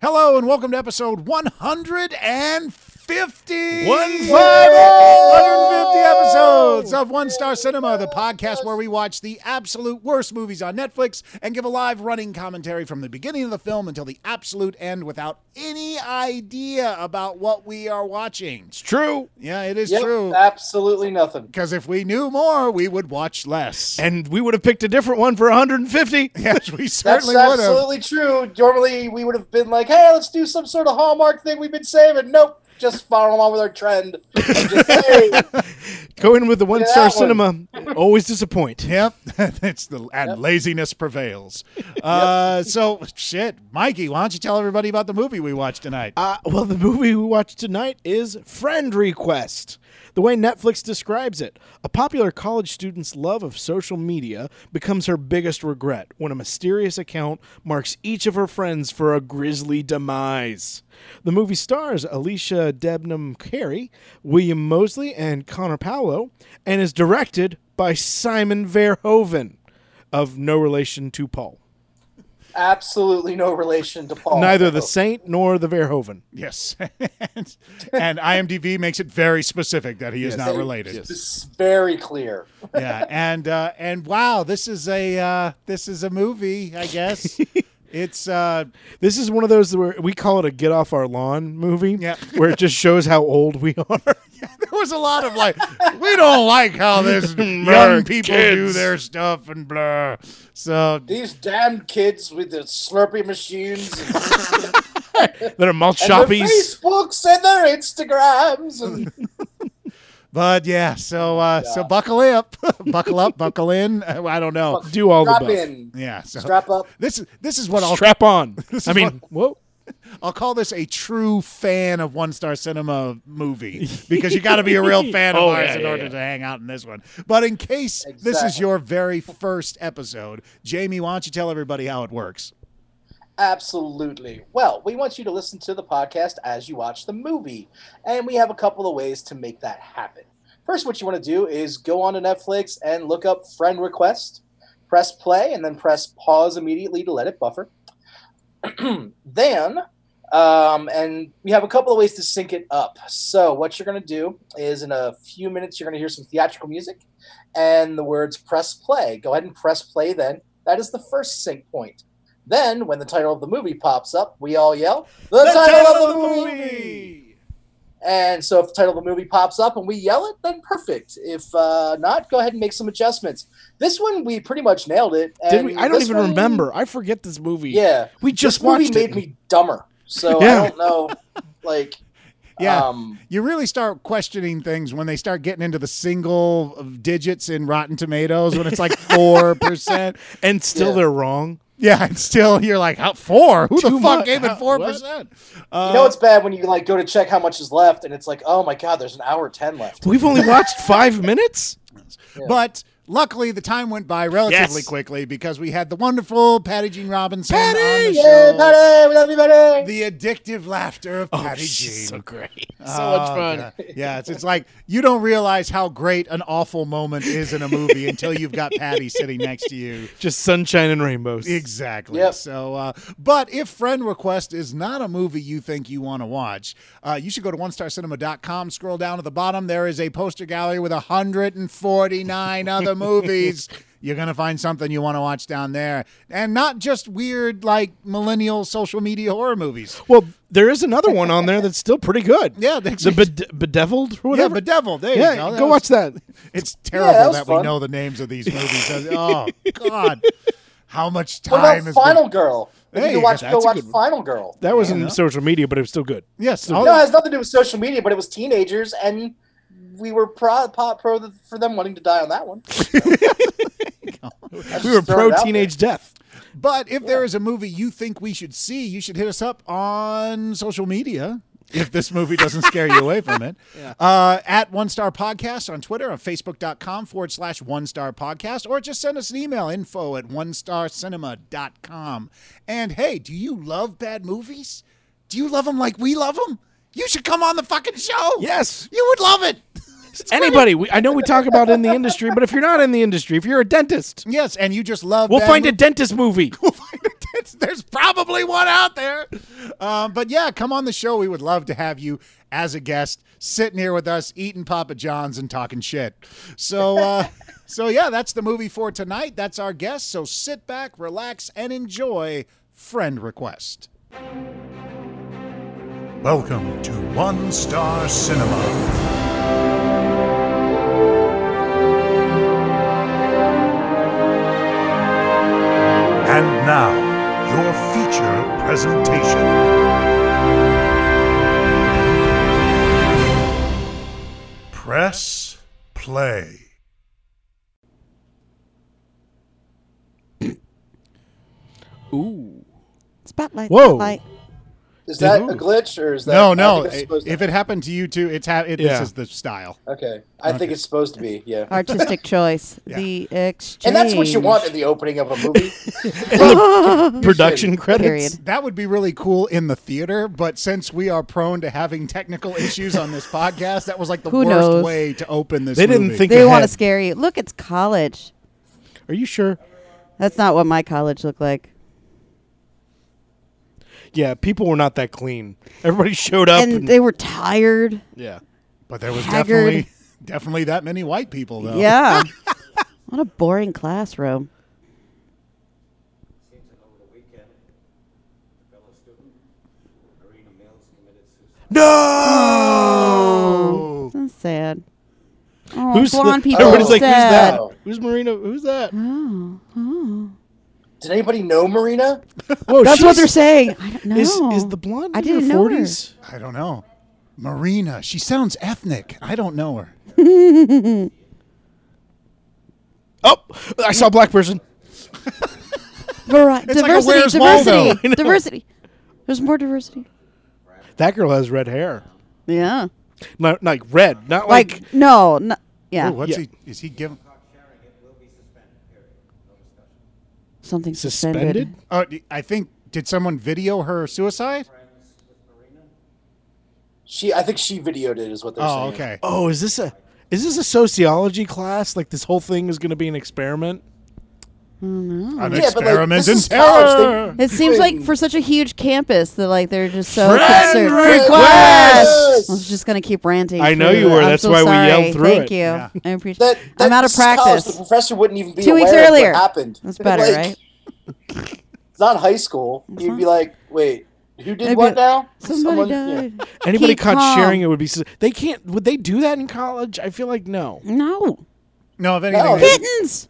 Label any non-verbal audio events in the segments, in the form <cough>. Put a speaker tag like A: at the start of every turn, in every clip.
A: Hello and welcome to episode 150.
B: One five
A: 150 episodes of One Star Cinema, the podcast where we watch the absolute worst movies on Netflix and give a live running commentary from the beginning of the film until the absolute end without any idea about what we are watching.
B: It's true.
A: Yeah, it is
C: Yep,
A: true.
C: Absolutely nothing.
A: Because if we knew more, we would watch less.
B: And we would have picked a different one for 150.
A: <laughs> yes, we
C: That's
A: certainly would have.
C: absolutely true. Normally, we would have been like, "Hey, let's do some sort of Hallmark thing we've been saving." Nope, just following along with our trend.
A: <laughs>
C: And just, hey,
B: Go in with the one star
C: that
B: cinema. Always disappoint.
A: Yep, <laughs> it's the and laziness
B: <laughs>
A: prevails. Uh, so shit, Mikey, why don't you tell everybody about the movie we watched tonight?
B: Uh, well, the movie we watched tonight is Friend Request. The way Netflix describes it, a popular college student's love of social media becomes her biggest regret when a mysterious account marks each of her friends for a grisly demise. The movie stars Alicia Debnam Carey, William Mosley, and Connor Paolo, and is directed by Simon Verhoeven, of no relation to Paul.
C: absolutely no relation to Paul.
B: Neither the saint nor the Verhoeven.
A: yes, <laughs> and, and IMDb makes it very specific that he is not related.
C: This is very clear.
A: Yeah, and uh, and wow, this is a uh, this is a movie, I
B: <laughs>
A: guess. it's uh,
B: This is one of those where we call it a get off our lawn movie,
A: Yeah.
B: where it just shows how old we <laughs> are.
A: there was a lot of like, we don't like how
B: <laughs>
A: this young people do
B: kids.
A: their stuff and blah. So
C: These damn kids with the Slurpee machines and,
B: They're malt
C: and their
B: shoppies.
C: Facebooks and their Instagrams. And
A: But yeah, so uh, so
C: Yeah.
A: buckle up, <laughs> buckle up, buckle in. <laughs> Uh, I don't know.
B: Do all
C: strap
B: the above.
C: in,
A: Yeah, so
C: strap up.
A: this is this is what I'll
B: Strap on.
A: This
B: <laughs> I
A: is
B: mean, whoa.
A: I'll call this a true fan of one star cinema
B: <laughs>
A: movie because you got to be a real fan of
B: Oh,
A: ours
B: yeah,
A: in
B: yeah,
A: order
B: yeah.
A: to hang out in this one. But in case this is
C: Exactly.
A: your very first episode, Jamie, why don't you tell everybody how it works?
C: Absolutely. Well, we want you to listen to the podcast as you watch the movie, and we have a couple of ways to make that happen. First, what you want to do is go onto Netflix and look up Friend Request, press play, and then press pause immediately to let it buffer. <clears throat> then, um, and we have a couple of ways to sync it up. So, what you're going to do is in a few minutes, you're going to hear some theatrical music and the words press play. Go ahead and press play then. That is the first sync point. Then, when the title of the movie pops up, we all yell, The, title, of the, movie! And so, if the title of the movie pops up and we yell it, then perfect. If uh, not, go ahead and make some adjustments. This one, we pretty much nailed it.
B: Did
C: and
B: we? I don't
C: this
B: even
C: one-
B: remember. I forget this movie.
C: Yeah.
B: We just
C: this movie
B: watched
C: made
B: it.
C: me dumber. So,
B: Yeah.
C: I
B: <laughs>
C: don't know. Like,
A: Yeah.
C: Um,
A: you really start questioning things when they start getting into the single of digits in Rotten Tomatoes when it's like
B: <laughs>
A: 4%.
B: and still
C: Yeah.
B: they're wrong.
A: Yeah, and still you're like, how four? Who the
B: Too
A: fuck
B: much-
A: gave it
B: how-
A: four
B: what?
A: percent?
B: Uh,
C: you know it's bad when you like go to check how much is left, and it's like, oh my god, there's an hour ten left.
B: We've
C: <laughs>
B: only watched five minutes.
A: But luckily, the time went by relatively
B: Yes.
A: quickly because we had the wonderful Patty Jean Robinson on the
B: Patty!
C: Yeah,
A: show.
C: Patty, we love you, Patty.
A: The addictive laughter of Patty Jean.
B: great. Oh, <laughs> So
A: Oh, God. Yeah, it's, it's like you don't realize how great an awful moment is in a movie until you've got Patty sitting next to you.
B: Just sunshine and rainbows.
A: Exactly.
C: Yep.
A: So, uh, but if Friend Request is not a movie you think you want to watch, uh, you should go to onestarcinema.com, scroll down to the bottom. There is a poster gallery with
C: <laughs>
A: 149 other movies. You're going to find something you want to watch down there. And not just weird, like millennial social media horror movies.
B: Well, there is another one on there that's still pretty good.
A: Yeah, that's
B: The Bed- Bedeviled or
A: yeah,
B: whatever.
A: Bedeviled. There
B: Yeah,
A: you go. That
B: go
A: was-
B: watch that.
A: It's terrible
C: that was
A: that we
C: fun.
A: know the names of these
C: <laughs>
A: movies. oh, God. How much
C: What
A: time
C: about
A: has
C: Final
A: been?
C: Girl? We
A: Hey,
C: need to watch, go
B: that's a
C: watch
B: good one.
C: Final Girl.
B: That was
A: Yeah.
B: in social media, but it was still good.
A: Yes.
C: no, it has nothing to do with social media, but it was teenagers, and we were pro, pro, pro th- for them wanting to die on
A: <laughs>
C: that one.
B: We were pro teenage death.
A: But if there is a movie you think we should see, you should hit us up on social media. If this movie doesn't scare you away from
B: <laughs>
A: it, uh, at One Star Podcast on Twitter, on Facebook.com forward slash One Star Podcast, or just send us an email info at one OneStarCinema.com. And hey, do you love bad movies? Do you love them like we love them? You should come on the fucking show.
B: Yes.
A: You would love it. <laughs>
B: Anybody, we, I know we talk about in the industry, but if you're not in the industry, if you're a dentist,
A: Yes, and you just love
B: we'll
A: bad
B: find
A: mo-
B: a dentist movie.
A: We'll <laughs> find a It's, there's probably one out there. Um, but yeah, come on the show. We would love to have you as a guest, sitting here with us, eating Papa John's and talking shit. So, uh, so yeah, that's the movie for tonight. That's our guest. So sit back, relax, and enjoy Friend Request.
D: Welcome to One Star Cinema. And now, your feature presentation. Press play.
B: Ooh.
E: Spotlight.
B: Whoa.
E: Spotlight.
C: Is that a glitch or is that
A: No,
C: I
A: no.
C: think it's
A: It,
C: supposed to-
A: if it happened to you too, it's ha- it,
B: Yeah.
A: this is the style.
C: okay, I think it's supposed to be yeah.
B: <laughs>
E: Artistic choice.
A: Yeah.
E: The exchange.
C: And that's what you want in the opening of a
A: <laughs>
C: movie.
B: Production credits.
E: Period.
A: That would be really cool in the theater, but since we are prone to having technical <laughs> issues on this podcast, that was like the
E: Who
A: worst
E: knows?
A: way to open this.
B: They didn't
A: movie.
B: think-
E: They want
B: ahead.
E: to scare you. Look, it's college.
B: Are you sure?
E: That's not what my college looked like.
B: Yeah, people were not that clean. Everybody showed up.
E: and
B: and-
E: they were tired.
B: yeah.
A: but there was
E: Haggard.
A: definitely definitely that many white people though.
B: <laughs>
E: Yeah. what a boring classroom.
F: Seems that over the weekend, a fellow student, Marina Mills, committed suicide.
B: No.
E: That's sad. Oh,
B: Who's the-
E: blonde people.
B: Everybody's like,
E: sad.
B: who's that? Who's Marina? Who's that?
C: Did anybody know Marina?
B: Whoa,
E: That's what
B: she's-
E: they're saying. I don't know.
B: Is, is the blonde?
E: I
B: in her
E: didn't know her.
B: 40s?
A: I don't know. Marina, she sounds ethnic. I don't know her.
B: Oh, I saw a black person.
E: Vari-
A: like a
E: diversity.
A: Where's Waldo.
B: <laughs>
E: diversity. diversity. There's more diversity.
B: That girl has red hair.
E: Yeah.
B: Not, like red, not like,
E: Like, no. no yeah.
A: Oh, <laughs> what's
B: Yeah.
A: he? Is he giving?
F: Sharing it will be suspended, period. No discussion.
E: Something
B: suspended.
E: suspended.
A: Oh, I think did someone video her suicide?
F: Friends with Marina?
C: She, I think she videoed it, is what they're saying.
A: Oh, okay.
B: Oh, is this a is this a sociology class? Like this whole thing is going to be an experiment?
A: An
C: Yeah, but, like,
A: experiment
C: this
A: in
C: is college. They-
A: terror.
E: It seems like
C: Friend.
E: for such a huge campus that like they're just so
B: Friend
E: concerned.
B: request!
E: I was just gonna keep ranting.
B: I know
E: through
B: you were.
E: it. I'm
B: That's
E: so
B: why we
E: sorry.
B: yelled through it.
E: Thank you.
A: Yeah.
E: I appreciate.
C: That, that
E: I'm out of
C: this is college. The
E: practice.
C: professor wouldn't even be
E: Two weeks
C: aware of
E: earlier.
C: what happened.
E: That's better,
C: Like,
E: right?
C: It's not high school. You'd be like, wait, who did
E: They'd be
C: what
E: like,
C: now?
E: Somebody
C: Someone- yeah.
E: died.
B: Anybody
E: Keep
B: caught
E: calm.
B: sharing it would be. sus- They can't. Would they do that in college? I feel like no. <laughs>
E: No
A: No, if anything,
C: No.
A: they-
E: kittens.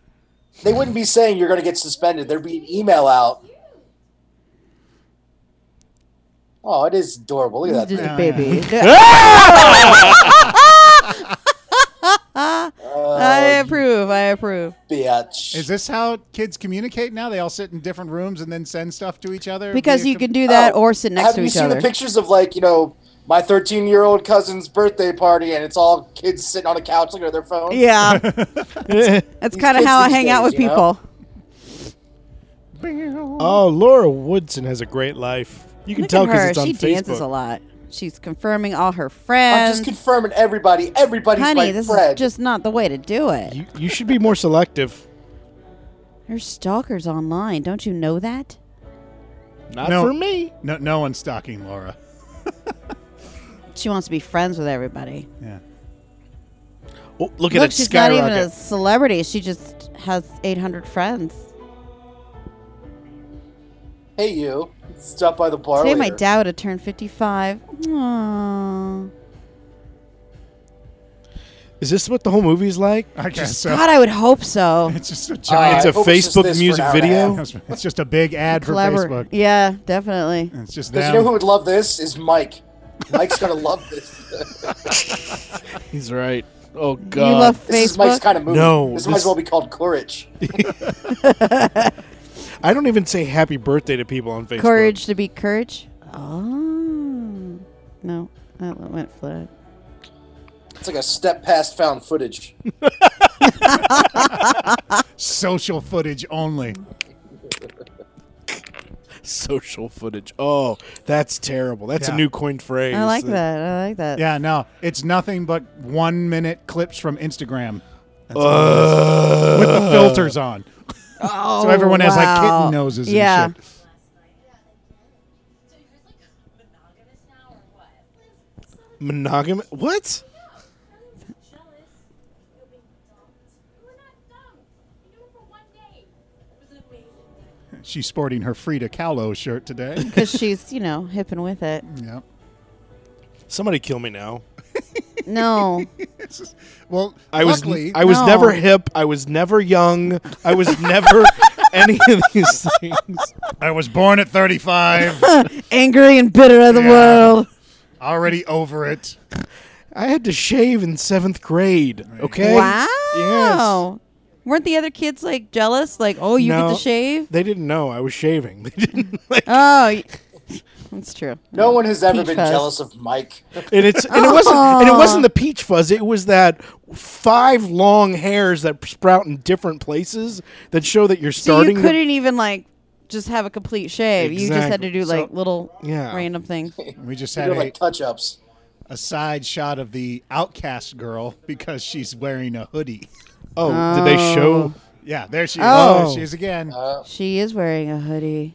C: They wouldn't be saying you're going to get suspended. There'd be an email out. Oh, it is adorable. Look at
E: Just
C: that.
E: a baby. <laughs> I approve. I approve.
C: Bitch.
A: Is this how kids communicate now? They all sit in different rooms and then send stuff to each other
E: Because
A: via
E: you
A: com-
E: can do that
C: Oh,
E: or sit next
C: Have
E: to
C: you
E: each
C: seen
E: other.
C: the pictures of like you know my 13 year old cousin's birthday party and it's all kids sitting on a couch looking at their phone?
E: Yeah, that's
C: These
E: kind of
C: kids
E: how I
C: these
E: hang out
C: days,
E: with
C: you know?
E: people.
B: oh, Laura Woodson has a great life. You can
E: Look
B: tell
E: at
B: because
E: her.
B: it's on
E: She
B: Facebook.
E: dances a lot. She's confirming all her
C: I'm
E: friends.
C: just confirming everybody. Everybody's my
E: Honey, this
C: friend.
E: is just not the way to do it.
B: You, you should be more selective.
E: There's stalkers online. Don't you know that?
B: Not
A: No.
B: for me.
A: No, no one's stalking Laura.
E: She wants to be friends with everybody.
A: Yeah.
B: Oh, look at
E: Look,
B: it
E: she's
B: skyrocket.
E: not even a celebrity. She just has 800 friends.
C: hey you, stop by the bar.
E: Today, my
C: later.
E: dad would have turned 55. Aww.
B: Is this what the whole movie's like?
A: I guess so.
E: God, I would
B: <laughs>
E: hope so.
A: <laughs> It's just a
E: <laughs>
C: Uh,
A: giant.
B: It's a
C: I hope it's just
B: Facebook
C: this for
B: music
C: an hour and a
B: video.
C: half.
A: it's just a big ad for
E: Clever.
A: Facebook.
E: Yeah, definitely.
A: It's just
C: Because
A: them.
C: you know who would love this is Mike. Mike's gonna love this.
B: <laughs> He's right. Oh
E: You
B: God.
E: love
C: This is Mike's
E: Facebook?
C: kind of movie.
B: No,
C: this, might
B: this-
C: as well be called Courage.
B: I don't even say happy birthday to people on Facebook.
E: Courage to be courage. Oh. No, that one went flat.
C: It's like a step past found footage.
A: Social footage only.
B: Social footage. Oh, that's terrible. That's
A: Yeah.
B: a new coined phrase.
E: I like that. I like that.
A: Yeah, no, it's nothing but one minute clips from Instagram
B: Ugh.
A: with the filters on. <laughs>
E: Oh,
A: So everyone has like
E: wow.
A: kitten noses
E: Yeah.
A: and shit.
B: Monogamous? What?
G: jealous. You're being dumped. You were not dumped. You knew it for one day. It was an amazing day.
A: She's sporting her Frida Kahlo shirt today. <laughs>
E: Because she's, you know, hipping with it.
A: yeah.
B: Somebody kill me now.
E: No.
A: Well,
B: I was
A: luckily,
B: I was
E: No.
B: never hip. I was never young. I was
E: <laughs>
B: never any of these things.
A: I was born at 35,
E: <laughs> Angry and bitter of the
A: Yeah.
E: world.
A: <laughs> already over it.
B: I had to shave in seventh grade. Okay.
E: Wow. Weren't the other kids like jealous? Like, oh, you
B: No.
E: get to shave?
B: They didn't know I was shaving. <laughs> They didn't like,
E: Oh, y- <laughs> that's true.
C: No one has ever
E: Peach
C: been
E: fuzz.
C: jealous of Mike.
B: and it's and
E: Oh.
B: it wasn't and it wasn't the peach fuzz. It was that five long hairs that sprout in different places that show that you're
E: So you
B: starting. to-
E: couldn't even like just have a complete shave. You just had
B: Exactly.
E: to do like little
B: <laughs> Yeah.
E: random things.
A: We just
C: They're
A: had a,
C: like touch ups.
A: a side shot of the outcast girl because she's wearing a hoodie.
B: oh, did they show?
A: Yeah, there she is.
E: Oh.
A: There she is again.
E: She is wearing a hoodie.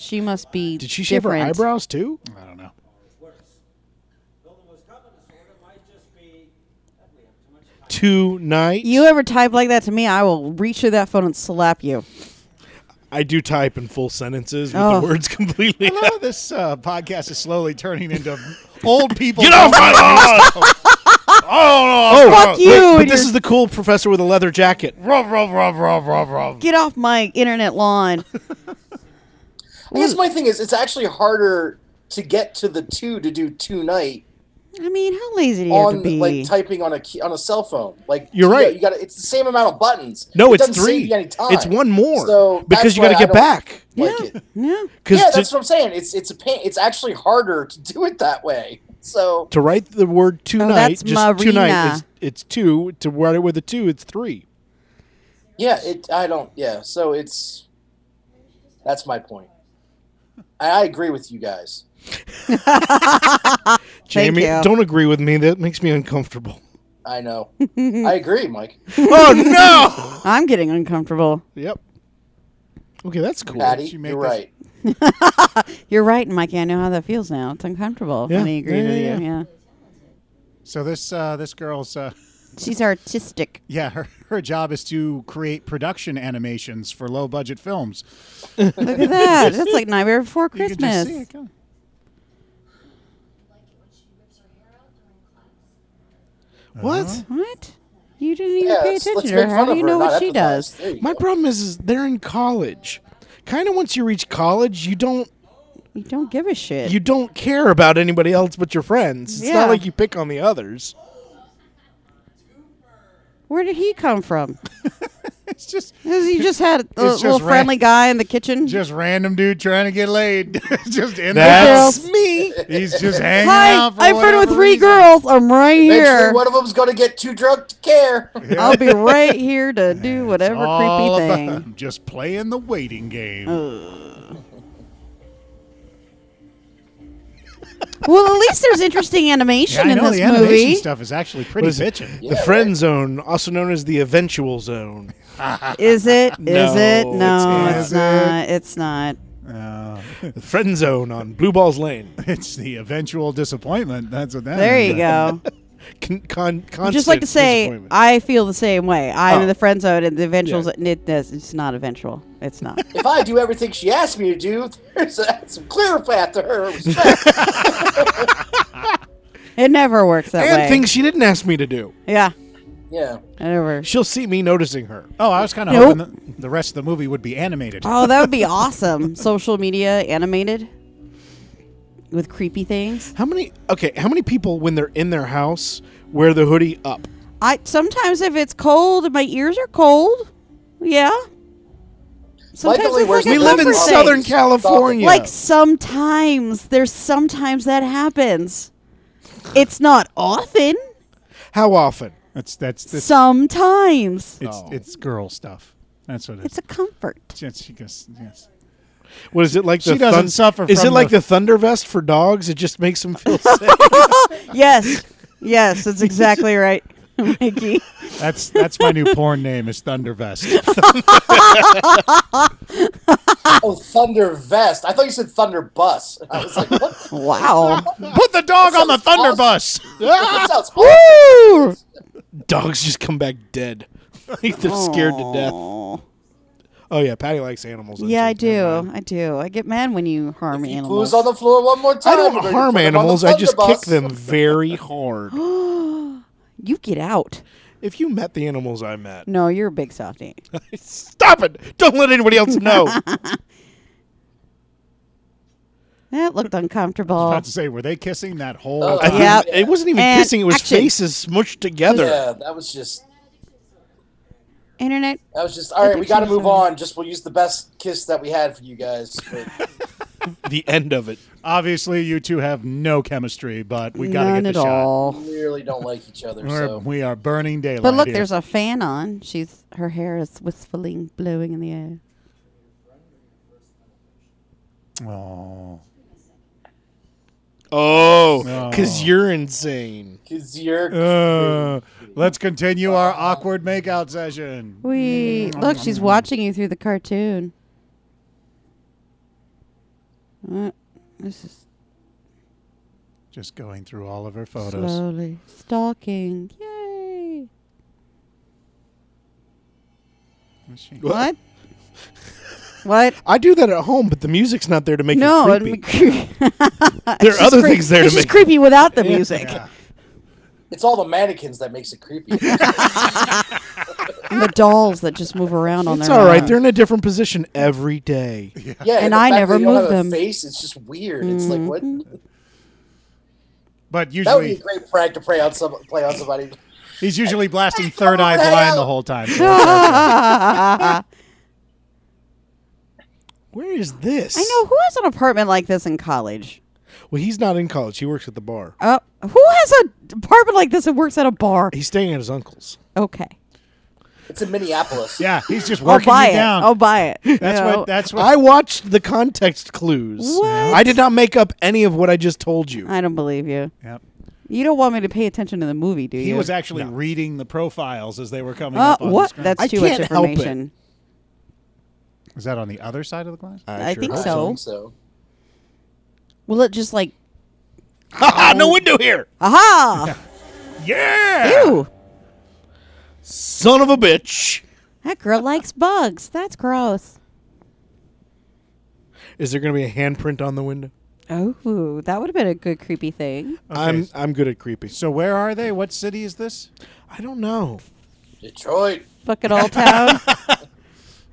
E: She must be.
B: Did she shave her
E: different.
B: eyebrows too?
A: I don't know.
F: Worse. Though the most common disorder might just be that we have too much time.
B: Tonight
E: You ever type like that to me, I will reach through that phone and slap you.
B: I do type in full sentences with
E: Oh.
B: the words <laughs> completely.
A: I love how this uh, podcast is slowly turning
E: <laughs>
A: into old people.
B: Get off my lawn!
A: Oh,
E: Fuck you!
B: But
E: and
B: this
E: your-
B: is the cool professor with a leather jacket.
A: Rub, rub, rub, rub, rub, rub.
E: get off my internet lawn.
C: I guess my thing is, it's actually harder to get to the two to do two night
E: I mean, how lazy do you have to
C: on
E: be?
C: like typing on a key, on a cell phone. Like
B: You're
C: you know,
B: right.
C: You got it's the same amount of buttons.
B: No,
C: It
B: it's
C: doesn't save
B: three.
C: you any time.
B: It's one more
C: So
B: because
C: that's
B: you got to
C: why I
B: get
C: don't
B: back.
E: yeah,
C: Like it.
E: yeah.
B: Because
C: yeah,
B: to,
C: that's what I'm saying. It's it's a pain. It's actually harder to do it that way. So
B: to write the word tonight,
E: Oh, that's
B: just tonight
E: Marina.
B: is it's two. To write it with a two, it's three.
C: yeah, it. I don't. Yeah. So it's. That's my point. I, I agree with you guys.
B: Jamie,
E: you.
B: don't agree with me. That makes me
E: <laughs>
B: uncomfortable.
C: I know. I agree, Mike.
B: oh no!
E: I'm getting uncomfortable.
B: Yep. Okay, that's cool.
C: Patty,
A: you make
C: you're
A: this-
C: right.
E: You're right, Mikey. I know how that feels now. It's uncomfortable.
B: Yeah.
E: And I agree
B: Yeah,
E: with
B: yeah,
E: you. Yeah.
A: So this uh, this girl's uh,
E: She's artistic.
A: yeah her, her job is to create production animations for low budget films.
E: Look at that. That's like Nightmare Before
A: You could just see
E: Christmas.
A: it coming.
G: Like it when she rips her hair out during class.
B: What?
E: Uh-huh. What? You didn't even
C: Yeah,
E: pay
C: let's- let's
E: attention to her.
C: make
E: How
C: fun
E: do
C: of
E: you
C: her,
E: know what
C: not
E: she
C: empathize.
E: does?
C: There you
B: My
C: go.
B: problem is, is they're in college. Kind of once you reach college, you don't
E: You don't give a shit.
B: you don't care about anybody else but your friends. It's
E: Yeah.
B: not like you pick on the others.
E: Where did he come
A: <laughs>
E: from?
A: <laughs> It's just
E: Is he just had a
A: just
E: little
A: ran-
E: friendly guy in the kitchen?
A: just random dude trying to get laid. <laughs> just in
B: That's me.
A: there. He's
B: <laughs>
A: just hanging
E: Hi,
A: out. for
E: I'm friend with
A: whatever
E: three
A: reason.
E: girls. I'm right
C: Eventually,
E: here.
C: one of them's going to get too drunk
B: <laughs>
C: to care.
E: I'll be right here to do
A: It's
E: whatever
A: all
E: creepy
A: about <laughs>
E: thing. Oh.
A: him Just playing the waiting game.
E: Well, at least there's interesting animation
A: I
E: in
A: know
E: this
A: the animation
E: movie.
A: stuff is actually pretty
B: Listen,
A: bitchin'.
B: the friend zone, also known as the eventual zone. <laughs>
A: <laughs>
E: Is it? Is
B: No,
E: it?
B: it's
E: No,
B: not.
E: it's,
A: Is it?
E: not. It's not.
A: Uh, <laughs>
B: The friend zone on Blue Balls Lane.
A: it's the eventual disappointment. That's what that.
E: There
A: is. <laughs>
E: you go.
B: Con- con-
E: I'd just like to
B: constant
E: say,
B: disappointment.
E: I feel the same way. I'm
B: Oh.
E: in the friend zone, and the eventual.
B: Yeah.
E: It, does- it's not eventual. It's
A: <laughs>
E: not.
C: if I do everything she asked me to do, there's a, some clear path to her
E: <laughs>
C: respect.
E: it never works that
B: and
E: way.
B: things she didn't ask me to do.
E: yeah,
C: yeah.
E: it never.
B: She'll see me noticing her.
A: Oh, I was kind of
E: Nope.
A: hoping that the rest of the movie would be animated.
E: Oh, that would
A: <laughs>
E: be awesome. Social media animated with creepy things.
B: How many? Okay, how many people when they're in their house wear the hoodie up?
E: I sometimes if it's cold and my ears are cold, yeah. Sometimes
C: only
E: it's
C: wears
E: like
B: We
E: a
B: live in
E: comfort thing.
B: Southern California.
E: Like sometimes there's sometimes that happens. It's not often.
B: how often?
A: That's that's this,
E: Sometimes
A: it's it's girl stuff. That's what it
E: it's
A: is.
E: a comfort.
A: Yes, she goes. Yes.
B: What is it like? The
A: She doesn't suffer
B: Is
A: from
B: it like
A: the-
B: the thunder vest for <laughs> dogs? It just makes them feel safe.
E: Yes, yes, that's exactly right. <laughs> Mickey.
A: That's that's my new porn name is
E: <laughs>
A: Thundervest.
C: Oh, Thunder Vest. I thought you said Thunder Bus. <laughs> I was like, what?
B: <laughs>
E: <laughs> Wow.
A: Put the dog on the Thunder bus.
C: that sounds awesome.
B: Dogs just come back dead. <laughs> They're scared to death. Oh yeah, Patty likes animals.
E: Yeah, I
B: That's what's going
E: do.
B: on.
E: I do. I get mad when you harm
C: He
E: animals.
C: poos on the floor one more time.
B: I don't
C: you're gonna
B: harm
C: put him on the
B: animals. I just
C: Thunder
B: kick
C: Bus.
B: them very
E: <gasps>
B: hard.
E: you get out.
B: if you met the animals I met, <laughs>
E: No, you're a big softie.
B: stop it! Don't let anybody else know.
E: That looked uncomfortable.
A: About to say, were they kissing that whole?
C: Oh,
A: time?
C: I-
E: Yep.
B: It wasn't even
E: And
B: kissing; it was
E: action.
B: faces smushed together.
C: Yeah, that was just.
E: Internet.
C: That was just. All right, we
E: think
C: got to
E: she was
C: move
E: on-
C: on. Just we'll use the best kiss that we had for you guys. But
B: The end of it.
A: Obviously, you two have no chemistry, but we got to
E: None
A: get
E: at
A: the shot.
E: all.
C: we really don't like each other.
A: We're,
C: So
A: We are burning daylight.
E: But look,
A: here.
E: there's a fan on. She's her hair is wistfully blowing in the air.
A: Aw.
B: Oh, because
A: Oh.
B: you're insane.
C: because you're.
A: Uh, let's continue our awkward makeout session.
E: We look. She's watching you through the cartoon. Uh, This is
A: Just going through all of her photos.
E: slowly stalking. Yay!
A: What's she-
E: What?
B: <laughs>
E: what?
B: I do that at home, but the music's not there to make
E: No,
B: it
E: it'd
B: creepy.
E: be <laughs> creepy.
B: there are other things there to
E: it's just
B: make. <laughs>
E: creepy without the music.
C: It's all the mannequins that makes it creepy.
B: <laughs>
E: And the dolls that just move around on
B: It's
E: their
B: all right.
E: own.
B: They're in a different position every day.
C: Yeah,
E: And
C: the fact that
E: I never
C: they don't
E: moved
C: have a
E: them. Mm-hmm.
C: Face, it's just weird. It's like what?
A: But
C: That would be a
A: usually,
C: great prank to play on some play on somebody.
A: he's usually blasting Third Eye Blind the whole
E: <laughs>
A: time. so it's okay.
E: I
B: Where is this?
E: know who has an apartment like this in college.
B: Well, he's not in college. He works at the bar.
E: Uh, who has a apartment like this and works at a bar?
B: He's staying at his uncle's.
E: Okay,
C: It's in Minneapolis.
A: yeah, he's just working
E: I'll buy
A: you
E: it.
A: down.
E: I'll buy it.
A: that's
E: You know?
A: what. That's what.
B: I watched the context clues.
E: What?
B: I did not make up any of what I just told you.
E: I don't believe you.
A: Yep.
E: You don't want me to pay attention to the movie, do you?
A: He was actually reading the profiles as they were coming
E: Uh,
A: up. On
E: what?
A: The screen.
E: That's
B: I
E: too much
B: can't help it.
E: information.
A: Is that on the other side of the glass?
E: I think
C: I
E: so.
C: think so.
E: Will it just like,
B: <laughs> Haha, no window here.
E: aha,
A: <laughs> Yeah.
E: ew,
B: Son of a bitch.
E: that girl likes bugs. That's gross.
B: Is there going to be a handprint on the window?
E: Oh, that would have been a good creepy thing.
B: I'm I'm good at creepy.
A: So where are they? What city is this?
B: I don't know.
C: Detroit.
A: <laughs>
E: Fucking old town.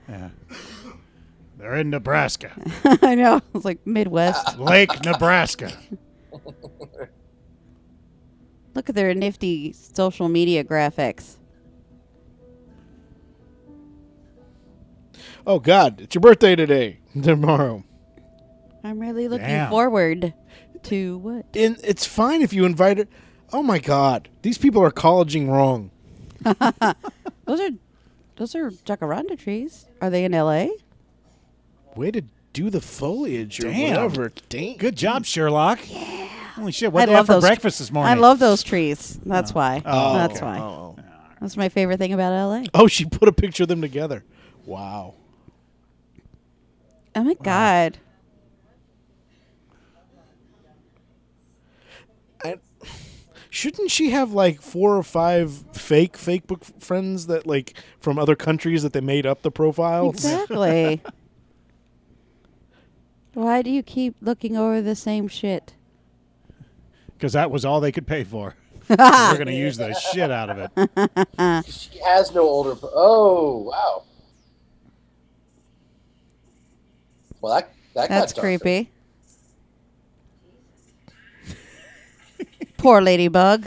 E: <laughs>
A: They're in Nebraska,
E: I know. It's like Midwest.
A: Lake Nebraska.
E: Look at their nifty social media graphics.
B: Oh God, it's your birthday today. <laughs> Tomorrow.
E: I'm really looking
A: Damn.
E: forward to what?
B: And it's fine if you invite it. Oh my God, these people are colleging wrong.
E: Those are those are jacaranda trees. Are they in LA?
B: Way to do the foliage or
A: Damn.
B: whatever. Dang.
A: Good job, Sherlock. Yeah. Holy shit! What
E: I
A: they have
E: love
A: for
E: those
A: breakfast this morning?
E: I love those trees. That's why. That's why.
B: Oh.
E: That's my favorite thing about LA.
B: oh, she put a picture of them together. Wow.
E: Oh my god.
B: I, shouldn't she have like four or five fake fake book friends that like from other countries that they made up the profiles?
E: Exactly. why do you keep looking over the same shit?
A: because that was all they could pay
E: <laughs>
A: for. We're gonna use the shit out of it.
C: She has no older. Oh wow. Well, that that
E: That's
C: got darker.
E: creepy. Poor ladybug.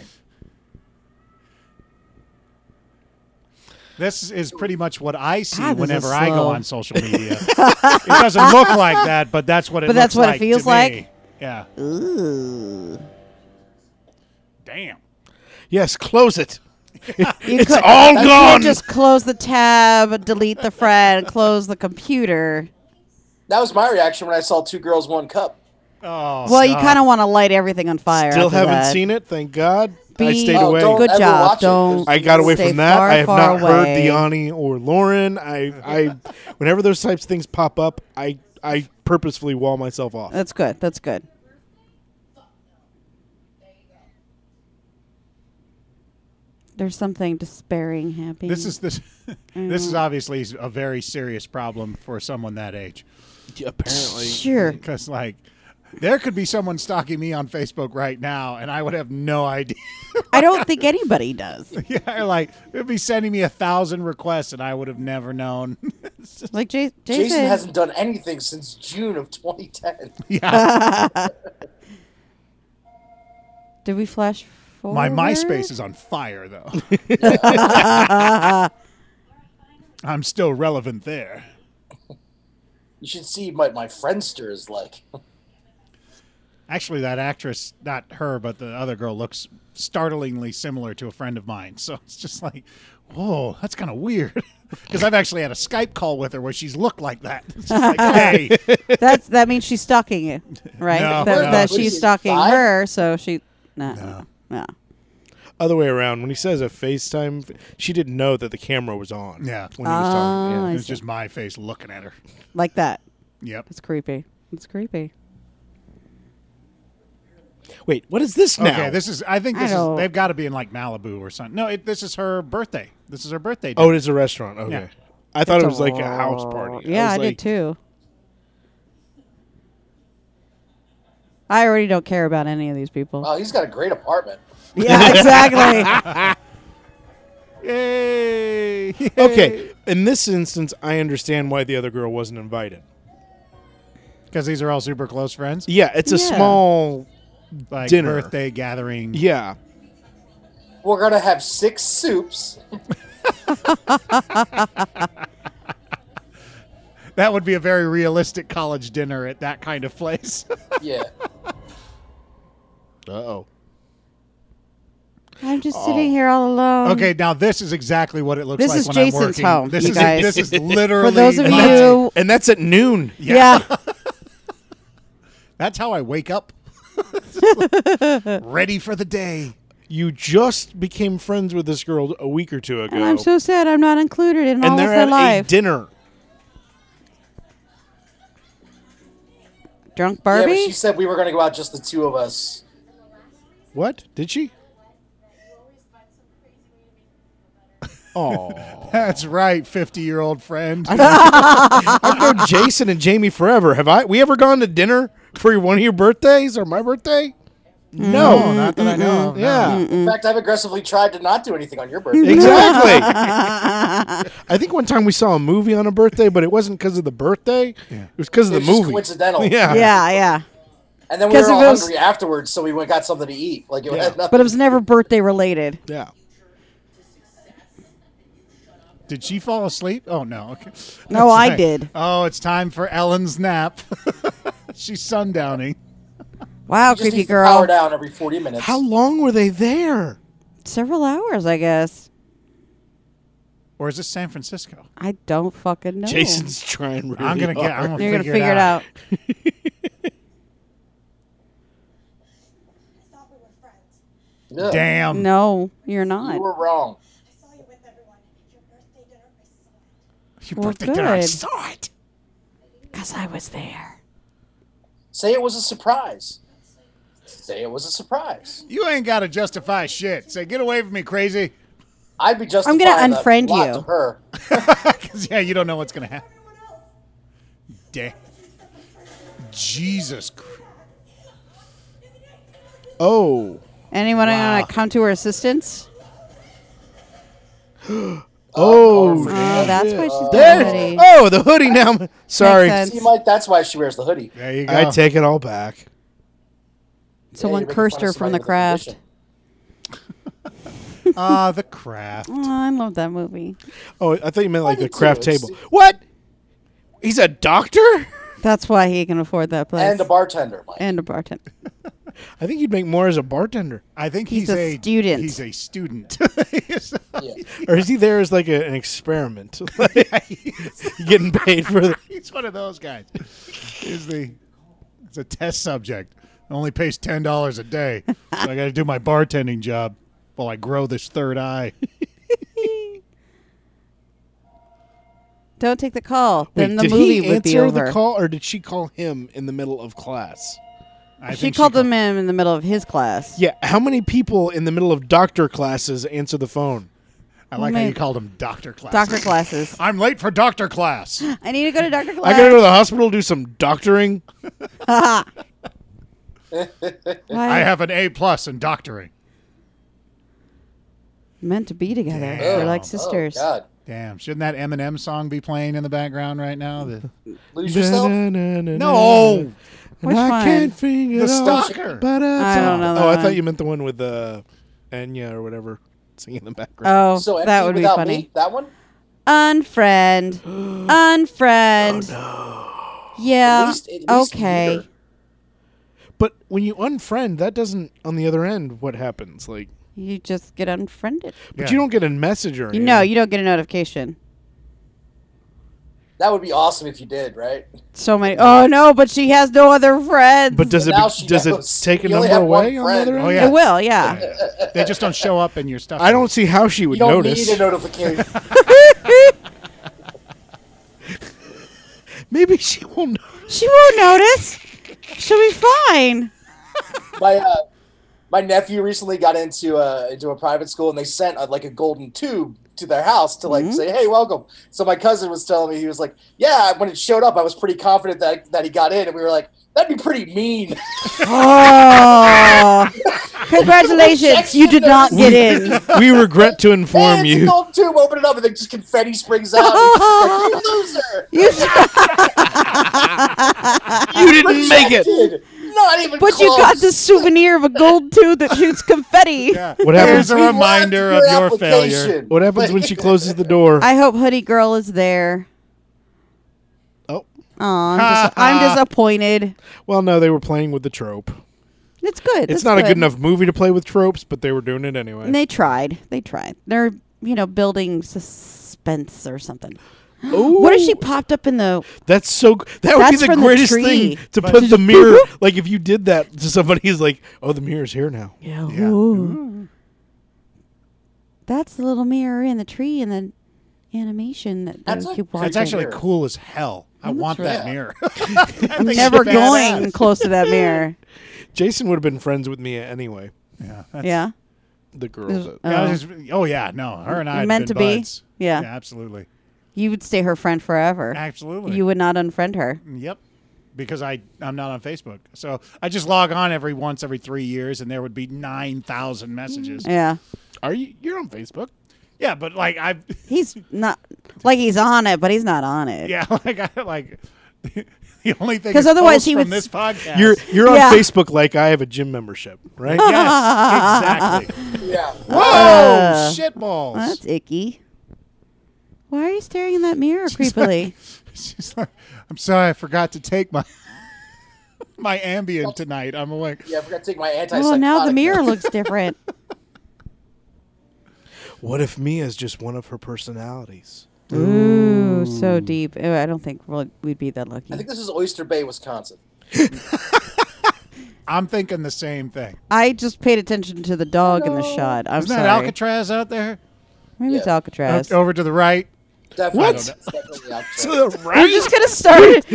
A: This is pretty much what I see
E: God, this is
A: whenever I go
E: slow.
A: on social media. it doesn't look like that, but that's what it.
E: But that's
A: looks
E: what
A: to
E: it feels
A: me.
E: like?
A: Yeah.
E: Ooh.
A: Damn.
B: Yes, close it.
E: You
B: It's
E: could-
B: all
E: you
B: gone.
E: Could just close the tab, delete the friend, close the computer.
C: That was my reaction when I saw two girls, one cup.
A: Oh,
E: well, you kind of want to light everything on fire.
B: Still
E: after
B: haven't
E: that.
B: seen it. Thank God. I
E: Be-
B: stayed
E: Oh,
B: away.
E: Good
C: ever
E: job.
C: watch it.
E: Don't-
B: I got away
E: Stay
B: from that.
E: far,
B: I have
E: far
B: not heard
E: away.
B: Deani or Lauren. I, I, whenever those types of things pop up, I, I purposefully wall myself off.
E: That's good. That's good. There's something despairing happening.
A: This is this. <laughs> this
E: Mm.
A: is obviously a very serious problem for someone that age.
B: Apparently,
E: sure.
A: Because like, there could be someone stalking me on Facebook right now, and I would have no <laughs> idea.
E: I don't think
B: <laughs>
E: anybody does.
A: yeah, like it'd be sending me a thousand requests, and I would have never known. <laughs>
E: Like Ja- Jason,
C: Jason hasn't done anything since June of 2010.
A: yeah,
E: did we flash forward?
A: my MySpace is on fire though. I'm still relevant there.
C: You should see what my friendster is like. <laughs>
A: Actually, that actress, not her, but the other girl, looks startlingly similar to a friend of mine. So it's just like, whoa, that's kind of weird. <laughs> Because I've actually had a Skype call with her where she's looked like that. <laughs> It's just like, hey,
E: <laughs> That's that means she's stalking you, right?
A: No,
E: that,
A: no.
E: that she's stalking
C: Five?
E: her, so she nah, no no.
B: other way around. When he says a FaceTime, she didn't know that the camera was on.
A: Yeah.
B: when he was talking.
E: Oh,
B: Yeah.
E: I
A: it's
E: see.
A: just my face looking at her.
E: like that.
A: Yep.
E: It's creepy. It's creepy.
B: Wait, what is this now?
A: Okay, this is. I think
E: I
A: this
E: don't-
A: is. They've got to be in like Malibu or something. No, it, this is her birthday. This is her birthday.
B: oh,
A: date.
B: it is a restaurant. Okay,
A: Yeah.
B: I thought it was like a house party.
E: Yeah, I,
B: was
E: did
B: like,
E: too. I already don't care about any of these people.
C: Wow, oh, he's got a great apartment.
E: yeah, exactly.
A: yay! <laughs>
B: Okay, in this instance, I understand why the other girl wasn't invited.
A: Because these are all super close friends.
B: Yeah, it's a
E: Yeah.
B: small.
A: Like
B: Dinner.
A: birthday gathering.
B: Yeah,
C: We're gonna have six soups. <laughs>
A: That would be a very realistic college dinner at that kind of place. <laughs>
E: Um,
C: Yeah.
B: Uh oh.
E: I'm just sitting here all alone.
A: Okay, now this is exactly what it looks
E: This
A: like
E: is
A: when
E: Jason's
A: I'm working.
E: home,
A: this
E: you
A: is
E: guys.
A: this is literally
E: <laughs> For those of
A: my-
E: you,
B: And that's at noon.
E: yeah.
A: That's how I wake
E: <laughs>
A: up. <laughs> Ready for the day.
B: You just became friends with this girl a week or two ago. <laughs>
E: And I'm so sad I'm not included in all
B: and
E: of
B: they're
E: their
B: at
E: life.
B: a dinner.
E: Drunk
C: Yeah,
E: Barbie?
C: but she said we were gonna go out just the two of us.
B: What? Did she? Oh.
A: That's right, 50 year old friend.
B: I've known <laughs> Jason and Jamie forever. Have I? We ever gone to dinner for one of your birthdays or my birthday? No.
A: no, not that I know of. no.
B: Yeah.
C: In
E: Mm.
C: fact, I've aggressively tried to not do anything on your
E: <laughs>
C: birthday.
B: Exactly. I think one time we saw a movie on a birthday, but it wasn't because of the birthday. It was because of the
C: It was just
B: movie. <laughs>
C: coincidental.
B: Yeah.
E: yeah, yeah.
C: And then we
E: 'Cause
C: were all
E: if it was-
C: hungry afterwards, so we went got something to eat. Like it had nothing.
E: But it was never birthday related.
B: Yeah.
A: Did she fall asleep? Oh, no. Okay. That's
E: No, I
A: right.
E: did.
A: Oh, it's time for Ellen's nap. <laughs> She's sundowning.
E: Wow,
C: Just
E: creepy
C: needs to Power
E: girl.
C: down every 40 minutes.
B: How long were they there?
E: Several hours, I guess.
A: Or is this San Francisco?
E: I don't fucking know.
B: Jason's trying really
A: I'm gonna get. I'm gonna
E: You're going to
A: figure,
E: figure it out.
G: thought we were friends.
C: Yeah.
A: Damn.
E: No, you're
C: You
E: not.
C: were wrong.
G: I saw you with everyone. Your birthday dinner, I saw it.
A: Your
E: Well,
A: birthday dinner. I
E: good.
A: saw it.
E: Because I was there.
C: Say it was a surprise. Say it was a surprise.
A: You ain't got to justify shit. Say, get away from me, crazy. <laughs>
C: I'd be just.
E: gonna unfriend you.
C: To
E: <laughs>
C: her.
A: 'Cause, yeah, you don't know what's gonna happen. Damn. Jesus. Christ.
B: Oh.
E: Anyone want to come to
C: <gasps>
E: her assistance?
B: Oh.
E: Oh, that's why she's
B: There-
E: there. Already.
B: oh, the hoodie now. <laughs> Sorry.
E: sense.
C: See, Mike, that's why she wears the hoodie.
A: There you go.
B: I take it all back.
E: Someone
C: you're making
E: cursed
C: fun of
E: her from
C: somebody
E: the
C: with a
E: craft.
C: condition.
A: Ah, the craft.
E: Oh, I love that movie.
B: Oh, I thought you meant like the
C: did
B: craft
C: too. It's-
B: table. What? He's a doctor?
E: That's why he can afford that place.
C: And a bartender, Mike.
E: And a bartender.
B: I think you'd make more as a bartender.
A: I think he's,
E: He's a student.
A: He's a student. <laughs>
C: Yeah.
B: Or is he there as like a, an experiment? <laughs> Like, <laughs> getting paid for the.
A: he's one of those guys. Is the it's It's a test subject. It only pays ten dollars a day. so I got to do my bartending job while I grow this third eye.
E: Don't take the call. Then
B: Wait,
E: the
B: did
E: movie
B: he
E: would
B: answer
E: be over.
B: the call, or did she call him in the middle of class?
A: I
E: she
A: think
E: called
A: ca-
E: him in in the middle of his class.
B: Yeah, how many people in the middle of doctor classes answer the phone?
A: I like how you
E: Maybe.
A: called him doctor class.
E: Doctor classes.
A: I'm late for doctor class.
E: I need to go to doctor
B: I
E: class.
B: gotta go to the hospital do some doctoring.
E: Why
A: I have an A plus in doctoring.
E: meant to be together.
A: Damn.
E: We're like
A: Oh,
E: sisters.
C: Oh, God.
A: Damn, shouldn't that Eminem song be playing in the background right now?
B: <laughs>
A: The,
C: Lose yourself.
E: Mm-hmm.
A: no,
E: Which
B: I
E: one?
B: can't figure
A: The
B: it out,
A: stalker.
B: But
E: I don't know
B: Oh,
E: that
B: I
E: one.
B: thought you meant the one with the uh, Enya or whatever singing in the background.
E: Oh,
C: So
E: that
C: empty
E: would be
C: without
E: funny.
C: me. That one. <gasps>
E: Unfriend. Unfriend. Yeah.
C: Oh, At least, at least
E: Uh, okay.
C: meter.
E: Oh.
B: But when you unfriend, that doesn't on the other end. What happens? Like,
E: You just get unfriended.
B: but
A: Yeah.
B: you don't get a message or
E: You
B: anything.
E: know, you don't get a notification.
C: That would be awesome if you did, right?
E: So many. Oh no, but she has no other friends.
B: But does it
C: Now
B: be,
C: she
B: does
C: knows.
B: it take a
C: You only
B: number
C: have one
B: away on the
C: friend.
B: other end?
A: Oh,
E: it will, yeah.
A: they just don't show up in your stuff.
B: I don't see how she would
C: You don't
B: notice.
C: need a notification.
B: Maybe she will
E: <laughs>
B: not.
E: <laughs> She won't notice. She'll be fine.
C: my uh, my nephew recently got into a into a private school, and they sent a, like a golden tube to their house to like say, "Hey, welcome." So my cousin was telling me he was like, "Yeah." When it showed up, I was pretty confident that that he got in, and we were like, "That'd be pretty mean." <laughs>
E: Oh, congratulations! You did not get in.
B: <laughs> we regret to
C: hey,
B: inform
C: it's a
B: you.
C: golden tube. Open it up, and then just confetti springs out. and it's just like, you loser!
B: <laughs>
E: You,
B: You didn't make it.
C: Rejected. Not even.
E: <laughs> but you got
C: close.
E: the souvenir of a gold tube that shoots confetti.
A: Yeah.
B: What
A: Here's
B: happens?
A: a
C: We
A: reminder of
C: loved
A: your failure.
C: application.
B: What happens
C: <laughs>
B: when she closes the door?
E: I hope Hoodie Girl is there.
B: oh,
E: Oh,
B: <laughs>
E: I'm, dis- I'm disappointed.
B: well, no, they were playing with the trope.
E: It's good.
B: It's
E: that's
B: not a good enough movie to play with tropes, but they were doing it anyway.
E: And they tried. They tried. They're you know building suspense or something. <gasps>
B: Ooh,
E: What if she popped up in the?
B: That's so. g- That would
E: That's
B: be the
E: from the
B: greatest
E: tree.
B: thing to put
A: <laughs>
B: the mirror. like if you did that to somebody, he's like, "Oh, the mirror's here now."
E: Yeah.
A: Yeah.
E: ooh. That's the little mirror in the tree in the animation that
C: That's
E: they
C: like-
E: keep watching.
A: That's actually
C: Mirror.
A: cool as hell. I want that
C: right.
A: mirror. <laughs>
E: I'm never going close
B: <laughs>
E: to that mirror.
B: Jason would have been friends with Mia anyway.
A: Yeah.
E: yeah.
B: The girl. That,
A: Yeah, I
E: Oh.
A: was just- oh yeah, no, her and I had
E: Meant
A: been
E: to be?
A: buds.
E: Yeah.
A: absolutely,
E: You would stay her friend forever.
A: absolutely.
E: You would not unfriend her.
B: Mm.
A: Yep, because I I'm not on Facebook, so I just log on every once every three years, and there would be nine thousand messages.
E: Yeah.
B: are you? You're on Facebook.
A: Yeah, but like I,
E: He's not like he's on it, but he's not on it.
A: <laughs> yeah, <laughs> like I like the only thing
E: 'Cause
A: is
E: otherwise
A: posts
E: he
A: from
E: would
A: this
E: s-
A: podcast.
B: You're you're on
E: Yeah. Oh.
B: Facebook like I have a gym membership,
A: <laughs>
B: right?
A: yes,
E: <laughs>
A: exactly.
C: Yeah.
A: Whoa,
E: Uh,
A: shit balls. <laughs>
E: Well, that's icky. Why are you staring in that
B: <laughs>
E: mirror creepily?
A: She's like, I'm sorry, I forgot to take my <laughs> my Ambien tonight. I'm awake.
C: Yeah, I forgot to take my anti.
E: well, Oh, now the mirror looks <laughs> different.
B: What if Mia's just one of her personalities? <laughs> Hmm.
E: Ooh, so deep. Ew, I don't think we'll, we'd be that lucky.
C: I think this is Oyster Bay, Wisconsin.
A: I'm thinking the same thing.
E: I just paid attention to the dog in the shot. I'm
A: Isn't
E: sorry.
A: that Alcatraz out there?
E: Maybe it's
C: Yeah.
A: O-
B: Oh,
E: Alcatraz.
A: Over to the right.
C: Definitely.
B: What?
C: It's
E: <laughs>
C: definitely out there.
E: We're
B: right?
E: just gonna start.
B: <laughs>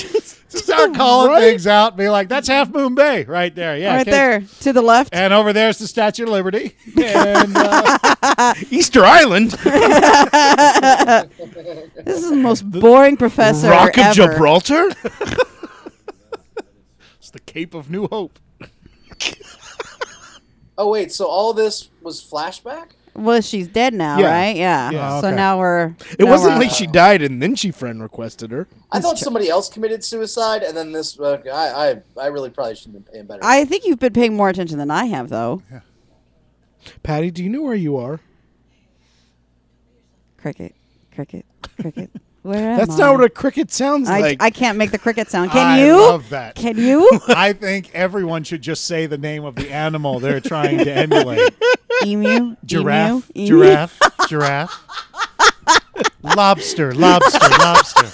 E: it.
A: Start
E: <laughs>
A: calling things out. Be like, that's Half Moon Bay right there. Yeah,
E: right
A: okay.
E: there to the left.
A: And over there's the Statue of
E: <laughs>
A: Liberty. And uh,
B: Easter Island,
E: This is the most boring professor
B: Rock of
E: ever.
B: <laughs> Gibraltar.
A: it's the Cape of New Hope.
C: Oh wait, so all this was flashback?
E: Well, she's dead now,
B: Yeah.
E: right? Yeah.
A: Yeah.
E: So
A: Okay.
E: now we're.
B: It
E: now
B: wasn't
E: we're-
B: like she died and then she friend requested her.
C: I thought somebody else committed suicide, and then this. Uh, I, I I really probably shouldn't have been paying better.
E: I think you've been paying more attention than I have, though.
B: Patty, do you know where you are?
E: Cricket, cricket, cricket. Where
B: <laughs>
E: am
B: That's
E: I?
B: not what a cricket sounds
E: I,
B: like.
E: I can't make the cricket sound. Can
A: I
E: you?
A: love that.
B: <laughs>
E: Can you?
A: I think everyone should just say the name of the animal they're trying to emulate.
E: <laughs> Emu.
A: Giraffe,
E: Emu? Emu?
A: giraffe, giraffe.
E: <laughs>
A: Lobster, lobster, lobster.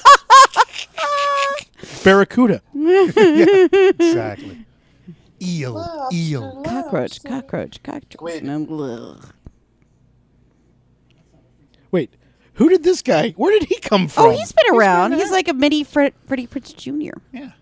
B: Barracuda.
A: Exactly. Eel. Eel.
E: Cockroach, cockroach, cockroach.
C: Squid.
E: No, bleh.
B: Wait, who did this guy? Where did he come from?
E: Oh, he's been around. He's, like a mini Fred, Freddie Prince Jr.
A: Yeah.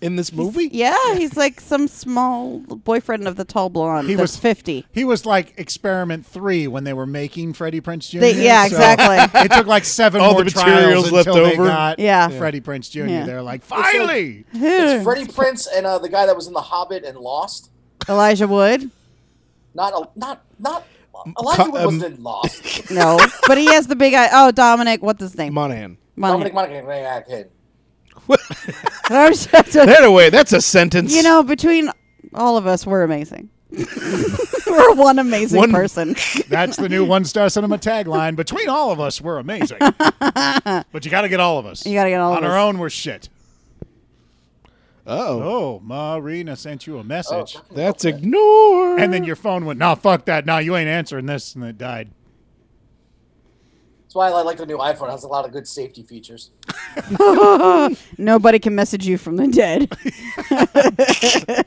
B: in this movie.
E: Yeah, he's like some small boyfriend of the tall blonde.
A: He
E: that's
A: was-
E: 50.
A: He was like experiment three when they were making Freddie Prince Jr.
E: They- yeah,
A: so <laughs>
E: exactly.
A: It took like seven
B: <laughs> All
A: more
B: the
A: trials
B: materials
A: until
B: left
A: they
B: over.
A: got
E: Yeah.
A: Freddie Prince Jr.
E: Yeah.
A: They're like, finally.
C: It's Freddie Prince and uh, the guy that was in The Hobbit and Lost.
E: <laughs> Elijah Wood?
C: Not a, not not Elijah
B: Co-
C: Wood wasn't
B: um, <laughs>
C: in Lost.
E: No. but he has the big eye. Oh, Dominic, what's his name?
B: Monahan.
E: Monahan.
C: Dominic Monaghan.
E: <laughs> I'm so-
B: That away. That's a sentence.
E: you know, between all of us, we're amazing. <laughs> we're one amazing
B: One-
E: person.
A: That's the
E: <laughs>
A: new one star cinema tagline. Between all of us, we're amazing. but you got to get all of us.
E: You gotta get all
A: On
E: of us.
A: our own, we're shit.
B: Oh,
A: Oh, Marina sent you a message.
C: Oh,
B: that's ignore.
A: And then your phone went, nah, fuck that. Nah, you ain't answering this. And it died.
C: That's why I like the new iPhone. It has a lot of good safety features.
E: Nobody can message you from the dead.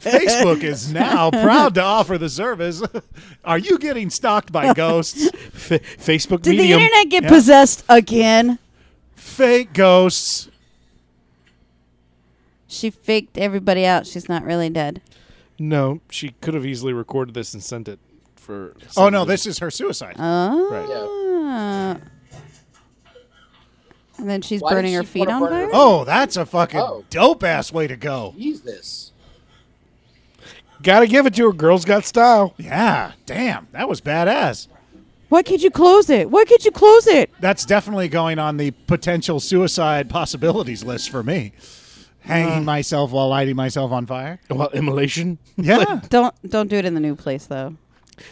A: Facebook
E: <laughs>
A: is now proud to offer the service. Are you getting stalked by ghosts?
E: <laughs>
B: Fa- Facebook
E: Did
B: medium.
E: the internet get
A: Yeah.
E: possessed again?
A: Fake ghosts.
E: She faked everybody out. She's not really dead.
B: no, she could have easily recorded this and sent it for.
A: Oh, no, this is her suicide.
E: Oh.
C: Yeah.
E: Ah. and then she's
C: Why did
E: burning
C: she
E: her feet
C: wanna
E: on
C: burn her
E: fire?
A: Oh, that's a fucking
C: Oh.
A: dope ass way to go.
C: Jesus.
B: Gotta give it to her. Girls got style.
A: Yeah, damn, that was badass.
E: Why can't you close it? Why can't you close it?
A: That's definitely going on the potential suicide possibilities list for me. Hanging myself while lighting myself on fire.
B: Well, immolation.
A: Yeah.
E: Don't don't do it in the new place though.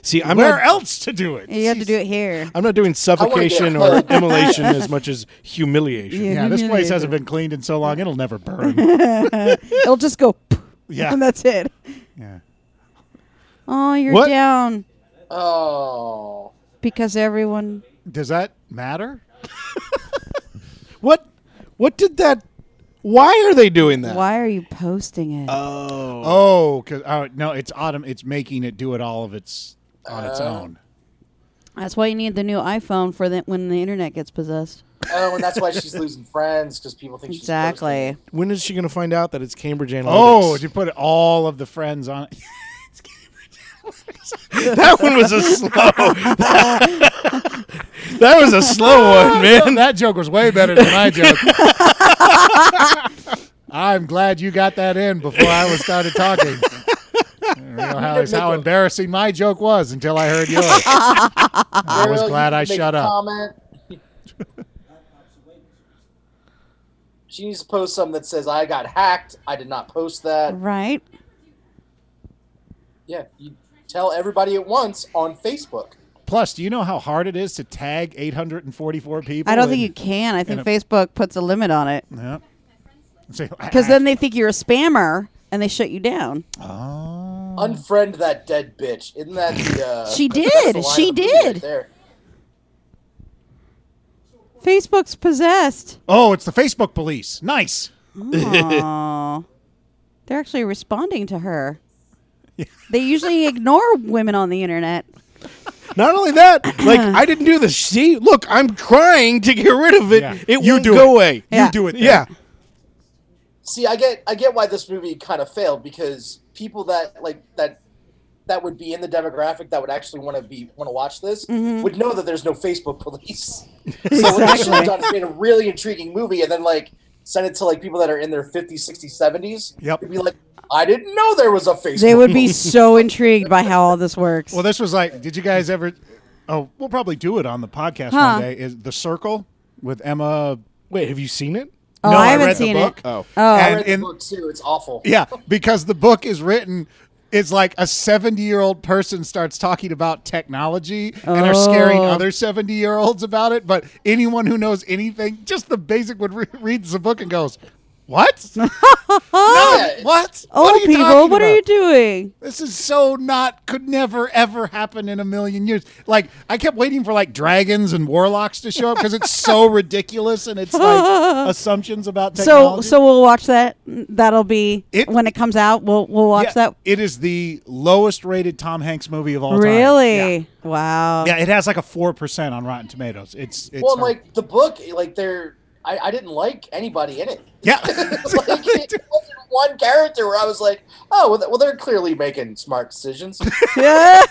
B: See, I'm
A: Where
B: not.
A: else to do it?
E: You have to do it here.
B: I'm not doing suffocation
C: a
B: or
C: hug.
E: <laughs>
B: immolation as much as humiliation.
E: Yeah.
A: Yeah, this place
E: Humiliated.
A: hasn't been cleaned in so long, it'll never <laughs> burn.
E: It'll just go. <laughs>
A: Yeah.
E: and that's it.
A: yeah.
E: Oh, you're
B: What?
E: down
C: Oh.
E: because everyone.
A: Does that matter?
B: What? What did that? Why are they doing that?
E: Why are you posting it?
A: Oh, 'cause- oh, no, it's autumn. It's making it do it all of its on its own.
E: that's why you need the new iPhone for the, when the internet gets possessed.
C: Oh, and that's why
E: <laughs>
C: she's losing friends because people think she's
E: Exactly.
B: When is she going to find out that it's Cambridge Analytics? <laughs>
A: Oh, you put all of the friends on it.
B: that one was a slow.
E: <laughs>
B: <laughs> that was a slow one, <laughs> man.
A: that joke was way better than my joke. <laughs> I'm glad you got that in before I was started talking. I don't know how, how embarrassing my joke was until I heard yours. I
C: I
A: was glad I shut up.
C: Comment. <laughs> she needs to post something that says, I got hacked. I did not post that.
E: Right.
C: Yeah, you tell everybody at once on Facebook.
A: Plus, do you know how hard it is to tag 844 people?
E: I don't
A: in-
E: think you can. I think
A: and
E: Facebook puts a limit on it
A: Yeah. Say,
E: because then they think you're a spammer and they shut you down.
C: Unfriend that dead bitch. Isn't that the. Uh,
E: Mm. She
C: that's the
E: did.
C: line
E: She
C: of the movie right
E: did.
C: there.
E: Facebook's possessed.
A: oh, it's the Facebook police. Nice.
E: Aw. They're actually responding to
A: <laughs>
E: her. They usually ignore women on
A: <laughs>
E: the internet.
B: Not only
E: <clears throat>
B: that, like I didn't do this. See, look, I'm trying to get rid of it.
A: Yeah.
B: It
A: You
B: won't
A: do it.
B: go away.
E: Yeah.
A: You do it. then.
B: Yeah.
C: See, I get, I get why this movie kind of failed because people that like that, that would be in the demographic that would actually want to be want to watch this
E: Mm-hmm.
C: would know that there's no Facebook
A: <laughs>
C: police. So what they should have done is made a really intriguing movie and then like send it to like people that are in their 50s, 60s, 70s.
A: Yep.
C: It'd be like, I didn't know there was a Facebook.
E: They would be so intrigued by how all this works.
A: Well, this was like, did you guys ever? Oh, we'll probably do it on the podcast
E: Huh.
A: one day. Is the Circle with Emma?
B: Wait, have you seen it?
E: oh,
A: no,
E: I
A: I
E: haven't
A: read the
E: seen
A: book.
E: it.
B: Oh.
E: Oh,
C: I
A: And
C: read the
A: in-
C: book too. It's awful.
A: Yeah, because the book is written. It's like a 70 year old person starts talking about technology and are scaring
E: Oh.
A: other 70 year olds about it. But anyone who knows anything, just the basic, would re- reads the book and goes,
E: <laughs>
A: What? no,
C: Yeah.
A: what?
E: Oh,
A: what are you
E: people,
A: talking
E: what are
A: about?
E: you doing?
A: This is so not could never ever happen in a million years. Like I kept waiting for like dragons and warlocks to show up because it's so ridiculous and it's
E: <laughs>
A: like assumptions about
E: So,
A: technology.
E: so we'll watch that. That'll be
A: It-
E: when it comes out. We'll we'll watch
A: Yeah,
E: that.
A: It is the lowest rated Tom Hanks movie of all time.
E: Really?
A: Yeah.
E: Wow.
A: Yeah, it has like a four percent on Rotten Tomatoes. It's it's
C: well,
A: horrible.
C: like the book, like they're I, I didn't like anybody in it.
A: <laughs> yeah.
C: <laughs>
A: <laughs>
C: like it wasn't one character where I was like, oh, well, th- well they're clearly making smart
A: <laughs>
C: decisions.
E: Yeah.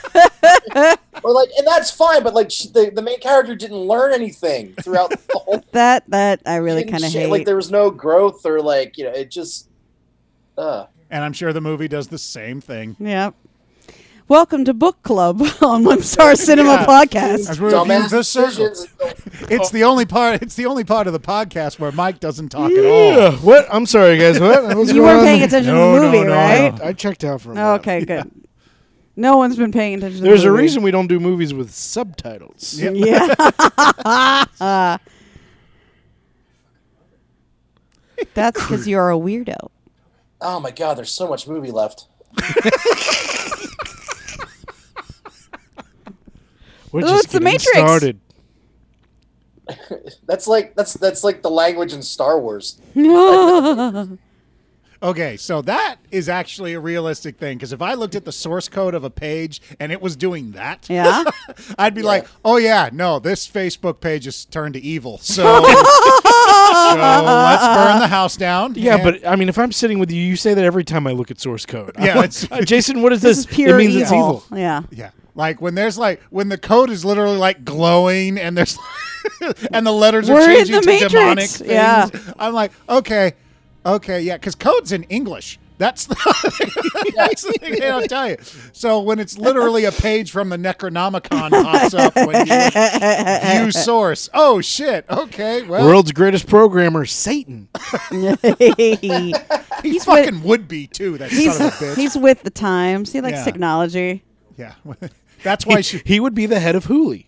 C: or like, and that's fine, but like she, the the main character didn't learn anything throughout the whole.
E: <laughs> that that I <laughs> really
C: fucking
E: kind of
C: shit.
E: hate.
C: Like there was no growth or like you know it just. Uh,
A: and I'm sure the movie does the same thing.
E: yep. Welcome to Book Club <laughs> on
B: <laughs>
E: One Star Cinema
A: Yeah.
E: Podcast.
A: As we review
C: dumbass
A: the circle,
C: decisions.
A: it's the only part. It's the only part of the podcast where Mike doesn't talk at all.
B: What? I'm sorry, guys. <laughs> What? What's
E: You
B: going
E: weren't paying
B: on?
E: attention
A: No,
E: to
A: no,
E: the movie,
A: no,
E: right?
B: I checked out for a
E: Oh,
B: minute.
E: okay, good. No one's been paying attention.
B: There's
E: to the
B: a
E: movie.
B: reason we don't do movies with subtitles.
A: Yeah.
E: Yeah. <laughs> That's because you're a weirdo.
C: Oh my god, there's so much movie left.
B: We're
E: Ooh,
B: just
E: it's The
B: getting
E: Matrix.
B: started.
C: That's like that's that's like the language in Star Wars.
A: Okay, so that is actually a realistic thing because if I looked at the source code of a page and it was doing that,
B: <laughs>
E: Yeah.
A: <laughs> I'd be like, "Oh yeah, no, this Facebook page is turned to
E: <laughs>
A: evil." So, <laughs> so let's burn the house down.
B: Yeah,
A: and-
B: but I mean, if I'm sitting with you, you say that every time I look at source code. <laughs> I'm
A: Yeah,
B: like,
A: it's-
B: "Uh, Jason, what is this?
E: This is pure
B: it means it's evil. <laughs>
E: Yeah.
A: Yeah. Like when there's like when the code is literally like glowing and there's <laughs> and the letters are
E: We're in
A: changing
E: the
A: to
E: Matrix.
A: demonic things.
E: Yeah.
A: I'm like, okay, okay, yeah, because code's in English. That's the, <laughs> that's the thing they don't tell you. So when it's literally a page from the Necronomicon pops up when
E: <laughs>
A: you view source. Oh shit. Okay. Well,
B: World's greatest programmer, <laughs> Satan.
A: <laughs> he fucking would be too. That
E: he's
A: son
E: <laughs>
A: of a bitch.
E: he's with the times. He likes
A: Yeah.
E: technology.
A: yeah. <laughs> that's why
E: <laughs>
A: she.
B: he would be the head of Hooli.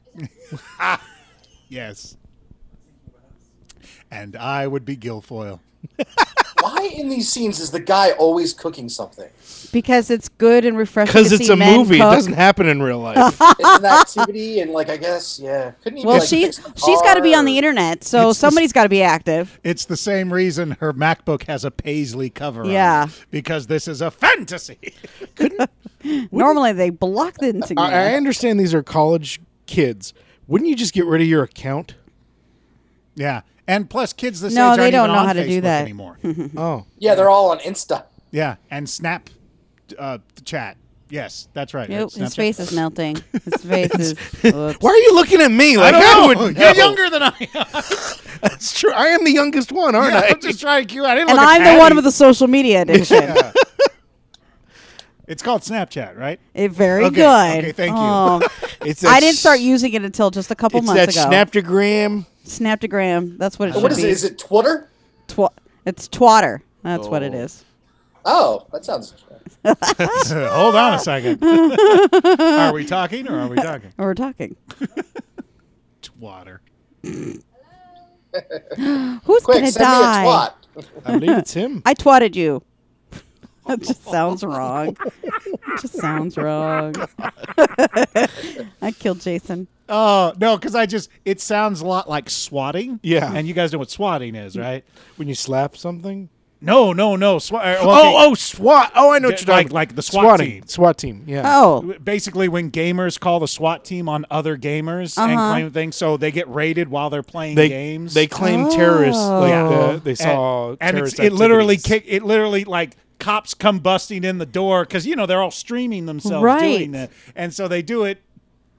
A: Yes. And I would be Guilfoyle.
C: Why in these scenes is the guy always cooking something?
E: Because it's good and refreshing.
B: Because
E: to
B: it's
E: see
B: a
E: men
B: movie. It
E: cook.
B: doesn't happen in real
E: <laughs>
B: life.
C: It's an activity, and like I guess, yeah. Couldn't he
E: Well,
C: like, fix
E: she's
C: the
E: she's got to be
C: car
E: on the
C: or-
E: internet, so
A: It's the-
E: somebody's got to be active.
A: It's the same reason her MacBook has a paisley cover. on it,
E: Yeah.
A: because this is a fantasy. <laughs>
E: Normally they block the internet.
B: Uh, I, I understand these are college kids. Wouldn't you just get rid of your account?
A: yeah. And plus, kids this
E: No,
A: age
E: they
A: aren't
E: don't
A: even
E: know
A: on
E: how to do
A: Facebook
E: that. <laughs>
A: anymore.
B: Oh.
C: Yeah, they're all on Insta.
A: yeah. And Snap uh, chat. Yes, that's right.
E: Nope,
A: It's
E: his
A: Snapchat.
E: face is melting. His face is. whoops.
B: Why are you looking at me?
A: I
B: Like
A: don't
B: I,
A: know.
E: <laughs>
B: would.
A: You're
B: know.
A: younger than I am. <laughs>
B: It's true. I am the youngest one, aren't I?
A: I'm just trying to cue. I didn't
E: And
A: look at
E: I'm the one
A: Patty.
E: with the social media addiction.
A: It's called Snapchat, right?
E: It, very
A: Okay,
E: good. Oh.
A: okay, thank you.
B: <laughs> It's
E: I
B: that
E: didn't start
B: s-
E: using it until just a couple
B: It's that
E: months ago.
B: Snaptagram.
E: Snaptagram. That's what it should
C: What is
E: be.
C: it? Is it Twitter?
E: Twa- it's twatter. That's what it is.
C: Oh, that sounds.
A: <laughs> Hold on a second. are we talking or are we talking?
E: We're talking.
A: Water.
E: Who's
C: Quick,
E: gonna
C: send
E: die?
C: me a twat.
B: I believe it's him.
E: I
A: <laughs>
E: twatted you. That just sounds wrong. just
A: <laughs>
E: sounds wrong. <laughs> I killed Jason.
A: Oh no, because I just it sounds a lot like swatting.
B: Yeah.
A: and you guys know what swatting is, right?
B: when you slap something.
A: No, no, no. er, Swat.
B: Oh, oh, SWAT. Oh, I know what
A: D-
B: you're talking
A: like- like the SWAT
B: Swatting.
A: team.
B: SWAT team. Yeah.
E: Oh,
A: Basically, when gamers call the SWAT team on other gamers and claim things, so they get raided while they're playing
B: They
A: games.
B: they claim terrorists.
E: Oh.
B: Like
A: Yeah.
B: the, they saw.
A: Oh, and, and it's,
B: terrorist
A: it literally
B: activities.
A: kick. It literally like cops come busting in the door because you know they're all streaming themselves doing
E: Right.
A: that, and so they do it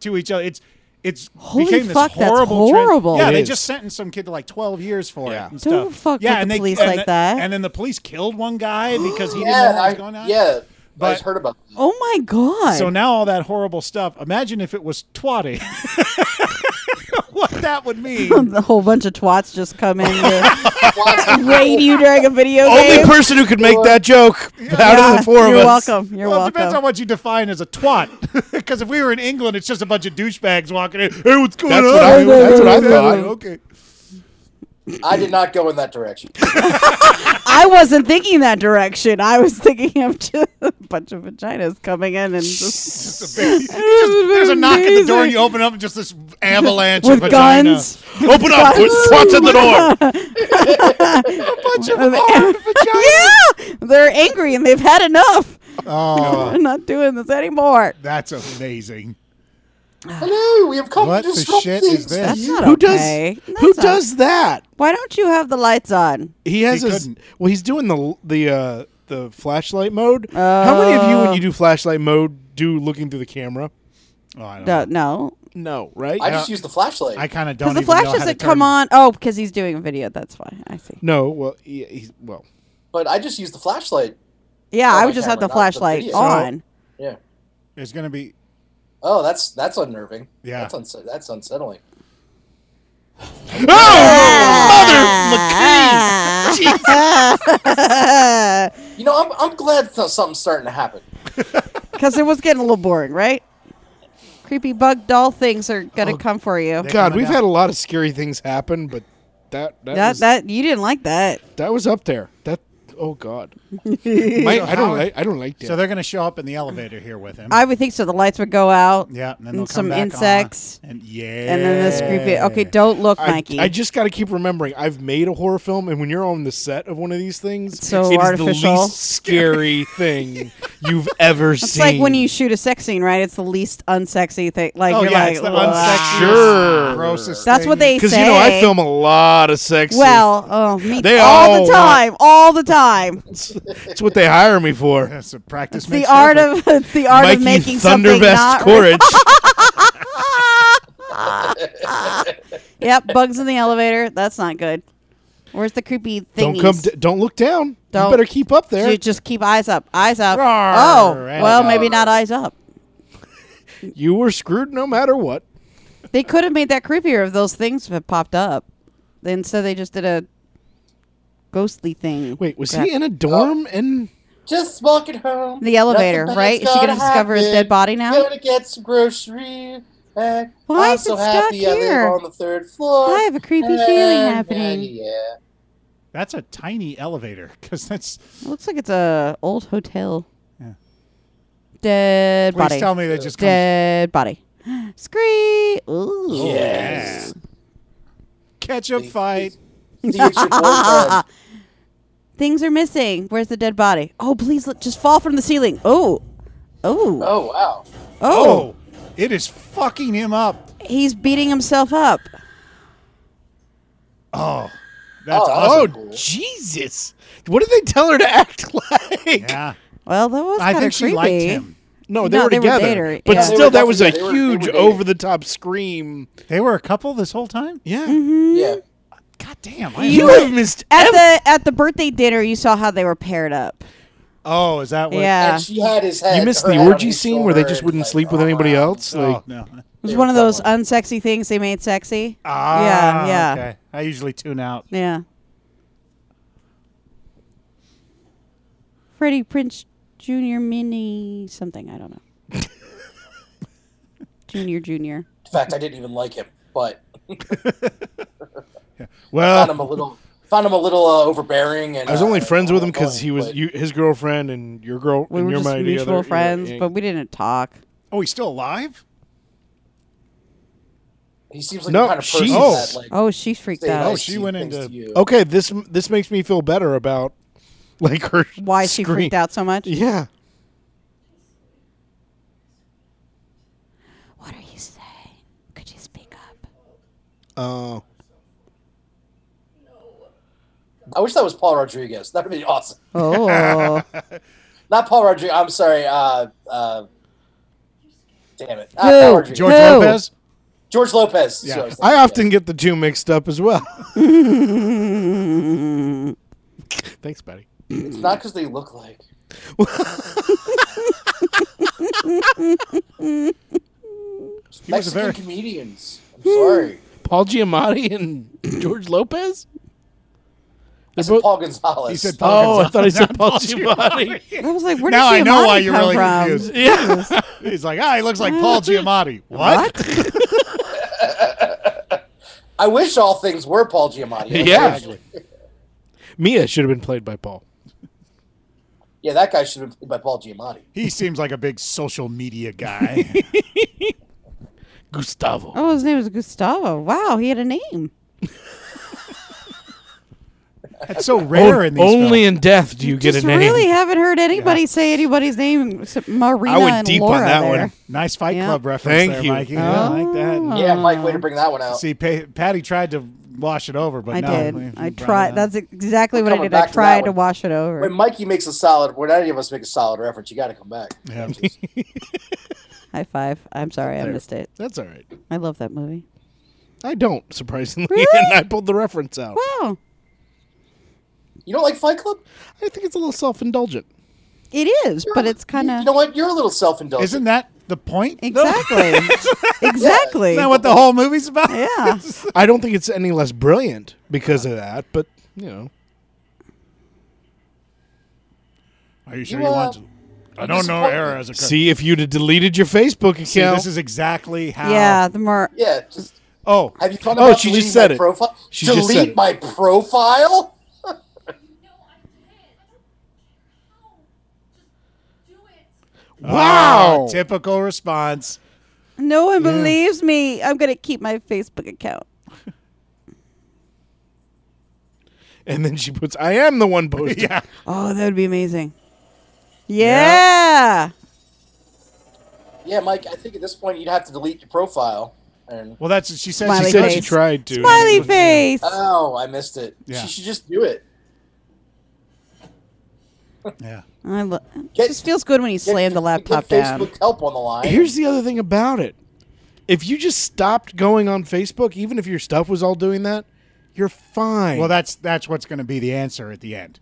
A: to each other. It's it's
E: Holy
A: became this
E: fuck, that's
A: horrible. trend.
E: horrible.
A: Yeah,
B: It
A: they
B: is.
A: just sentenced some kid to like twelve years for
B: Yeah.
A: it. And stuff.
E: Don't fuck
A: yeah,
E: with
A: and
E: the
A: they,
E: police
A: and
E: like
A: the-
E: that.
A: And then the police killed one
E: <gasps>
A: guy because he didn't know
C: Yeah,
A: what was going
C: I,
A: on.
C: yeah. I
A: But-
C: just heard about. That.
E: oh my god!
A: So now all that horrible stuff. Imagine if it was twatty. <laughs> what that would
E: <laughs>
A: mean.
E: <laughs> a whole bunch of twats just come in to <laughs> raid you during a video
B: Only
E: game.
B: person who could make that joke out of the
E: Yeah,
B: 4 of
E: you're
B: us.
E: welcome. You're
A: well, it depends on
E: welcome.
A: what you define as a twat. <laughs> Because if we were in England, it's just a bunch of douchebags walking in. Hey, what's going
B: That's
A: on?
B: what I-
A: Hey,
B: that's what I
A: hey, hey,
B: thought.
A: hey, Okay.
C: I did not go in that
E: <sighs>
C: direction.
E: I wasn't thinking that direction. I was thinking of just <laughs> a bunch of vaginas coming in and just
A: There's a knock at the door, and you open up, and just this avalanche
E: with
A: of vagina.
E: guns.
A: Open up! What's at the
E: <laughs>
A: door? a bunch of
E: Um,
A: armed
B: <laughs>
A: vaginas.
E: yeah, they're angry and they've had enough. <laughs>
A: Oh,
E: I'm not doing this anymore.
A: that's amazing.
C: Hello, we have come
A: What
C: to
A: the
C: disrupt
A: shit
C: things.
A: is this?
E: That's not
B: who
E: okay.
B: does who
E: That's not-
B: does that?
E: Why don't you have the lights on?
B: He has
A: He
B: his
A: couldn't.
B: well. He's doing the the uh, the flashlight mode. How many of you,
E: Oh.
B: when you do flashlight mode, do looking through the camera?
A: Oh, I don't.
E: No, no.
B: No, right?
C: I just used the flashlight.
A: I kind of don't.
E: Because the
A: even know
E: flash
A: how to
E: doesn't
A: turn-
E: come on. Oh, because he's doing a video. That's why. I see.
B: no. Well, he, he's well.
C: but I just used the flashlight.
E: Yeah,
C: Oh,
E: I
C: my
E: would just have
C: camera, not
E: the
C: the
E: flashlight
C: video.
E: on.
C: Yeah.
A: There's gonna be.
C: Oh, that's that's unnerving.
A: Yeah.
C: That's, uns- that's unsettling.
E: Ah.
C: You know, I'm, I'm glad th- something's starting to happen.
E: Because it was getting a little boring, right? Creepy bug doll things are
A: Oh,
E: gonna come for you.
B: God,
A: coming
B: we've
A: down.
B: had a lot of scary things happen, but that that that
E: That
B: was, that,
E: that you didn't like that.
B: was up there. That oh
E: <laughs>
B: God, My- I
A: how-
B: don't like I don't like that.
A: So they're gonna show up in the elevator here with him.
E: I would think so. The lights would go out.
A: yeah, and then
E: and
A: they'll
E: some
A: come back on,
E: insects,
A: and yeah,
E: And then this creepy. Okay, don't look,
B: I,
E: Mikey.
B: I just got to keep remembering I've made a horror film, and when you're on the set of one of these things,
E: It's so
B: it is the
E: artificial.
B: least
E: <laughs>
B: scary thing you've ever
E: it's
B: seen.
E: like when you shoot a sex scene, right? It's the least unsexy thing. Like
A: Oh
E: you're
A: yeah,
E: like,
A: it's the
E: "Ugh."
A: unsexiest,
B: Sure.
A: grossest. <laughs>
E: That's
A: thing.
E: what they
B: because
E: say.
B: you know I film a lot of sex.
E: Well, oh, me
B: They
E: all
B: all
E: the time, all the time. It's
B: scenes. it's what they hire me for.
A: That's a practice.
E: the
A: makes
E: art
A: perfect.
E: of <laughs> it's the art of
B: Mikey
E: making something
B: Thundervest
E: not. Right.
B: Corridge.
E: Yep, bugs in the elevator. That's not good. Where's the creepy
B: don't
E: thingies?
B: come. D- don't look down.
E: Don't.
B: You better keep up there.
E: You just keep eyes up, eyes up.
A: Roar,
E: oh,
A: and
E: well, maybe not eyes up.
B: you were screwed no matter what.
E: They could have made that creepier if those things had popped up. Then so they just did a ghostly thing.
B: Wait, was
E: Crap.
B: he in a dorm?
A: Oh.
B: And
C: Just walking home.
E: The elevator,
C: Nothing
E: right?
C: bad's
E: Is she gonna
C: gonna
E: discover his
C: happen.
E: dead body now?
C: Gonna get some groceries. and
E: Why
C: I'm
E: is
C: so
E: it stuck
C: happy I
E: here?
C: live on the third floor.
E: I have a creepy
C: And-
E: feeling
C: and
E: happening.
C: yeah.
A: That's a tiny elevator <laughs> because that's.
E: It looks like it's a old hotel.
A: Yeah.
E: Dead
A: Please
E: body.
A: tell me that just comes.
E: Dead body. Scree. Ooh.
A: Yeah.
C: Yes.
A: Ketchup fight.
C: See, it's your
E: <laughs>
C: boyfriend.
E: Things are missing. Where's the dead body? Oh, please let, just fall from the ceiling. Oh. Oh.
C: Oh wow.
E: Oh.
A: Oh, it is fucking him up.
E: He's beating himself up.
A: Oh, that's
C: Oh,
A: awesome.
C: Cool.
B: Jesus, what did they tell her to act <laughs> like?
A: Yeah,
E: Well, that was
A: I
E: kind
A: think
E: of
A: she
E: creepy.
A: liked him.
B: No, they
E: No,
B: were
E: they were
B: together.
E: dater-
B: But
E: yeah.
C: They
B: still,
C: were
B: that was a
C: definitely- they were- they
B: huge,
C: were dating.
B: over-the-top scream.
A: They were a couple this whole time.
B: Yeah,
C: Yeah.
A: God damn. I
B: Mm-hmm. you
A: am-
B: have missed.
E: At the at the birthday dinner, you saw how they were paired up.
A: oh, is that what?
E: yeah,
C: And she had his head.
B: you missed
C: her
B: the
C: head on
B: orgy
C: his
B: scene where they
C: shoulder
B: just
C: and,
B: wouldn't
C: like,
B: sleep with
C: oh,
B: anybody
C: wow.
B: else.
A: Oh
B: Like,
A: no.
E: it was
C: they
E: one
C: were
E: of those
C: cuddling.
E: unsexy things they made sexy.
A: Ah,
E: yeah, yeah,
A: Okay. I usually tune out.
E: yeah. Freddie Prince Junior, Mini something
B: <laughs>
E: I don't know. junior, Junior.
C: In fact, I didn't even like him, but found him
A: Well,
C: a little found him a little uh, overbearing. And
B: Uh. I was
C: uh,
B: only friends with him because
C: annoying,
B: he was
C: but-
B: you, his girlfriend and your girl.
E: We
B: and
E: were
B: your
E: just
B: my
E: mutual
B: other-
E: friends,
B: yeah, yeah.
E: but we didn't talk.
A: oh, he's still alive.
C: He seems like
B: No,
C: the kind of person
B: she's-
C: that like.
E: Oh, she's freaked
C: say
E: out.
A: Oh, she
C: nasty
A: went
C: things
A: into-
C: to you.
B: okay, this this makes me feel better about like
A: <laughs>
B: her.
E: Why she
B: scream.
E: freaked out so
B: <laughs>
E: much?
B: Yeah,
E: What are you saying? Could you speak up?
B: oh,
C: I wish that was Paul Rodriguez. That would be awesome.
E: Oh,
C: Not Paul Rodriguez. I'm sorry. Uh, uh, damn it. Not
E: Who?
C: Paul Rodriguez.
A: George
E: No.
A: Lopez.
C: George Lopez. is
A: Yeah.
C: who was
B: I
C: thinking,
B: often get the two mixed up as well. <laughs> Thanks, Betty.
C: yeah. It's not because they look
A: <laughs>
C: like.
A: He was a
C: Mexican
A: very. Hmm.
C: comedians. I'm sorry.
B: Paul Giamatti and <coughs> George Lopez.
C: I
B: They're
C: said
B: both-
C: Paul Gonzalez.
A: He said
B: oh,
A: Paul
B: I thought he said
A: Gonzalez,
B: Paul
A: not
B: Giamatti.
E: <laughs> I was like, where did
A: Now I know
E: Giamatti
A: why you're
E: come
A: really
B: <laughs>
E: from?
A: confused.
B: Yeah. <laughs>
A: He's like, ah, he looks like Paul Giamatti. What?
C: I wish all things were Paul Giamatti.
B: Yeah. Mia should have been played by Paul.
C: Yeah, that guy should have been played by Paul Giamatti.
A: He seems like a big social media guy. <laughs>
B: Gustavo.
E: Oh, his name is Gustavo. Wow, he had a name.
A: That's so rare in these.
B: Oh, only
A: films.
B: in death do you get
E: Just
B: a name.
E: really haven't heard anybody say anybody's name except Marina
B: I went
E: and
B: deep on
E: Laura
B: that
E: there.
B: one.
A: nice Fight
E: Yeah. Oh.
A: Club reference.
B: Thank
A: there,
B: you.
A: Mikey. Yeah, I like that.
C: Yeah, Mike, way to bring that one out.
A: See, pa- Patty tried to wash it over, but
E: I
A: no,
E: did. I tried. That's exactly what I
C: coming
E: did. I
C: back to that
E: tried to
C: one.
E: wash it over.
C: When Mikey makes a solid, when any of us make a solid reference, you got to come back.
E: <laughs>
A: Yeah.
E: High five. I'm sorry, I missed it.
B: That's all right.
E: I love that movie.
B: I don't, surprisingly. <laughs>
E: Really?
B: and I pulled the reference out.
E: Wow.
C: You don't like Fight Club?
B: I think it's a little self indulgent.
E: It is, but it's kind
C: You know
E: of
C: what? You're a little
A: <laughs>
C: self-indulgent.
A: Isn't that the point?
C: <laughs>
E: exactly, exactly.
A: Isn't that what the whole movie's about?
E: yeah.
B: I don't think it's any less brilliant because of that, but, you know.
A: Are you sure
C: You,
A: you
C: uh,
A: want to? I don't know
C: disappointed.
A: error as a cur-
B: See if you'd have deleted your Facebook account.
A: See, this is exactly how.
E: yeah. The more
C: Yeah. Just
A: Oh,
C: have you thought
B: Oh,
C: about
B: she
C: deleting
B: just said
C: my
B: it.
C: profile?
B: She just
C: Delete
B: said it.
C: my profile?
G: No, I can't. I don't care how. Just do it.
B: wow.
A: Oh, typical response.
E: no one believes me, I'm gonna keep my Facebook account.
B: and then she puts, I am the one posting. <laughs>
A: Yeah.
E: Oh, that would be amazing. Yeah.
C: Yeah, Mike. I think at this point you'd have to delete your profile. And
A: Well, that's she says. She
E: Smiley
B: She
A: said
B: said
E: face.
B: she tried to.
E: Smiley face.
C: oh, I missed it.
A: Yeah.
C: She should just do it.
A: yeah.
E: I lo- it
C: Get-
E: just feels good when you
C: Get-
E: slam the
C: get
E: laptop down.
C: Facebook help on the line.
B: Here's the other thing about it. If you just stopped going on Facebook, even if your stuff was all doing that, you're fine.
A: Well, that's that's what's going to be the answer at the end.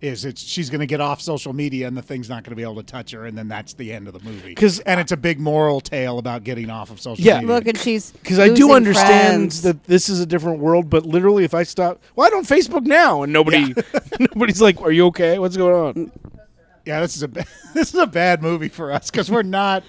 A: Is it's she's going to get off social media and the thing's not going to be able to touch her, and then that's the end of the movie.
B: 'Cause-
A: and it's a big moral tale about getting off of social
B: Yeah.
A: media.
E: Look, and she's
B: because I do
E: losing
B: understand
E: friends.
B: that this is a different world, but literally, if I stop, well, I don't Facebook now, and nobody, <laughs> nobody's like, "Are you okay? What's going on?"
A: yeah, this is a <laughs> ba- this is a bad movie for us because we're not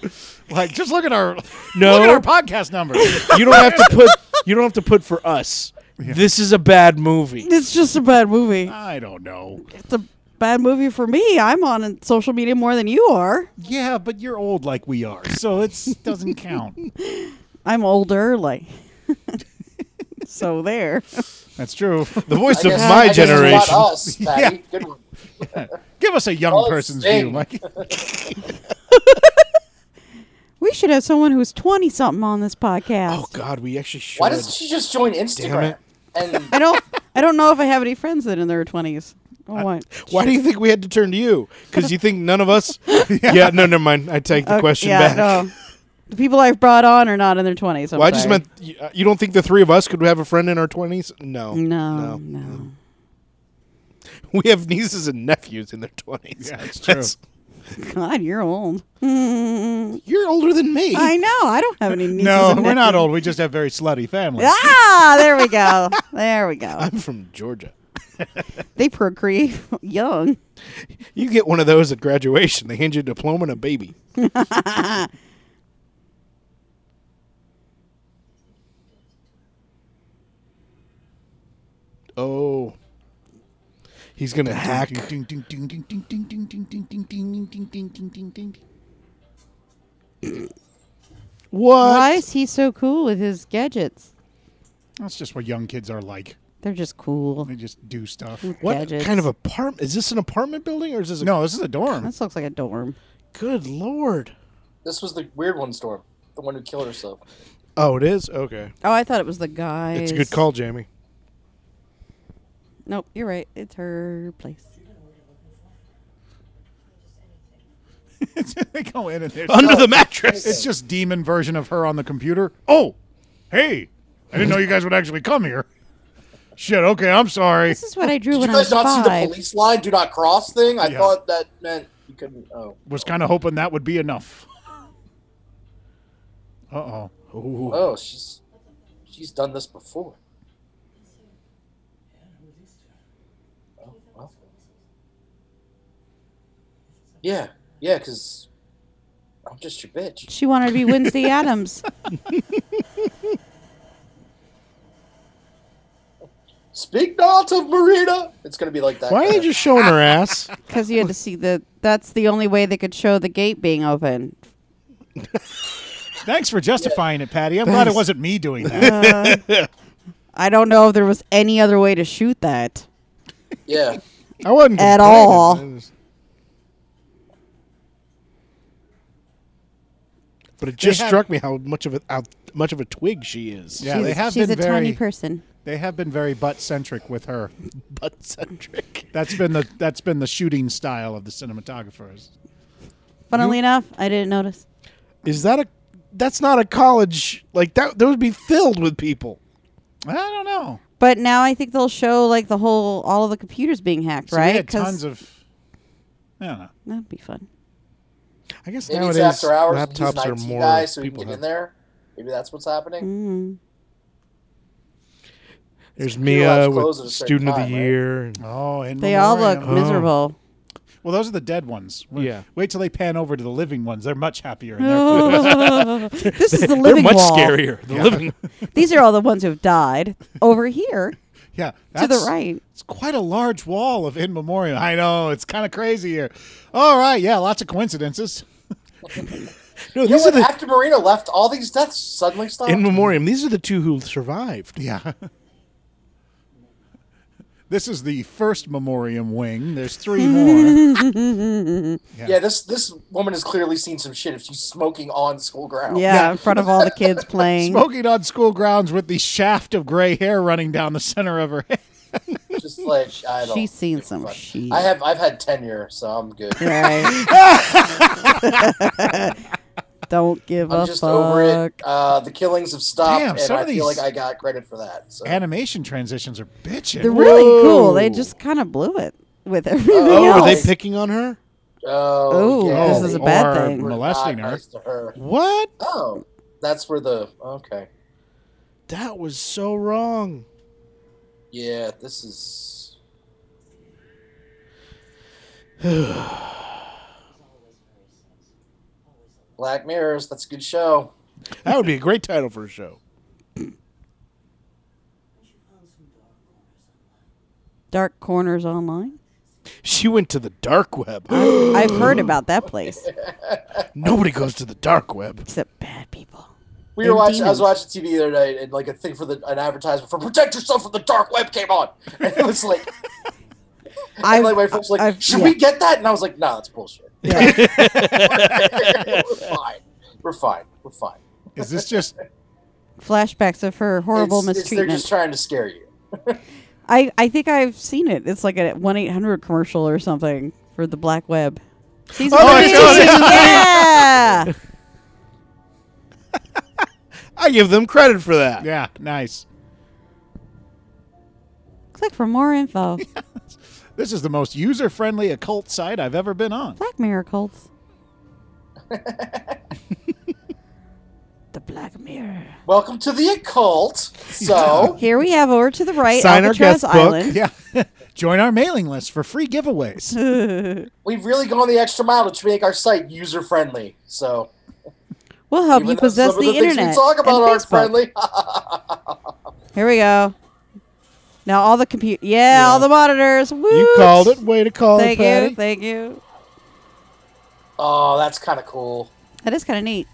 A: like just look at our <laughs>
B: No.
A: look at our podcast numbers.
B: You don't have to put. You don't have to put for us. This is a bad movie.
E: it's just a bad movie.
A: I don't know.
E: It's a bad movie for me. I'm on social media more than you are.
A: Yeah, but you're old like we are, so it <laughs> doesn't count. <laughs>
E: I'm older, like <laughs> so there.
A: That's true. <laughs>
B: The voice
C: I
B: of
C: guess-
B: my
C: I guess it's not
B: generation. <laughs>
C: us, Patty. Good one.
A: Give us a young
C: Oh,
A: person's
C: sing.
A: view, <laughs> Mike.
E: We should have someone who's twenty something on this podcast.
B: Oh God, we actually should.
C: Why doesn't she just join
B: Damn
C: Instagram?
B: it.
E: I
C: And
E: don't I don't know if I have any friends that are in their twenties. Oh, what?
B: Why do you think we had to turn to you? Because you think none of
C: <laughs>
B: us? yeah. no, never mind. I take the
E: Okay,
B: question
E: uh, yeah,
B: back.
E: No. The people I've brought on are not in their twenties.
B: Well, I just meant you, uh, you don't think the three of us could have a friend in our twenties? No,
E: no, no.
B: We have nieces and nephews in their twenties.
A: Yeah, it's true.
E: God, you're old.
B: You're older than me.
E: I know. I don't have any nieces.
A: No,
E: and
A: we're not <laughs>
E: nephews.
A: old. We just have very slutty families.
E: Ah, there we go.
B: <laughs>
E: There we
B: <laughs>
E: go.
B: I'm from Georgia.
E: They procreate <laughs> young.
B: You get one of those at graduation. They hand you a diploma and a baby. <laughs> oh. He's going to hack. What?
E: Why is he so cool with his gadgets?
A: That's just what young kids are like.
E: They're just cool.
A: They just do stuff.
B: What
E: gadgets.
B: kind of apartment? Is this an apartment building or is this a.
A: No, this is a dorm.
E: This looks like a dorm.
B: Good Lord.
C: this was the weird one, Storm, the one who killed herself.
B: Oh, it is? Okay.
E: Oh, I thought it was the guy.
B: It's a good call, Jamie.
E: Nope, you're right. It's her place.
A: <laughs> they go in and they're
B: Under the mattress.
A: It's just demon version of her on the computer. Oh, hey, I didn't know you guys would actually come here. Shit. Okay, I'm sorry.
E: This is what I drew
C: Did
E: when
C: you
E: I was
C: guys not see the
E: five.
C: police line? Do not cross thing. I
A: Yeah.
C: thought that meant you couldn't. Oh,
A: Was kind of hoping that would be enough. Uh oh.
C: oh, she's she's done this before. Oh, well. Yeah, yeah, because I'm just your bitch.
E: She wanted to be Wednesday Adams.
C: Speak not of Marina. It's going to be like that.
B: Why are they just showing her ass?
E: Because you had to see the. That's the only way they could show the gate being open.
A: Thanks for justifying it, Patty. I'm glad it wasn't me doing that.
E: I don't know if there was any other way to shoot that.
C: yeah.
B: <laughs> I wasn't
E: At
B: complaining.
E: all.
B: I just- But it just
A: have-
B: struck me how much of a how much of a twig she is. <laughs>
A: Yeah,
E: she's
A: they have
E: she's
A: been
E: a tiny
A: very-
E: person.
A: they have been very butt centric with her.
B: butt centric.
A: That's been the that's been the shooting style of the cinematographers.
E: Funnily enough, I didn't notice.
B: Is that a? That's not a college like that. That would be filled with people.
A: I don't know.
E: But now I think they'll show like the whole all of the computers being hacked,
A: So we
E: right?
A: had
E: 'Cause
A: tons of. I don't know.
E: that'd be fun.
B: I guess
C: Maybe
B: nowadays
C: it's after hours. and he's
B: laptops
C: an
B: are
C: IT
B: more
C: guy, so he can
B: people.
C: get in
B: Have.
C: there. Maybe that's what's happening.
E: Mm.
B: There's
C: labs
B: Mia
C: close at
B: with
C: a certain
B: student of
C: time,
B: the
C: right? Uh,
B: year. and-
A: Oh, and
E: They all look
A: Memoriam.
E: miserable.
A: Well, those are the dead ones. Wait-
B: Yeah.
A: Wait till they pan over to the living ones. They're much happier. In their
E: <laughs> this is the
B: Oh. They're
E: living
B: much
E: wall.
B: scarier. The living.
E: These are all the ones who have died over here.
A: yeah.
E: the
A: that's-
E: right.
A: It's quite a large wall of in memoriam. I know. It's kind of crazy here. All right. Yeah. Lots of coincidences.
B: No,
C: You know
B: these are
C: what? uh,
B: the
C: After Marina left, all these deaths suddenly stopped.
B: in memoriam. These are the two who survived.
A: Yeah. <laughs> This is the first memoriam wing. There's
E: <laughs>
A: three more.
C: yeah, this this woman has clearly seen some shit if she's smoking on school ground.
E: Yeah, in front of all the
B: <laughs>
E: kids playing.
A: Smoking on school grounds with the shaft of gray hair running down the center of her head.
C: Just like I don't.
E: She's seen some
C: fuck.
E: shit.
C: I have I've had tenure, so I'm good.
E: Right. Don't give
C: I'm
E: a
C: just
E: fuck.
C: over it. Uh, the killings have stopped,
A: Damn,
C: and
A: some
C: I
A: of
C: feel
A: these-
C: like I got credit for that. So.
A: Animation transitions are bitching.
E: They're really cool.
B: Whoa.
E: They just kind of blew it with everything
C: Oh,
B: Oh,
E: else.
B: are they picking on her?
C: oh,
E: Ooh,
C: yeah,
E: this is a
C: they
E: bad
A: or
E: thing.
C: were not
A: Molesting her.
C: nice to her.
B: What?
C: Oh, that's where the okay.
B: That was so wrong.
C: Yeah, this
E: <sighs>
C: is. Black Mirrors. That's a good show.
B: That would be a great title for a show.
E: Dark Corners
B: <gasps>
E: Online.
B: She went to the dark web.
E: I've heard about that place,
B: Nobody goes to the dark web.
E: except bad people.
C: We were
E: And
C: watching. I was
E: demons.
C: watching TV the other night, and like a thing for the an advertisement for "Protect Yourself from the Dark Web" came
A: <laughs>
C: on, and it was like,
E: I
C: and like my folks like,
E: I've-
C: should
E: yeah.
C: we get that? And I was like, nah, that's
E: <laughs>
C: bullshit. we're fine. We're fine. We're fine.
A: Is this just
E: flashbacks of her horrible
C: It's- it's- they're
E: mistreatment.
C: just trying to scare you.
E: I I think I've seen it. It's like a one eight hundred commercial or something for the black web. Season
B: Oh, I
E: three.
B: saw it.
E: <laughs> yeah.
B: I give them credit for that.
A: yeah, nice.
E: Click for more <laughs> info.
A: This is the most user-friendly occult site I've ever been on.
E: Black mirror <laughs> cults. the black mirror.
C: Welcome to the occult. So
E: Oh. Here we have over to the right
B: Sign our
E: Alcatraz
B: guest book.
E: Island.
A: Yeah. <laughs> Join our mailing list for free
E: <laughs>
A: giveaways.
C: we've really gone the extra mile to make our site user friendly. So
E: We'll help Oh, you
C: even though some
E: possess
C: of
E: the
C: things
E: internet.
C: we talk about
E: and
C: aren't friendly.
E: Facebook.
C: <laughs>
E: Here we go. Now all the compute. Yeah, all the monitors. Woo!
B: You called it. Way to call
E: Thank
B: it, Patty.
E: you. Thank you.
C: oh, that's kind of cool.
E: That is kind of neat.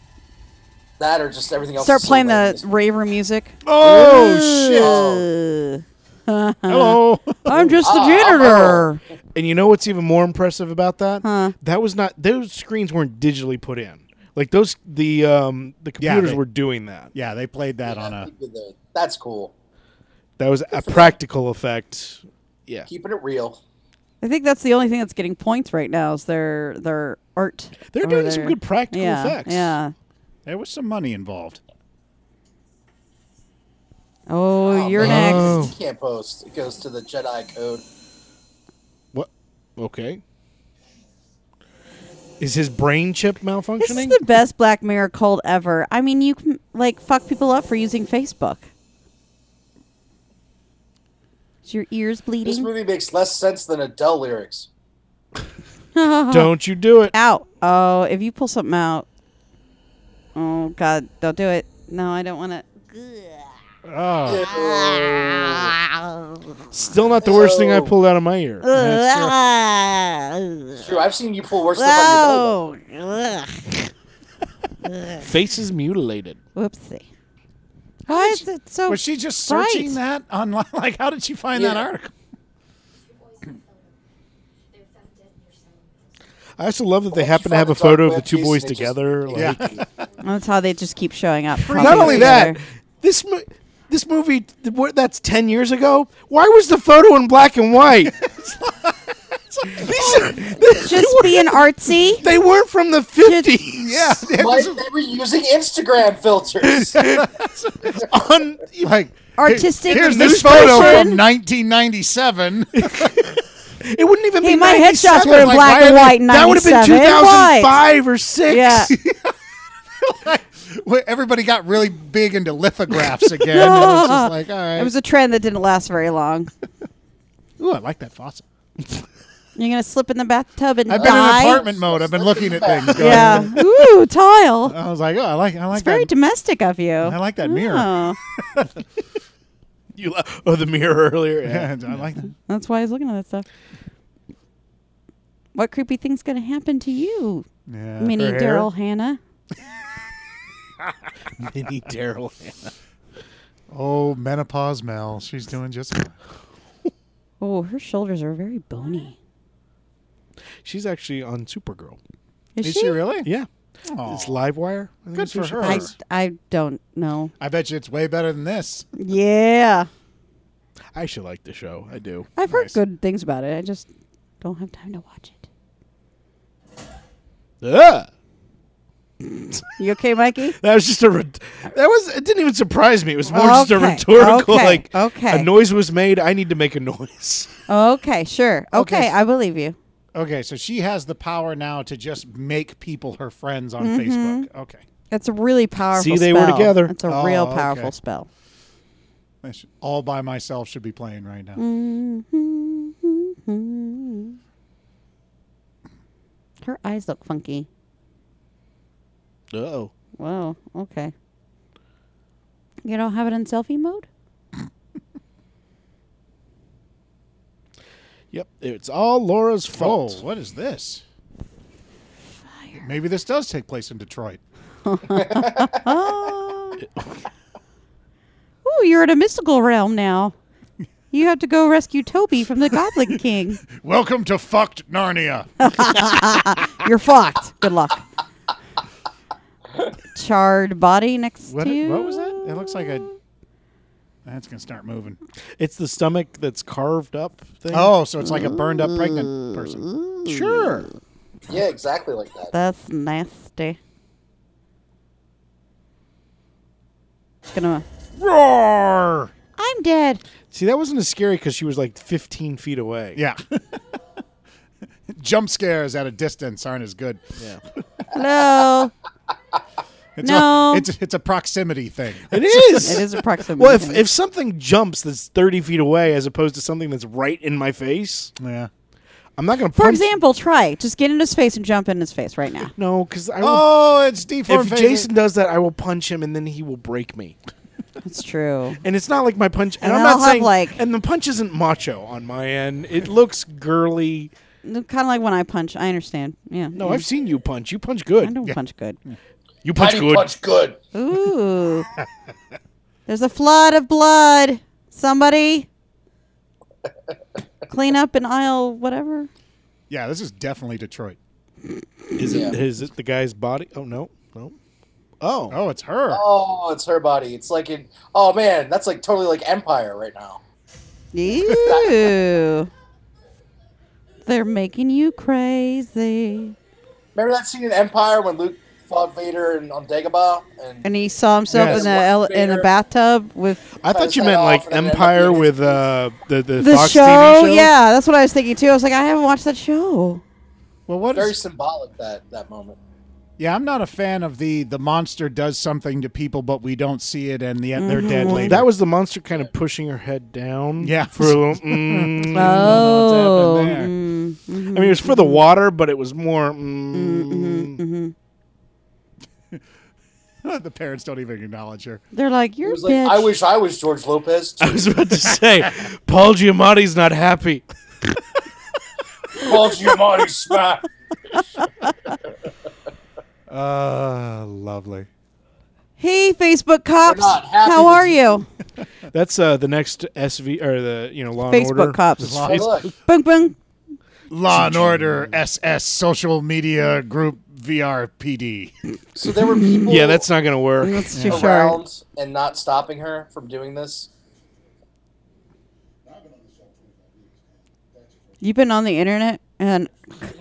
C: That or just everything else.
E: Start
C: is so
E: playing the
C: hilarious.
E: raver music.
B: oh shit!
E: Uh,
B: Hello.
E: I'm just the
C: Ah,
E: janitor.
B: Mm-hmm. and you know what's even more impressive about that?
E: Huh.
B: That was not. Those screens weren't digitally put in. Like those, the um, the
A: Yeah,
B: computers
A: they-
B: were doing that.
A: Yeah, they played that on
C: Yeah,
A: a
C: keep it there. That's cool.
B: That was a practical effect. Yeah.
C: Keeping it real.
E: I think that's the only thing that's getting points right now is their their art.
B: They're
E: over
B: doing some
E: there.
B: good practical
E: yeah,
B: effects.
E: Yeah.
A: There was some money involved.
E: Oh, you're
B: man.
E: next.
B: Oh.
C: You can't post. It goes to the Jedi code.
B: What? Okay. Is his brain chip malfunctioning?
E: This is the best Black Mirror cult ever. I mean, you can like fuck people up for using Facebook. Is your ears
C: This
E: bleeding?
C: movie makes less sense than Adele lyrics.
B: Don't you do it.
E: Out. Oh, if you pull something out. Oh God, don't do it. No, I don't want to.
A: Oh,
B: Ah.
E: Ah.
B: Still not the worst thing I pulled out of my ear.
E: Uh,
C: It's true. I've seen you pull worse stuff out of your belly
E: oh,
C: button.
B: Face is mutilated.
E: Whoopsie. Why is it so?
A: was she just
E: bright?
A: searching that online? <laughs> Like, how did she find that
C: Yeah.
A: article?
G: They were found dead near some.
B: I also love that they happen to
C: found
B: have
C: a
B: a photo
C: dark
B: of the
C: web
B: two
C: piece
B: boys
C: and it just-
B: together.
A: Yeah.
B: like-
E: That's how they just keep showing up.
B: Not
E: popping
B: only
E: up
B: that,
E: together.
B: this mo- this movie th- wh- that's ten years ago. Why was the photo in black and
E: <laughs>
B: white? <laughs> These are- they,
E: just
A: <laughs>
E: being artsy.
B: they weren't from the fifties.
A: Yeah, <laughs> it
C: <laughs> Why-
A: was
C: they were using Instagram
B: <laughs>
C: filters.
B: On,
A: like
E: Artistic
A: Here's this photo
E: expression.
A: from 1997.
B: it wouldn't even
E: Hey,
B: be.
E: my headshots
B: 97.
E: were in
B: Like,
E: black
B: why
E: and
B: are they-
E: white in
B: That would have been
E: 97.
B: two thousand
E: Why?
B: five or six.
E: Yeah.
B: <laughs>
A: Where Everybody got really big into
E: <laughs>
A: lithographs again. It was just like, all right.
E: It was a trend that didn't last very long.
A: Ooh, I like that fossil.
E: You're gonna slip in the bathtub and
A: I've been
E: die.
A: in apartment mode. I've been looking at things. Going, <laughs>
E: <laughs> yeah. Ooh, tile.
A: I was like, oh, I like, I like
E: it's very <laughs>
A: that.
E: domestic of you. Oh, I
A: like that mirror.
B: You lo- oh, the mirror earlier. Yeah.
A: I like that.
E: that's why he's looking at that stuff. What creepy thing's gonna happen to you,
A: Yeah.
E: Minnie
B: her hair.
E: Daryl Hannah?
B: Mini Daryl.
A: Oh, menopause Mel. She's doing just fine.
E: Oh, her shoulders are very bony.
B: She's actually on Supergirl.
E: Is,
A: Is she really?
B: Yeah.
A: Aw.
B: It's Livewire. I think
A: Good
B: is who
A: for
B: she
A: her.
E: I,
B: plays.
E: I don't know.
A: I bet you it's way better than this.
E: Yeah.
B: I actually like the show. I do.
E: I've heard
A: Nice.
E: good things about it. I just don't have time to watch it.
B: Ugh.
E: You okay, Mikey?
B: That was just a. Ret- that was. It didn't even surprise me. It was more just a
E: Okay,
B: rhetorical.
E: okay,
B: Like
E: okay.
B: a noise was made. I need to make a noise. <laughs>
E: Okay, sure. Okay,
A: Okay.
E: I believe you.
A: Okay, so she has the power now to just make people her friends on
E: Mm-hmm.
A: Facebook. Okay.
E: That's a really powerful
B: See, they were
E: spell.
B: together.
E: That's a
A: Oh,
E: real
A: okay.
E: powerful spell.
A: I should- all by myself should be playing right now.
E: Her eyes look funky.
B: Uh oh.
E: Wow. Okay. You don't have it in selfie mode?
B: Yep. It's all Laura's
A: Oh,
B: fault.
A: what is this? Maybe this does take place in Detroit.
E: Oh. Ooh, you're in a mystical realm now. You have to go rescue Toby from the
A: <laughs>
E: Goblin King.
A: Welcome to fucked Narnia.
E: You're fucked. Good luck. Charred body next
A: What,
E: to you.
A: what was that? It looks like a. That's gonna start moving.
B: It's the stomach that's carved up thing.
A: Oh, so it's like a burned up pregnant person.
B: sure.
C: yeah, exactly like that.
E: That's nasty. It's gonna.
A: Roar!
E: I'm dead.
B: See, that wasn't as scary because she was like 15 feet away.
A: Yeah. <laughs> Jump scares at a distance aren't as good.
B: Yeah.
E: Hello.
A: It's
E: No.
A: A, it's it's a proximity thing.
B: It is.
E: <laughs> it is a proximity.
B: Well, if,
E: thing.
B: if something jumps that's 30 feet away as opposed to something that's right in my face,
A: Yeah.
B: I'm not going to punch.
E: for example, try just get in his face and jump in his face right now.
B: No, because I will.
A: Oh, it's deformed.
B: if
A: face.
B: Jason does that, I will punch him and then he will break me.
E: That's true.
B: And it's not like my punch. And,
E: And
B: I'm
E: I'll
B: not
E: have,
B: saying
E: like-
B: And the punch isn't macho on my end. It looks girly.
E: Kind of like when I punch. I understand. Yeah.
B: No,
E: yeah.
B: I've seen you punch. You punch <laughs>
E: I
B: good.
E: don't punch good.
B: You punch
C: Mighty
B: good.
C: punch good.
E: Ooh. There's a flood of blood. Somebody clean up an aisle, whatever.
A: Yeah, this is definitely Detroit.
B: Is it? Is it the guy's body? Oh no, no. Oh,
A: Oh, it's her.
C: Oh, it's her body. It's like in. Oh man, that's like totally like Empire right now.
E: Ew. They're making you crazy.
C: Remember that scene in Empire when Luke fought Vader and on Dagobah? And,
E: And he saw himself
A: Yes.
E: in a ele- in a bathtub with
B: I thought you
C: Cut
B: meant
C: off
B: like
C: and then end up
B: Empire
C: being-
B: with uh, the the,
E: the
B: Fox
E: show.
B: TV show.
E: Yeah, that's what I was thinking too. I was like, I haven't watched that show.
A: well, what
C: very
A: is?
C: symbolic that that moment.
A: Yeah, I'm not a fan of the the monster does something to people, but we don't see it, and yet they're dead later.
B: Mm-hmm. That was the monster kind of pushing her head down.
A: Yeah.
B: For a little. Mm,
E: Oh,
A: what's happening
E: mm, mhm.
B: I mean, it was for the
E: Mm-hmm.
B: water, but it was more. Mm,
A: <laughs> the parents don't even acknowledge her.
E: They're like,
C: It
E: you're a
C: was like,
E: bitch.
C: I wish I was George Lopez.
B: <laughs> I was about to say, Paul Giamatti's not happy.
C: Paul Giamatti smack.
A: Uh, lovely.
E: hey, Facebook cops,
C: not happy
E: how
C: with
E: are you?
B: That's uh, the next SV or the you know Law and
E: Facebook
B: Order.
E: cops.
B: It's
A: Law-
B: face-
C: Look,
E: Boom, boom.
A: Law and Order SS social media group VRPD.
C: so there were people.
B: yeah, that's not gonna work.
E: That's too short.
C: around and not stopping her from doing this.
E: You've been on the internet and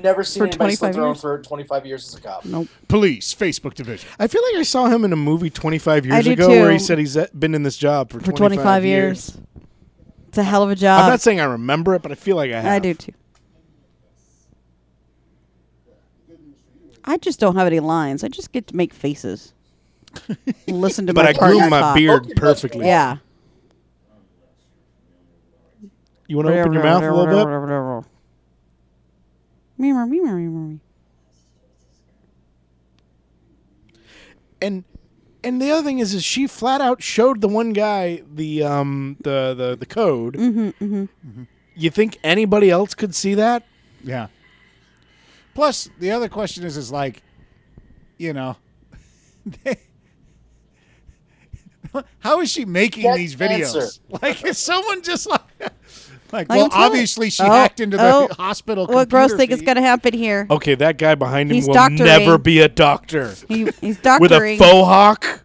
C: Never seen
E: For
C: anybody slit
E: 25
C: their own
E: years?
C: throat in 25 years as a cop.
E: nope.
A: Police Facebook division.
B: I feel like I saw him in a movie 25 years
E: do
B: ago where he
E: too.
B: said he's uh, been in this job for,
E: for 25, years. It's a hell of a job.
B: I'm not saying I remember it, but I feel like I have.
E: I do too. I just don't have any lines. I just get to
B: <laughs>
E: make faces. Listen to
B: But
E: my
B: I
E: partner
B: grew my
E: talk. Oh,
B: beard perfectly.
E: Yeah.
B: You want to open your mouth a little bit?
E: Meow, meow, meow, meow, meow.
B: and and the other thing is, is she flat out showed the one guy the um the the, the code. Mm-hmm, You think anybody else could see that?
A: Yeah. Plus, the other question is, is like, you know, <laughs> how is she making
C: Get
A: these videos?
C: answer.
A: <laughs> Like, is someone just like, <laughs> like,
E: I'm
A: well,
E: telling-
A: obviously she
E: Oh,
A: hacked into the
E: oh,
A: hospital.
E: What gross
A: computer
E: thing is
A: feed.
E: going to happen here?
B: Okay, that guy behind him
E: He's
B: will
E: doctoring.
B: never be a doctor
E: He, he's
B: with
E: doctoring.
B: a faux hawk.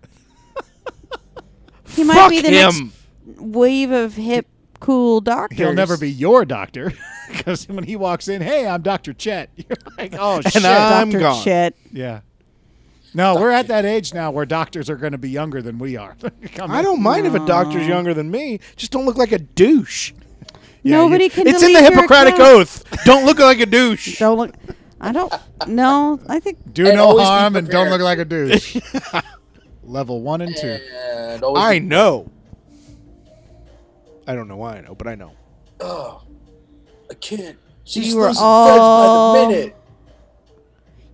E: he might
B: Fuck
E: be the
B: him.
E: next wave of hip, cool doctors.
A: He'll never be your doctor <laughs> because when he walks in, hey, I'm Doctor Chet. <laughs> You're like,
E: <laughs>
A: oh shit,
B: I- I'm
E: Dr.
B: gone.
E: Chet.
A: yeah. No, we're at that age now where doctors are going to be younger than we are. <laughs> Come
B: I
A: in.
B: don't mind if a doctor's younger than me. Just don't look like a douche.
A: Yeah, you-
E: Nobody can.
B: it's in the
E: delete your
B: Hippocratic
E: account.
B: Oath. Don't look like a douche.
E: <laughs> Don't look. I don't. No, I think
A: do
C: And
A: no
C: always be
A: harm and don't
C: prepared.
A: look like a douche.
B: <laughs>
A: Level one and two.
C: And always
B: I know. I don't know why I know, but I know.
C: a kid. She's
E: You were
C: losing friends by
E: all-
C: the minute.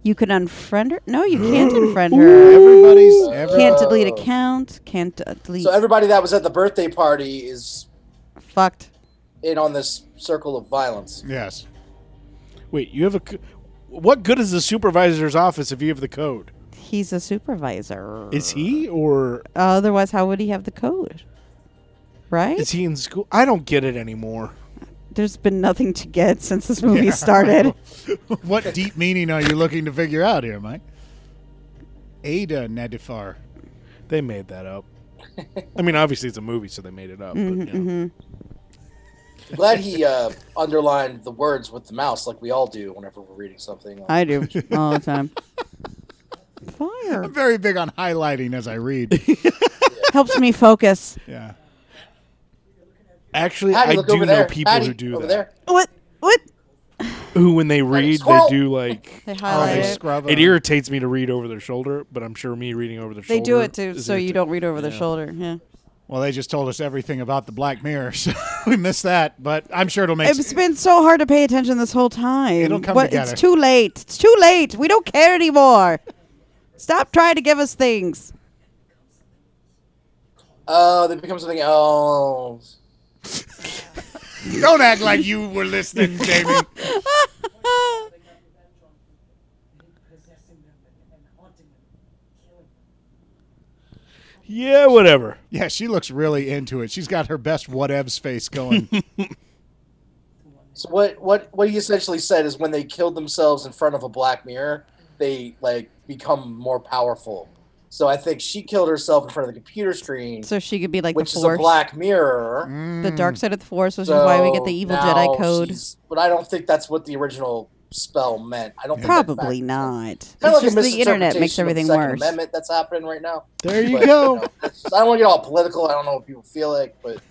E: you can unfriend her. No, you can't unfriend her.
A: Everybody's every,
E: Can't delete account. Can't uh, delete.
C: So everybody that was at the birthday party is
E: fucked.
C: in on this circle of violence.
A: yes. <laughs>
B: Wait, you have a. c- What good is the supervisor's office if you have the code?
E: He's a supervisor.
B: Is he or
E: Otherwise, how would he have the code? Right?
B: is he in school? I don't get it anymore.
E: There's been nothing to get since this movie started.
A: What deep meaning are you looking to figure out here, Mike? Ada Nedifar.
B: They made that
C: <laughs>
B: up. I mean, obviously it's a movie, so they made it up.
E: Mm-hmm,
B: but, you know.
C: I'm glad he uh, <laughs> underlined the words with the mouse like we all do whenever we're reading something.
E: I do all the time. Fire
A: <laughs> I'm very big on highlighting as I read.
B: <laughs>
E: helps me focus.
A: Yeah.
B: Actually,
C: Patty,
B: I
C: look
B: do
C: over
B: know
C: there.
B: people
C: Patty,
B: who do
C: over
B: that.
C: there.
E: What? What?
B: Who, when they read, they
C: squirrel.
B: do
C: <laughs>
B: like.
E: They
A: Oh,
E: highlight
A: they
E: it.
A: scrub
B: It
A: them.
B: irritates me to read over their shoulder, but I'm sure me reading over their
E: They
B: shoulder.
E: do it too,
B: is
E: so you
B: irritating.
E: don't read over their shoulder. Yeah.
A: Well, they just told us everything about the Black Mirror, <laughs> so we missed that. But I'm sure it'll make
E: It's been so hard to pay attention this whole time.
A: It'll come together.
E: It's too late. It's too late. We don't care anymore. Stop trying to give
C: <laughs>
E: us things.
C: Oh, they become something else.
A: Don't act like you were
B: <laughs>
A: listening, Jamie.
H: possessing them and, and haunting them, killing them.
B: Yeah, whatever.
A: yeah, she looks really into it. She's got her best whatevs face
B: <laughs>
A: going.
C: So what what what he essentially said is when they killed themselves in front of a black mirror, they like become more powerful. So I think she killed herself in front of the computer screen,
E: So she could be like
C: which
E: the
C: is a
E: force,
C: black mirror.
E: the
A: Mm.
E: dark side of the force, which
C: So
E: is why we get the evil
C: now
E: Jedi code.
C: she's- But I don't think that's what the original spell meant. I don't
E: Probably
C: think
E: not.
C: Kind
E: It's
C: of
E: just
C: like a
E: the
C: misinterpretation of
E: internet makes
C: the
E: everything
C: Second
E: worse.
C: Amendment that's happening right now.
B: There you
C: But,
B: go.
C: know, that's- I don't want to get all political. I don't know what people feel like, but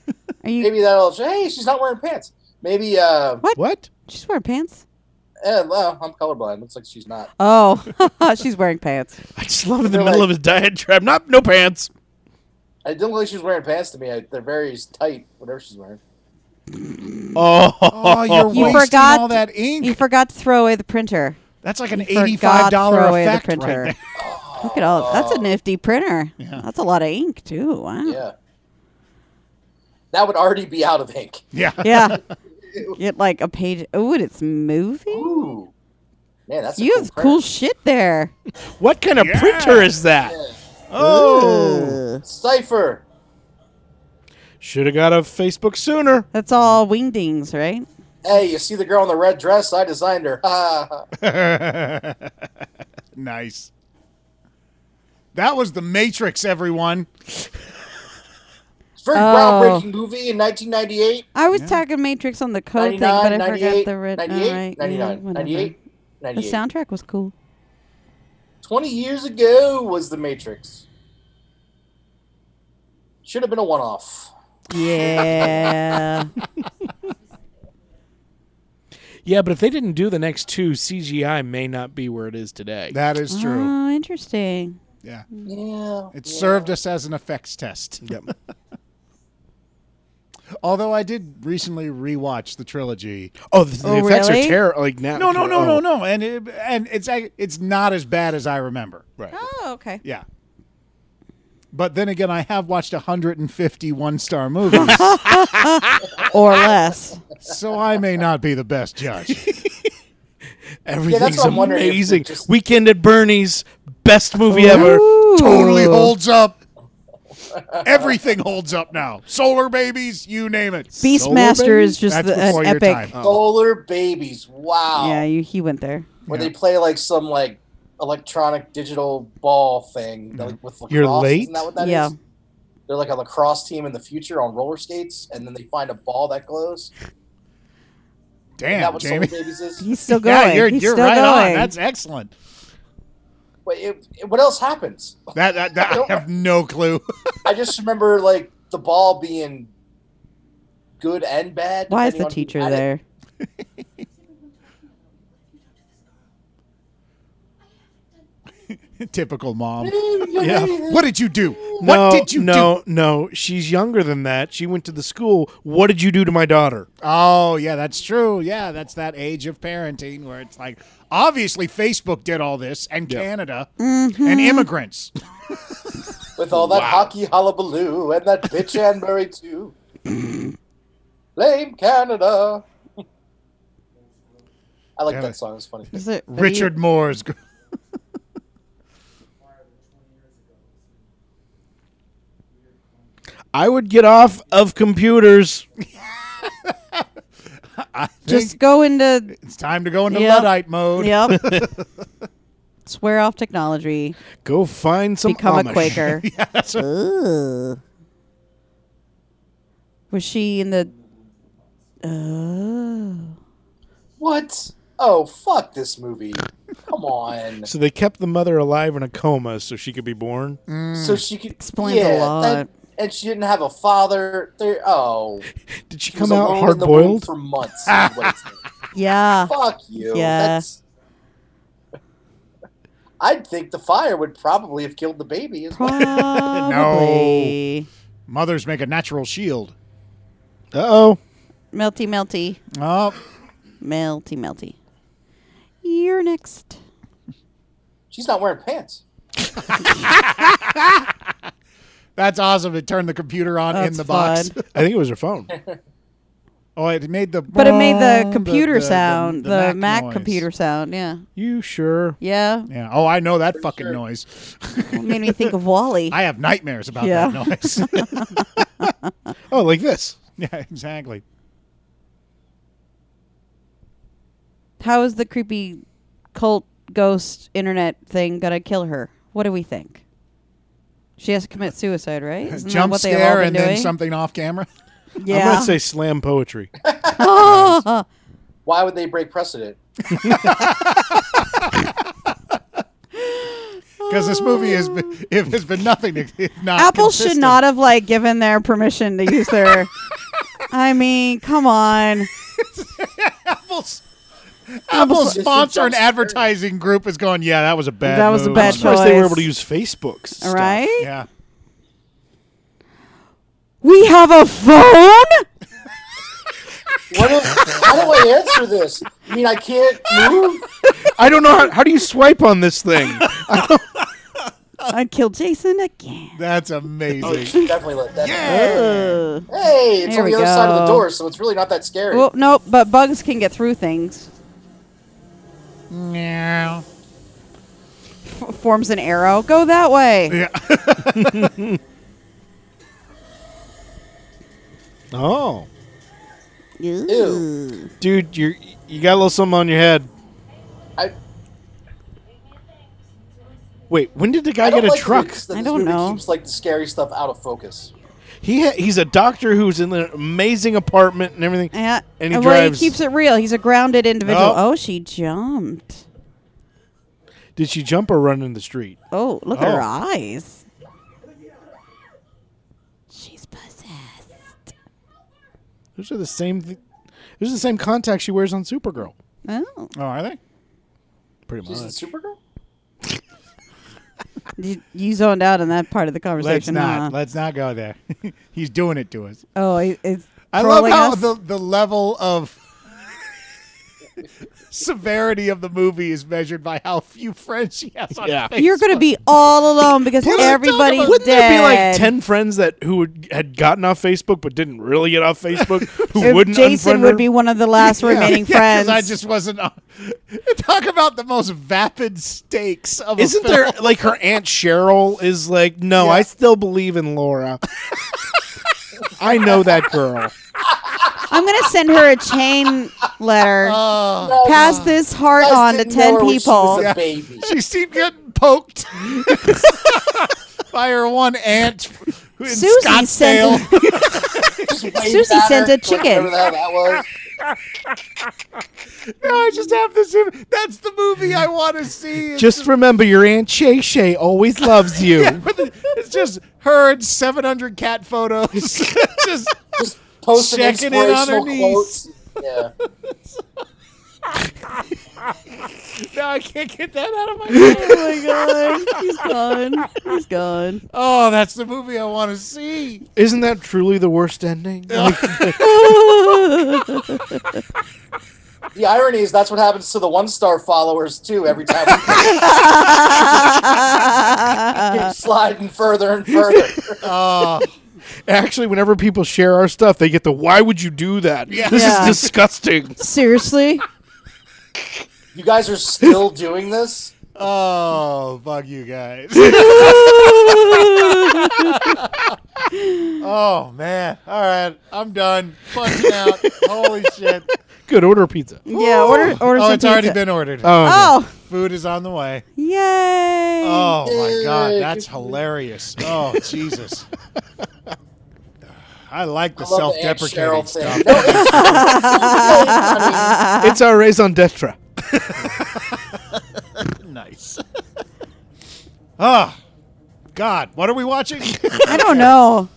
E: Are you?
C: maybe that'll. Hey, she's not wearing pants. Maybe. Uh,
E: what?
B: What?
E: She's wearing pants.
C: eh, well, I'm colorblind. Looks like she's not.
E: Oh, <laughs> she's
C: <laughs>
E: wearing pants.
B: I just love in the
C: They're
B: middle
C: like-
B: of his diatribe. Not no pants.
C: I didn't look like she was wearing pants to me. I, they're very tight, whatever she's wearing.
B: Oh,
A: oh, you're
E: You
A: wasting
E: forgot-
A: all that ink.
E: You forgot to throw away the printer.
A: That's like an
E: Forgot
A: eighty-five
E: to
A: dollar
E: throw away
A: effect
E: the
A: right
E: printer.
A: there. <laughs>
E: Look at all. That's a nifty printer. That's a lot of ink too. Wow.
C: Yeah. That would already be out of ink.
A: Yeah.
C: <laughs>
E: Yeah. Get like a page. Oh, and it's moving.
C: Ooh. Man, that's a
E: You
C: cool
E: have
C: print.
E: cool shit there.
B: What kind of
A: Yeah.
B: printer is that? Oh,
C: Cipher.
B: should have got a Facebook sooner.
E: That's all wingdings, right?
C: Hey, you see the girl in the red dress? I designed her. <laughs> Ah.
A: Nice. That was the Matrix, everyone.
C: it's a very
E: Oh.
C: groundbreaking movie in 1998,
E: I was talking Matrix on the code thing,
C: 99,
E: but I forgot
C: 98,
E: the red.
C: 98,
E: all right, yeah,
C: 99,
E: whatever.
C: 98,
E: The
C: 98.
E: soundtrack was cool.
C: 20 years ago was The Matrix. Should have been a one off.
E: Yeah.
B: Yeah, but if they didn't do the next two, CGI may not be where it is today.
A: That is true.
E: Oh, interesting.
A: Yeah.
C: Yeah.
E: Oh.
A: It
C: yeah.
A: served us as an effects test.
B: Yep.
A: <laughs> Although I did recently rewatch the trilogy.
B: oh, the, the
E: Oh,
B: effects
E: really?
B: are terrible. Like now,
A: No, no, no,
B: oh.
A: no, no. And it, and it's ac- it's not as bad as I remember.
B: Right.
E: Oh, okay.
A: Yeah. But then again, I have watched 150 one-star
E: <laughs>
A: movies,
E: Or less.
A: so I may not be the best judge.
B: Everything's
C: what I'm wondering if
B: amazing.
C: we just-
B: Weekend at Bernie's, best movie ever.
A: totally
E: Ooh.
A: holds up. Everything holds up now. Solar babies, you name it.
E: Beastmaster is just
A: That's
E: the,
A: before
E: an
A: your
E: epic.
A: time.
C: Solar Babies. Wow.
E: Yeah, you, he went there.
C: Where
A: Yeah.
C: they play like some like electronic digital ball thing
A: Mm-hmm.
C: like with lacrosse.
B: You're late?
C: Isn't that what that is?
E: Yeah.
C: They're like a lacrosse team in the future on roller skates, and then they find a ball that glows. Isn't that
A: Damn,
C: what
A: Jamie.
C: Solar Babies
E: <laughs>
A: <laughs>
C: is?
E: He's still going.
A: Yeah, you're,
E: He's
A: you're
E: still
A: right on.
E: going.
A: That's excellent.
C: Wait, it, it- what else happens?
A: That, that, that I have no clue. <laughs>
C: I just remember like the ball being good and bad.
E: Why is
C: depending
E: the
C: on who
E: teacher
C: had it.
E: there?
A: Typical mom. yeah. What did you do?
B: No,
A: what did you do?
B: no, No, She's younger than that. She went to the school. What did you do to my daughter?
A: Oh, yeah, that's true. Yeah, that's that age of parenting where it's like, obviously, Facebook did all this, and Canada,
E: Mm-hmm.
A: and immigrants.
C: with all that hockey hullabaloo and that bitch Anbury
A: <laughs>
C: too. Blame Canada. <laughs> I like
A: Yeah,
C: that
A: but-
C: song. It's funny.
E: Is it are you-
A: Richard Moore's. gr- <laughs>
B: I would get off of computers.
E: Just go into.
A: It's time to go into
E: Yep.
A: Luddite mode.
E: Yep. Swear off technology.
B: Go find some.
E: become
B: Amish.
E: a Quaker.
A: Yeah, that's what-
E: Ugh. Was she in the? Oh,
C: What? Oh fuck this movie! Come
E: <laughs>
B: <laughs>
C: on.
B: So they kept the mother alive in a coma so she could be born.
E: Mm.
C: So she could
E: Explains a lot.
C: and she didn't have a father. There. Oh,
B: Did she
C: She was
B: come out
C: alone in
B: hard
C: the womb
B: boiled?
C: for months. is what
E: <laughs>
C: it's-
E: yeah.
C: fuck you.
E: Yeah.
C: That's, I'd think the fire would probably have killed the baby. As well.
E: Probably.
A: Mothers make a natural shield.
B: Uh oh.
E: Melty, melty,
A: Oh,
E: melty, melty. You're next.
C: She's not wearing pants.
A: that's awesome. It turned the computer on in
E: That's
A: the box.
E: fun.
B: I think it was her
C: <laughs>
B: phone.
A: <laughs> Oh, it made the.
E: But it made the
A: the-
E: computer
A: the- the-
E: sound,
A: the
E: the,
A: Mac
E: Mac,
A: noise.
E: computer sound. Yeah,
B: you sure?
E: yeah.
A: Yeah. Oh, I know that fucking noise.
E: made me think of Wally.
A: <laughs> I have nightmares about
E: Yeah.
A: that noise.
E: <laughs>
A: <laughs>
B: Oh, like this.
A: yeah, exactly.
E: How is the creepy cult ghost internet thing gonna kill her? What do we think? She has to commit suicide, right? Isn't that
A: Jump
E: what they've all
A: scare
E: been
A: and then
E: doing?
A: something off camera. <laughs>
E: Yeah.
B: I'm gonna
E: <laughs>
B: say slam
C: <laughs>
B: poetry.
C: Why would they break precedent?
A: Because this movie has been, if has been nothing to, if not
E: Oh. Apple should
A: consistent.
E: not have like given their permission to
A: <laughs>
E: use their. I mean, come on.
A: Apple's, Apple's
C: This is
A: sponsor and
C: jump scare.
A: advertising group is going. Yeah, that was a bad.
E: That was a
A: move.
E: bad
B: First, they were
E: Choice.
B: able to use Facebooks.
E: All right.
A: Yeah.
E: We have
A: <laughs>
E: a phone.
C: What if, how do I answer this? You mean I can't move? <laughs>
B: I don't know how, how do you swipe on this thing. I don't-
E: I'd kill Jason again.
A: That's amazing.
C: Definitely let that.
E: Ugh.
C: Hey, it's
E: There
C: on the
E: we
C: other side of the
E: go.
C: door, so it's really not that scary.
E: Well, nope, but bugs can get through things.
A: Yeah.
E: F- forms an arrow. Go that way.
B: Oh,
E: Ew.
B: dude, you you got a little something on your head.
C: I,
B: Wait, when did the guy
C: I
B: get
C: don't
B: a
C: like
B: truck?
C: That this
E: I don't
C: movie
E: know.
C: Keeps like the scary stuff out of focus.
B: He ha- he's a doctor who's in an amazing apartment and everything.
E: Yeah.
B: And he
E: well,
B: drives-
E: he keeps it real. He's a grounded individual.
B: Nope.
E: Oh, she jumped.
B: Did she jump or run in the street?
E: Oh, look at her
B: Oh.
E: eyes. She's possessed.
B: Those are the same. Th- those are the same contacts she wears on Supergirl.
E: Oh.
A: Oh, are they?
B: Pretty
C: She's in
B: much.
C: Supergirl.
E: You, you zoned out on that part of the
A: <laughs> Let's
E: conversation. huh?
A: not. Let's not go there. <laughs> He's doing it to us.
E: oh, it- it's.
A: I love
E: trolling
A: how
E: us?
A: the, the level of severity of the movie is measured by how few friends she has on
B: Yeah.
A: Facebook.
E: You're going to be all alone because
A: What are you talking
E: everybody's
A: about?
E: dead.
B: Wouldn't there be like ten friends that who would, had gotten off Facebook but didn't really get off Facebook
E: <laughs>
B: who
E: If
B: wouldn't
E: Jason
B: unfriend
E: would
B: her?
E: be one of the last remaining
A: <laughs> Yeah, 'cause
E: friends.
A: I just wasn't on. <laughs> Talk about the most vapid stakes of
B: Isn't
A: a film.
B: there like her aunt Cheryl is like, no,
A: Yeah.
B: I still believe in Laura. <laughs> I know that girl.
E: I'm going to send her a chain letter.
A: <laughs> Oh,
C: No,
E: Pass this heart
C: guys
E: on to
C: didn't know
E: 10
C: her when She was
E: people.
C: a baby.
A: <laughs> she seemed getting poked <laughs> by her one aunt who- in
E: Susie
A: Scottsdale.
E: sent <laughs>
C: Just waved
E: Susie
C: at
E: sent
C: her,
E: a
C: like,
E: chicken.
C: Whatever the hell that was.
A: no, <laughs> I just have this. im- That's the movie I want to see. It's
B: Just remember your aunt Shay Shay always loves
E: <laughs>
B: you.
A: It's just her and 700 cat photos. just
C: Just posting
A: Checking in on her
C: inspirational
A: niece.
C: quotes. Yeah.
A: no, I can't get that out of my head.
E: Oh my god, he's gone. He's gone.
A: Oh, that's the movie I want to see.
B: Isn't that truly the worst ending? <laughs> Like,
C: The irony is that's what happens to the one star followers too. Every time
E: <laughs>
C: we <laughs> keep sliding further and further.
A: Oh,
B: actually, whenever people share our stuff, they get the "Why would you do that?
A: Yeah.
B: This
E: Yeah.
B: is disgusting."
E: Seriously?
C: You guys are still doing this?
A: oh, fuck you guys. oh man. All right, I'm done. Punching out. Holy shit.
B: <laughs> Good order pizza.
E: Yeah, order order
A: Oh,
E: some
A: it's already
E: pizza.
A: been ordered.
B: Oh,
E: Oh,
A: Food is on the way.
E: yay!
A: Oh my god,
C: Yay.
A: that's hilarious. Oh Jesus. I like the
C: I love the Aunt
A: self-deprecating
C: Cheryl
A: stuff.
C: thing. No, it's- it's okay.
E: <laughs>
C: I mean,
B: it's our raison d'etre.
A: Nice. oh, God. What are we watching?
E: I don't know.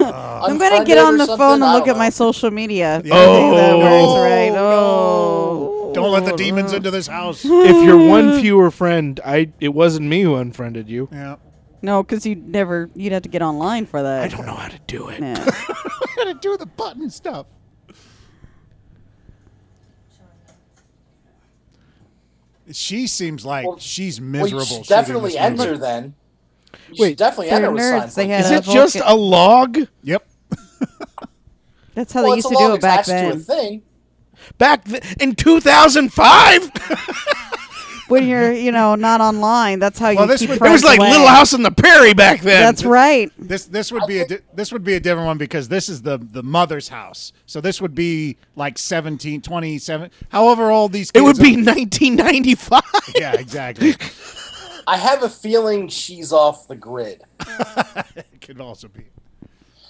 E: I'm gonna
C: unfriended
E: get on
C: or
E: the
C: something?
E: phone and
C: I
E: look
C: don't
E: at my
C: know.
E: social media.
A: Yeah.
E: I think that
B: Oh.
E: works, right?
A: No,
E: Oh.
A: don't let the demons into this house.
B: If you're
E: <laughs>
B: one fewer friend, I it wasn't me who unfriended you.
A: Yeah.
E: No, because you'd never. You'd have to get online for that.
B: I don't know how to
A: <laughs>
B: do it.
E: Yeah.
A: I'm going to do the button stuff. She seems like
C: Well-
A: she's
C: Well,
A: miserable.
C: you should
A: shooting
C: definitely
A: this movie.
C: enter then. You
B: Wait,
C: should definitely
E: they're
C: enter with
E: nerds.
C: signs
E: They
C: like that.
E: had-
B: Is
E: Yeah,
B: it just
E: Vulcan-
B: a log?
A: Yep.
E: That's how
C: Well,
E: they
C: it's
E: used
C: a
E: to do
C: log
E: it back
C: attached to a
E: then.
C: thing.
B: Back th- in 2005, it
E: When you're, you know, not online, that's how
A: Well,
E: you
A: this
E: keep
A: would- It
E: friends
B: was like
E: away.
B: Little House on the Prairie back then.
E: That's right.
A: This this would be a di- this would be a different one because this is the the mother's house. So this would be like 17, 27, however old these
B: It
A: kids
B: would
A: are.
B: be 1995.
A: <laughs> Yeah, exactly.
C: I have a feeling she's off the grid.
A: it could also be.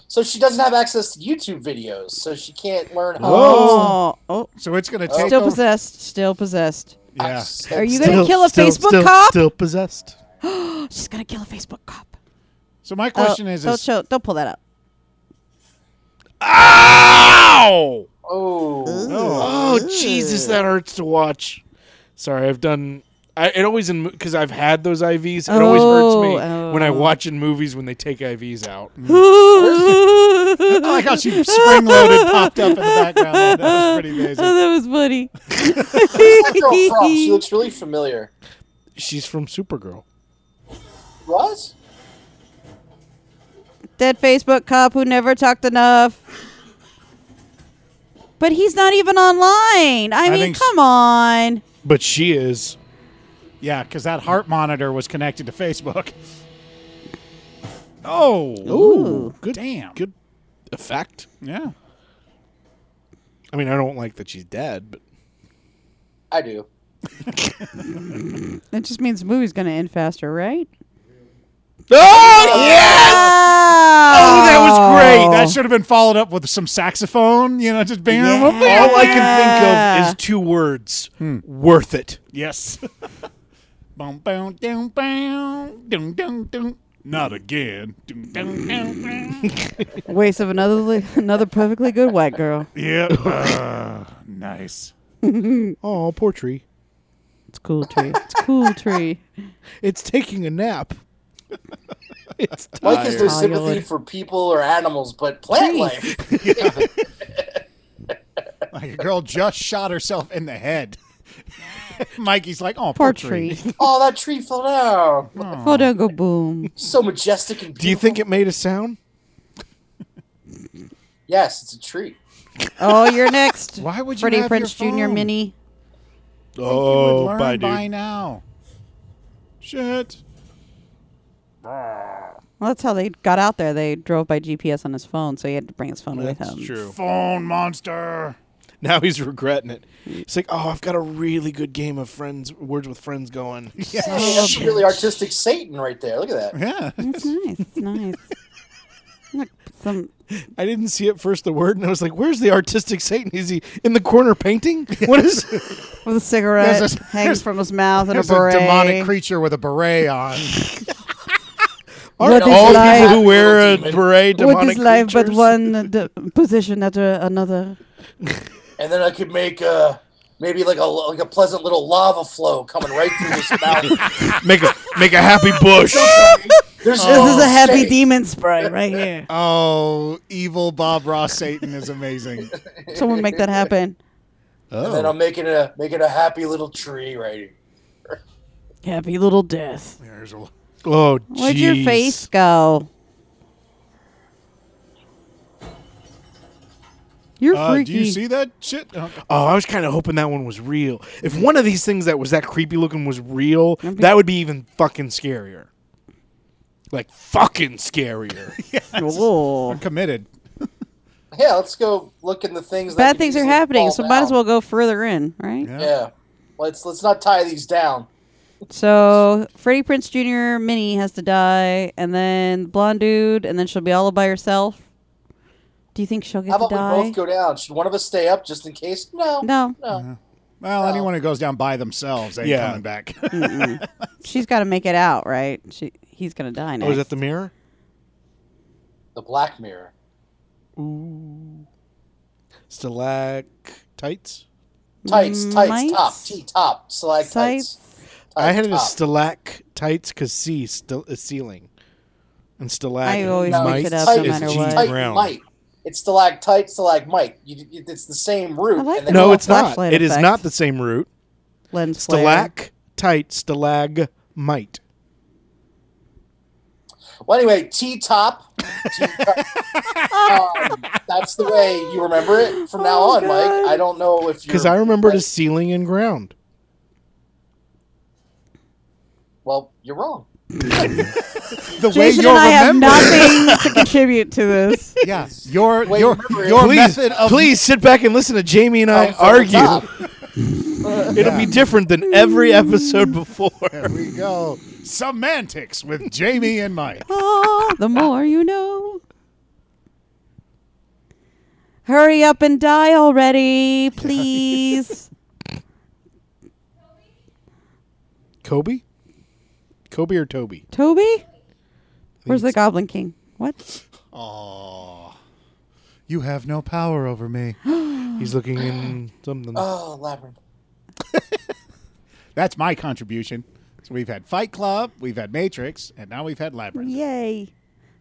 C: So she doesn't have access to YouTube videos, so she can't learn how
E: Oh, oh,
A: So it's going to take
E: still
A: over-
E: possessed. Still possessed. <gasps>
A: Yeah.
E: Are you
C: Still-
E: gonna kill a
B: still,
E: Facebook
B: still,
E: cop?
B: Still possessed.
E: She's gonna kill a Facebook cop.
A: So my question
E: Oh,
A: is,
E: don't
A: is
E: show, don't pull that <laughs> up.
A: Ah!
B: Ow!
C: Oh.
B: Oh Jesus, that hurts to watch. Sorry, I've done. I, it always in because I've had those IVs. It always hurts me
E: Oh,
B: when I
E: oh.
B: watch in movies when they take IVs <laughs> out.
A: I like how she spring loaded popped up in the background. there. That was pretty
E: Oh,
A: amazing.
E: that was <laughs> funny. <laughs>
C: Where's that girl from? She looks really familiar.
B: She's from Supergirl.
C: What?
E: Dead Facebook cop who never talked enough. But he's not even online. I,
A: I
E: mean,
A: think s-
E: come on.
B: But she is.
A: Yeah, because that heart monitor was connected to Facebook. Oh,
E: Ooh.
B: good.
A: damn.
B: Good effect.
A: Yeah.
B: I mean, I don't like that she's dead, but
C: I do.
E: That just means the movie's going to end faster, right?
B: oh yes,
E: <laughs> Oh,
A: that was great. That should have been followed up with some saxophone, you know, just bam. bam, bam.
B: all I can think
E: Yeah.
B: of is two words: worth it.
A: Yes. <laughs> Bum, bum, dum, bum, dum, dum, dum. Not again. Dum, dum, dum, dum. <laughs>
E: Oh. Waste of another li- another perfectly good white
A: <laughs>
E: girl.
A: yeah. Uh, nice.
B: Oh, poor tree.
E: It's cool tree. It's cool tree.
B: It's taking a nap. <laughs> it's
C: Like, is there
E: Tired.
C: sympathy for people or animals, but plant
E: Jeez.
C: life?
E: <laughs>
A: Like a girl just shot herself in the head. <laughs> Mikey's like, oh, poor
E: Poor tree.
C: Oh, that tree fell down.
E: Oh, don't go boom.
C: So majestic and beautiful.
B: Do you think it made a sound?
C: Yes, it's a tree.
E: Oh, you're next.
A: Why would you
E: Freddie
A: have your
E: Prince Jr.
A: phone?
E: Mini.
A: Oh, you would learn by now. Shit.
E: Well, that's how they got out there. They drove by GPS on his phone, so he had to bring his phone with him.
A: Phone monster.
B: <laughs> Now he's regretting it. It's like, oh, I've got a really good game of friends, words with friends going.
E: Oh,
C: That's really artistic Satan right there. Look at that.
A: Yeah. <laughs>
E: It's nice. It's nice. <laughs> Look, some
B: I didn't see at first the word, and I was like, "Where's the artistic Satan? Is he in the corner
E: <laughs>
B: painting? What is?" <laughs>
E: with a cigarette
A: There's a-
E: <laughs> hanging
A: there's-
E: from his mouth and a
A: There's
E: beret.
A: a demonic creature with a beret on.
E: What is
B: All people
E: life?
B: who wear a
C: Demon.
B: beret, demonic
E: What is life but
B: creatures?
E: one uh, d- position after another?
C: And then I could make a maybe like a like a pleasant little lava flow coming right through this
B: <laughs>
C: mouth.
B: Make a make a happy
E: <laughs>
B: bush.
C: There's
E: Oh, This is a happy
C: Satan.
E: demon spray
A: <laughs>
E: right here.
A: oh, evil Bob Ross Satan is amazing.
E: Someone make that happen.
C: And then
A: Oh.
C: I'm making a making a happy little tree right here.
E: Happy little death.
A: There's a-
B: oh,
E: Where'd your
B: jeez.
E: face go? You're
A: Uh, do
E: freaky.
A: you see that shit? Oh,
B: Oh, I was kind of hoping that one was real. If one of these things that was that creepy looking was real,
E: That'd be-
B: that would be even fucking scarier. Like fucking
A: <laughs>
B: scarier.
E: Whoa.
A: committed.
C: Yeah, let's go look in the things. that
E: Bad
C: could
E: things are
C: easily
E: happening,
C: fall
E: so might as
C: down.
E: well go further in, right?
A: Yeah.
C: Yeah, let's let's not tie these down.
E: So Freddie Prince Jr. Minnie has to die, and then blonde dude, and then she'll be all by herself. Do you think she'll get
C: How about
E: to die?
C: we both go down? Should one of us stay up just in case? No,
E: no,
C: no.
A: Well, anyone who goes down by themselves ain't
B: Yeah.
A: coming back.
E: <laughs> she's got to make it out, right? She he's gonna die now.
B: Oh, is that the mirror?
C: The Black Mirror.
B: Stalactites.
C: Tights, tights,
E: Mm, Mites?
C: top, T top, select tights.
E: Sites?
B: I had it as
C: Top.
B: stalactites because C stil- is ceiling, and stalagmites.
E: I always
C: No,
E: mix it
C: it's
E: up
C: tight,
E: no matter
C: it's
B: G
E: what.
C: tight
B: ground.
C: mite. It's stalactite, stalagmite. You, you, it's the same root.
E: I like
C: and then
B: No,
E: Little
C: you-
B: it's not.
E: flashlight
B: It is
E: effect.
B: not the same root.
E: Lens flare.
B: Stalactite, stalagmite.
C: Well, anyway, T
E: <laughs>
C: top. T top. um, that's the way you remember it from now
E: Oh,
C: on, Mike. I don't know if you
B: Because I remember it as ceiling and ground.
C: Well, you're wrong.
A: the way
E: Jason
A: you're
E: and I have
A: remembered.
E: nothing <laughs> to contribute to this.
A: yeah. Your
C: Way
A: your
C: you remember it.
A: your
B: Please,
A: method of
B: please sit back and listen to Jamie and I
C: From the
B: argue.
C: top.
B: It'll be different than every episode before.
A: we go semantics with Jamie and Mike.
E: Ah, the more you know. Hurry up and die already, please.
B: Kobe? Kobe or Toby?
E: <laughs> Toby? Where's the Goblin King? What?
A: You have no power over me.
B: He's looking in something.
C: Oh, labyrinth.
A: That's my contribution. So we've had Fight Club, we've had Matrix, and now we've had Labyrinth.
E: Yay.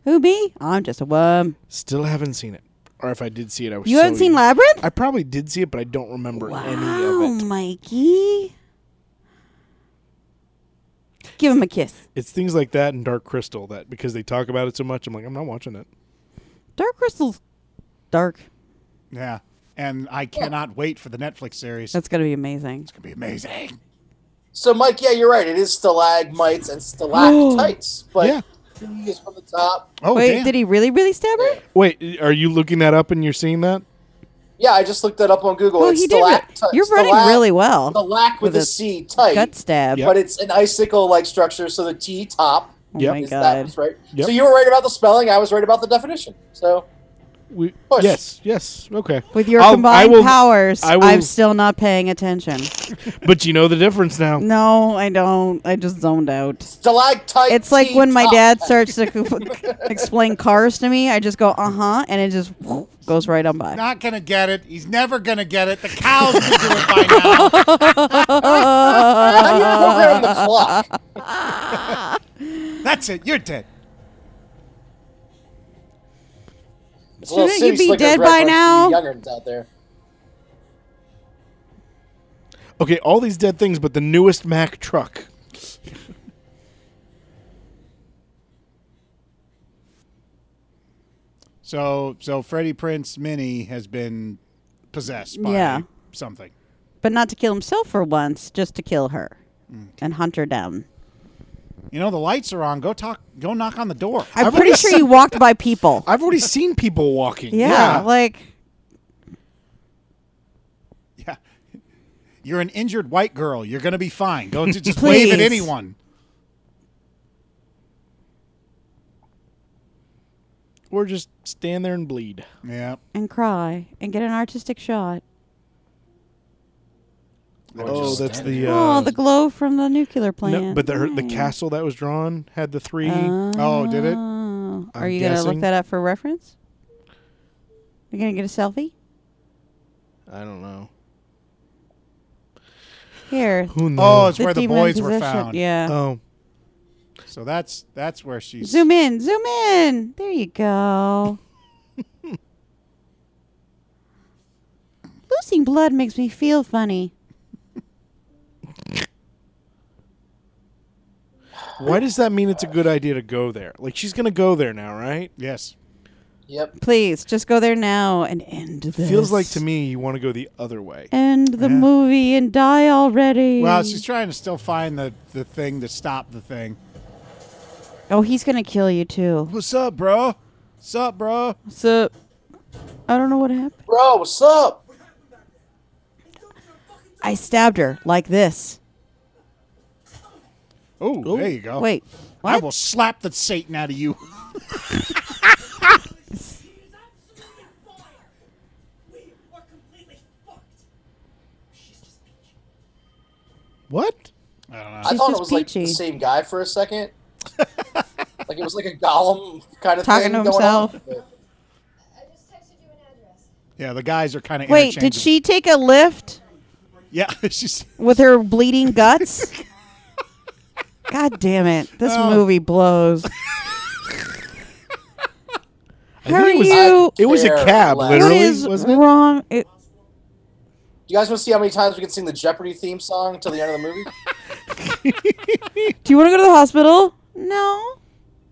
E: Who me? I'm just a worm.
B: Still haven't seen it. Or if I did see it, I was
E: You
B: so
E: haven't seen
B: young.
E: Labyrinth?
B: I probably did see it, but I don't
E: Oh,
B: remember any
E: wow,
B: of it.
E: Mikey. Give him a kiss.
B: It's things like that and Dark Crystal that because they talk about it so much, I'm like, I'm not watching it.
E: Dark Crystal's dark.
A: Yeah. And I cannot wait for the Netflix series. That's
E: That's gonna be amazing.
A: going to be amazing.
C: So, Mike, yeah, you're right. It is stalagmites and
E: <gasps>
C: stalactites, but
B: Yeah.
C: he is from the top.
A: Oh,
E: Wait,
A: damn.
E: did he really, really stab her?
B: Wait, are you looking that up and you're seeing that?
C: Yeah, I just looked that up on Google.
E: Well,
C: it's
E: he did. re-
C: stalactites.
E: You're running
C: Stalac-
E: really well.
C: Stalac with,
E: with
C: a
E: a
C: C type.
E: Gut stab.
B: Yep.
C: But it's an icicle like structure, so the T top
E: Oh
B: Yep.
E: my
C: is that
E: god.
C: was right.
B: Yep.
C: So you were right about the spelling, I was right about the definition. So
B: We,
C: Push.
B: yes, yes, okay.
E: With your
B: I'll- I
E: combined
B: will-
E: powers,
B: I will-
E: I'm still not paying attention.
B: <laughs> But you know the difference now.
E: No, I don't. I just zoned out.
C: stalactite
E: It's like when my
C: T-top. <laughs>
E: dad starts to explain cars to me. I just go, uh huh, and it just goes right on by.
A: Not going to get it. He's never going to get it. The cows can do it
E: <laughs>
A: by now.
C: How do you program the clock?
A: That's it. You're dead.
C: It's a little
E: <laughs> Shouldn't you
C: City
E: be
C: Slickers
E: dead by
C: reference to
E: now?
C: you youngerns out there.
B: Okay, all these dead things, but the newest Mack truck.
A: So, so Freddie Prince Mini has been possessed by
E: Yeah.
A: something.
E: But not to kill himself for once, just to kill her
B: Mm.
E: and hunt her down.
A: You know, the lights are on. Go talk. Go knock on the door.
E: I'm
B: I've
E: pretty
B: already
C: <laughs>
E: sure you walked by people.
B: I've already seen people walking.
E: yeah, like
A: Yeah. You're an injured white girl. You're going to be fine. Go to just wave at
E: Please.
A: anyone.
B: Or just stand there and bleed.
A: Yeah.
E: and cry and get an artistic shot.
B: Oh, that's the.
E: oh, the glow from the nuclear plant.
B: No, but the her, the
E: Nice.
B: castle that was drawn had the three.
A: Oh, did it?
E: Oh. Are
B: I'm
E: you gonna
B: guessing.
E: look that up for reference? You gonna get a selfie?
B: I don't know.
E: Here.
B: Who
A: Oh,
B: knows?
A: it's where the
E: demon
A: boys were
E: possession-
A: found.
E: Yeah.
B: Oh,
A: So that's that's where she's
E: Zoom in, zoom in. There
B: <laughs>
E: you go. Losing blood makes me feel funny.
B: why does that mean it's a good idea to go there? Like she's gonna go there now, right?
A: Yes.
C: Yep.
E: Please, just go there now and end this.
B: Feels like to me you want to go the other way.
E: End the
A: Yeah.
E: movie and die already.
A: Well, she's trying to still find the the thing to stop the thing.
E: oh, he's gonna kill you too.
A: What's up, bro? What's up, bro?
E: So, I don't know what happened.
C: Bro, what's up?
E: I stabbed her like this.
A: Oh, there you go.
E: Wait, what?
A: I will slap the Satan out of you. <laughs>
G: She's absolutely fired. We are completely fucked. She's just peachy.
B: What?
A: I don't know.
C: I
E: She's
C: thought it
E: just
C: was like the
E: peachy.
C: same guy for a second. like it was like a golem kind of
E: Talking
C: thing
E: to
C: going on.
G: I just texted you an address.
A: Yeah, the guys are kind of
E: Wait, did she take a lift
A: Yeah, <laughs> she's
E: with her
A: <laughs>
E: bleeding guts? God damn it! This
A: Oh.
E: movie
A: <laughs>
E: blows. How are
B: it was-
E: you?
B: It was a
C: Care
B: cab,
C: less.
E: What
B: literally.
E: is
B: wasn't it?
E: wrong? It,
C: Do you guys want to see how many times we can sing the Jeopardy theme song till the end of the movie?
E: do you want to go to the hospital? No.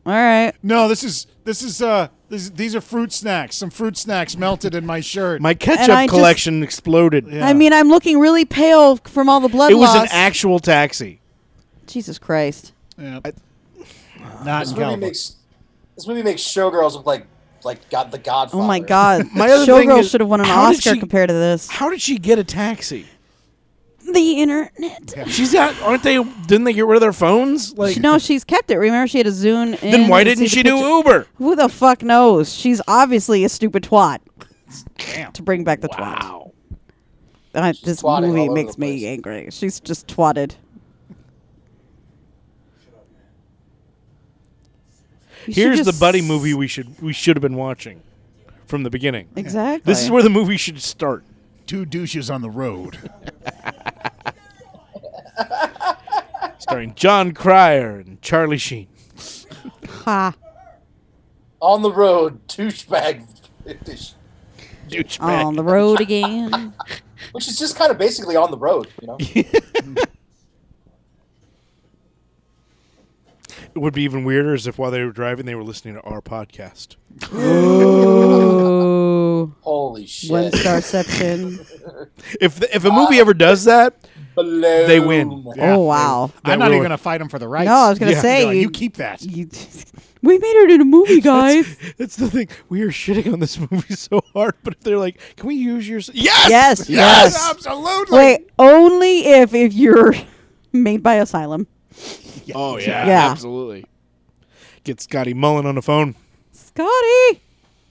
E: All right.
A: No, this is this is uh this, these are fruit snacks. Some fruit snacks melted in my shirt.
B: My
E: And I
B: ketchup
E: just-
B: collection exploded.
A: Yeah.
E: I mean, I'm looking really pale from all the blood
B: It was an
E: loss.
B: actual taxi.
E: Jesus Christ!
A: yeah. not
C: This
A: in
C: movie
A: California.
C: makes this movie makes showgirls look like like God the Godfather.
E: Oh my God!
B: <laughs> My other thing
E: Showgirl
B: is,
E: should have won an
B: how did
E: Oscar
B: she-
E: compared to this.
B: How did she get a taxi?
E: The internet.
B: She's got. Aren't they? Didn't they get rid of their phones? Like,
E: No, she's kept it. Remember, she had a Zune. In
B: then why
E: and
B: didn't
E: see
B: she
E: the
B: do
E: picture-
B: Uber?
E: Who the fuck knows? She's obviously a stupid twat. To bring back the twat. Uh, this
C: twatting all
E: movie
C: over
E: makes
C: the
E: me
C: place.
E: angry. She's just twatted. You should
B: Here's the
E: just
B: buddy
E: s-
B: movie we should we should have been watching from the beginning.
E: Exactly.
B: This is where the movie should start.
A: Two douches on the road.
B: starring John Cryer and Charlie Sheen.
E: Ha.
C: On the road, douchebag.
B: Douchebag.
E: On Oh, the road
B: <laughs>
E: again.
C: Which is
E: <laughs>
C: just kind of basically on the road, you know?
B: It would be even weirder is if while they were driving, they were listening to our podcast.
E: Ooh.
C: Holy shit.
E: One starception.
B: If the, if a movie ever does that,
C: Balloon.
B: they win.
A: Yeah.
E: oh wow.
B: That
A: I'm not
B: will-
A: even going to fight him for the rights.
E: No, I was gonna
B: Yeah.
E: say
A: No,
E: you,
A: you keep that.
E: you- <laughs> we made it in a movie, guys.
B: That's the thing. We are shitting on this <laughs> movie so hard, but if they're like, "Can we use your?" s-" Yes,
E: <laughs> yes, yes.
A: absolutely.
E: Wait, only if if you're <laughs> made by Asylum.
B: Oh yeah,
E: Yeah.
B: absolutely. Get Scotty Mullen on the phone.
E: Scotty.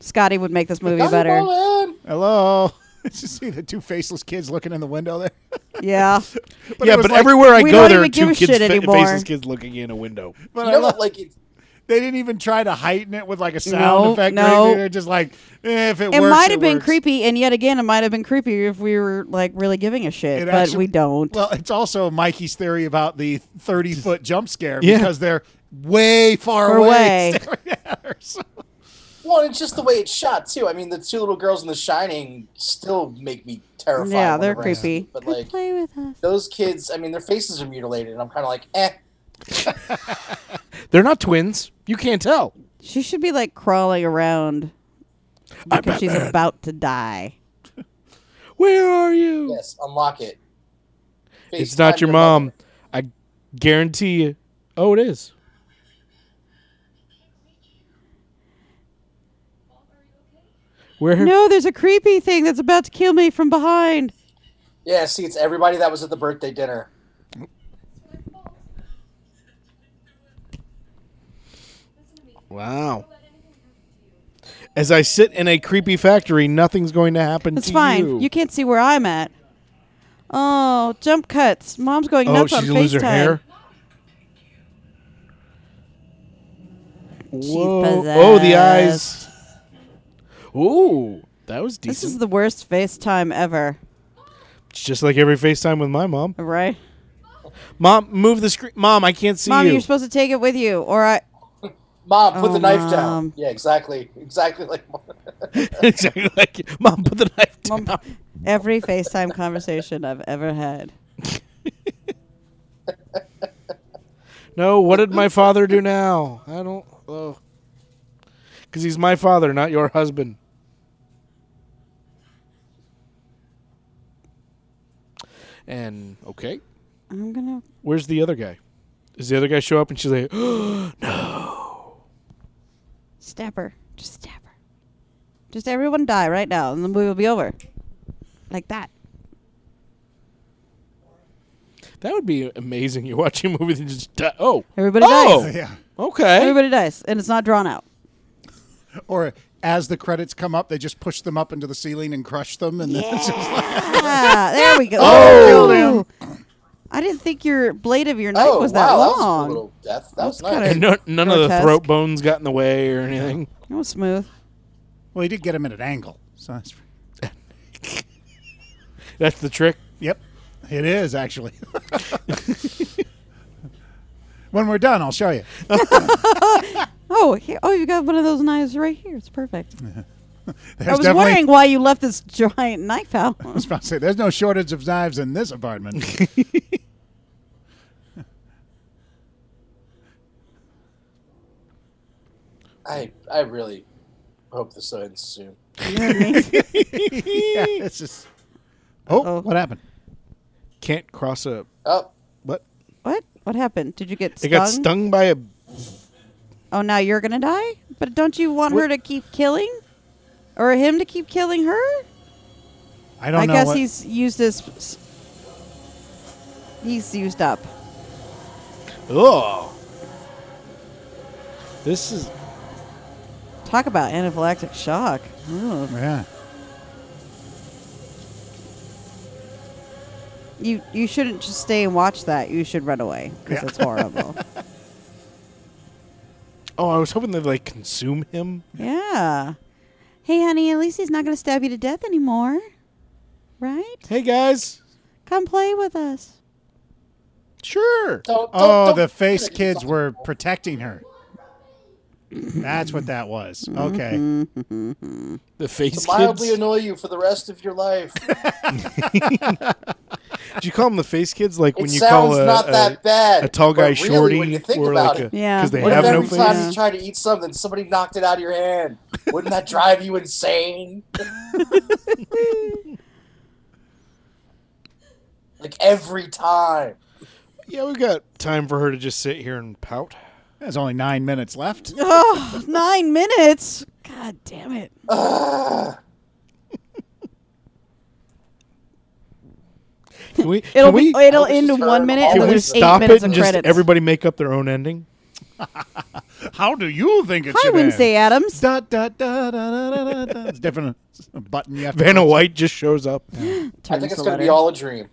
E: Scotty would make this movie
C: Guys,
E: better.
C: Balloon.
A: Hello. <laughs> Did you see the two faceless kids looking in the window there? <laughs>
E: <laughs> Yeah.
A: But
B: yeah,
A: it was
B: but
A: like-
B: everywhere I
E: we
B: go,
E: don't
B: there are
E: even give
B: two
E: a
B: kids,
E: shit
B: fa-
E: anymore.
B: faceless kids looking in a window.
A: But
C: You
A: I
C: know
A: love,
C: what? Like, it,
A: they didn't even try to heighten it with like a sound
E: No,
A: effect.
E: no.
A: Or anything. They're just like, eh, if it,
E: It
A: works,
E: might have been
A: works.
E: creepy, and yet again, it might have been creepier if we were like really giving a shit,
A: It
E: but
A: actually-
E: we don't.
A: Well, it's also Mikey's theory about the 30
E: <laughs>
A: foot jump scare
B: Yeah.
A: because they're way far
E: Far
A: away. <laughs>
E: away.
A: staring at her. So-
C: well, it's just the way it's shot too. I mean, the two little girls in The Shining still make me terrified.
E: yeah, they're
C: whenever I see
E: creepy.
C: them, But
E: Come
C: like
E: play with us.
C: those kids, I mean, their faces are mutilated, and I'm kind of like, eh.
B: They're not twins. You can't tell.
E: She should be like crawling around because she's about to die.
B: Where are you?
C: Yes, unlock it.
B: It's
C: FaceTime
B: not your mom. I guarantee you. Oh, it is. Where?
E: No, there's a creepy thing that's about to kill me from behind.
C: Yeah, see, it's everybody that was at the birthday dinner.
B: Wow. As I sit in a creepy factory, nothing's going to happen
E: That's
B: to
E: fine.
B: you.
E: You. can't see where I'm at. Oh, jump cuts. Mom's going
B: oh,
E: nuts
B: she's
E: on
B: gonna lose her
E: FaceTime.
B: hair.
E: She's
B: Whoa. Oh, the eyes. Ooh, that was
E: This
B: decent.
E: is the worst FaceTime ever,
B: It's just like every FaceTime with my mom.
E: right?
B: Mom, move the screen. Mom, I can't see
E: Mom,
B: you.
E: are supposed to take it with you, or I.
C: Mom, put
E: Oh,
C: the knife
E: Mom.
C: down. Yeah, exactly, exactly like.
B: <laughs>
C: <laughs>
B: exactly like Mom, put the knife down.
E: Mom, every FaceTime conversation I've ever had.
B: No, what did my father do now? I don't. Oh. Because he's my father, not your husband. And okay,
E: I'm gonna.
B: where's the other guy? Does the other guy show up and she's like, <gasps>
E: Stab her. Just stab her. Just everyone die right now, and the movie will be over. Like that.
B: "That would be amazing. You're watching a movie and just die. oh,
E: Everybody
B: oh,
E: dies.
A: yeah.
B: okay,
E: Everybody dies, and it's not
B: <laughs>
E: drawn out.
A: Or as the credits come up, they just push them up into the ceiling and crush them. And then it's just like,
E: Ah, there we go.
A: Oh!
E: Ooh. I didn't think your blade of your knife
C: Oh
E: was that
C: wow, that was a
E: long.
C: little death. That was
E: That's
C: nice.
E: kinda-
B: and no, none of the
E: Grotesque.
B: throat bones got in the way or anything.
E: That was smooth.
A: <laughs> well, he did get him at an angle. So that's,
B: That's the trick.
A: yep, it is actually. <laughs> when we're done, I'll
E: <laughs>
A: show you.
E: Oh, here, oh, you got one of those knives right here. It's perfect. I
A: There's
E: was
A: <laughs>
E: wondering why you left this giant knife out.
A: I was about to say, there's no shortage of knives in this apartment.
C: I I really hope this ends soon.
A: <laughs> yeah, it's just. Oh,
E: Uh-oh.
A: what happened?
B: Can't cross a.
C: Oh,
A: What?
E: <laughs> what? What happened? Did you get
B: It
E: stung?
B: got stung by a.
E: Oh, now you're gonna die. But don't you want her to keep killing, or him to keep killing her?
A: I don't know.
E: guess
A: what-
E: he's used his. s- He's used up.
B: Oh. This is
E: Talk about anaphylactic shock. Ugh.
A: oh, Yeah.
E: You you shouldn't just stay and watch that. You should run away because it's horrible.
B: Oh, I was hoping they'd like consume him.
E: yeah. Hey, honey. At least he's not gonna stab you to death anymore, right?
B: Hey guys,
E: Come play with us.
B: sure.
C: don't, don't,
A: Oh,
C: don't-
A: the face kids were protecting her. That's what that was. Okay.
B: The face
C: mildly
B: kids.
C: annoy you for the rest of your life.
B: Do you call them the face kids? Like <laughs>
C: It
B: when you
C: sounds
B: call a,
C: not
B: a-
C: that bad.
B: a tall guy
C: but really,
B: shorty,
C: when you think
B: or
C: about
B: like
C: it,
B: a,
E: Yeah.
B: because they
C: what
B: have
C: if
B: no
C: every
B: face.
C: time
E: Yeah.
C: you try to eat something, somebody knocked it out of your hand? Wouldn't that drive
B: <laughs>
C: you insane? like every time.
B: Yeah, we've got time for her to just sit here and
E: <laughs>
B: pout.
A: There's only nine minutes left.
E: Oh, nine minutes. God damn it.
B: Uh, Can we?
E: It'll
B: can we,
E: be, oh, it'll
C: I'll
E: end
C: just
E: in one
C: turn
E: minute
C: all
E: and
B: Can
E: then
B: we
E: there's eight
B: stop it
E: minutes of
B: and just
E: credits.
B: everybody make up their own ending?
A: How do you think it
E: Hi,
A: should
E: Wednesday
A: end?
E: Adams.
A: Da, da, da, da, da, da, da, da. It's different a button you have <laughs> to
B: Vanna
A: press.
B: White just shows
E: <gasps>
B: up.
C: I
E: Turns
C: think it's
E: the
C: going to be
E: letter.
C: all a dream.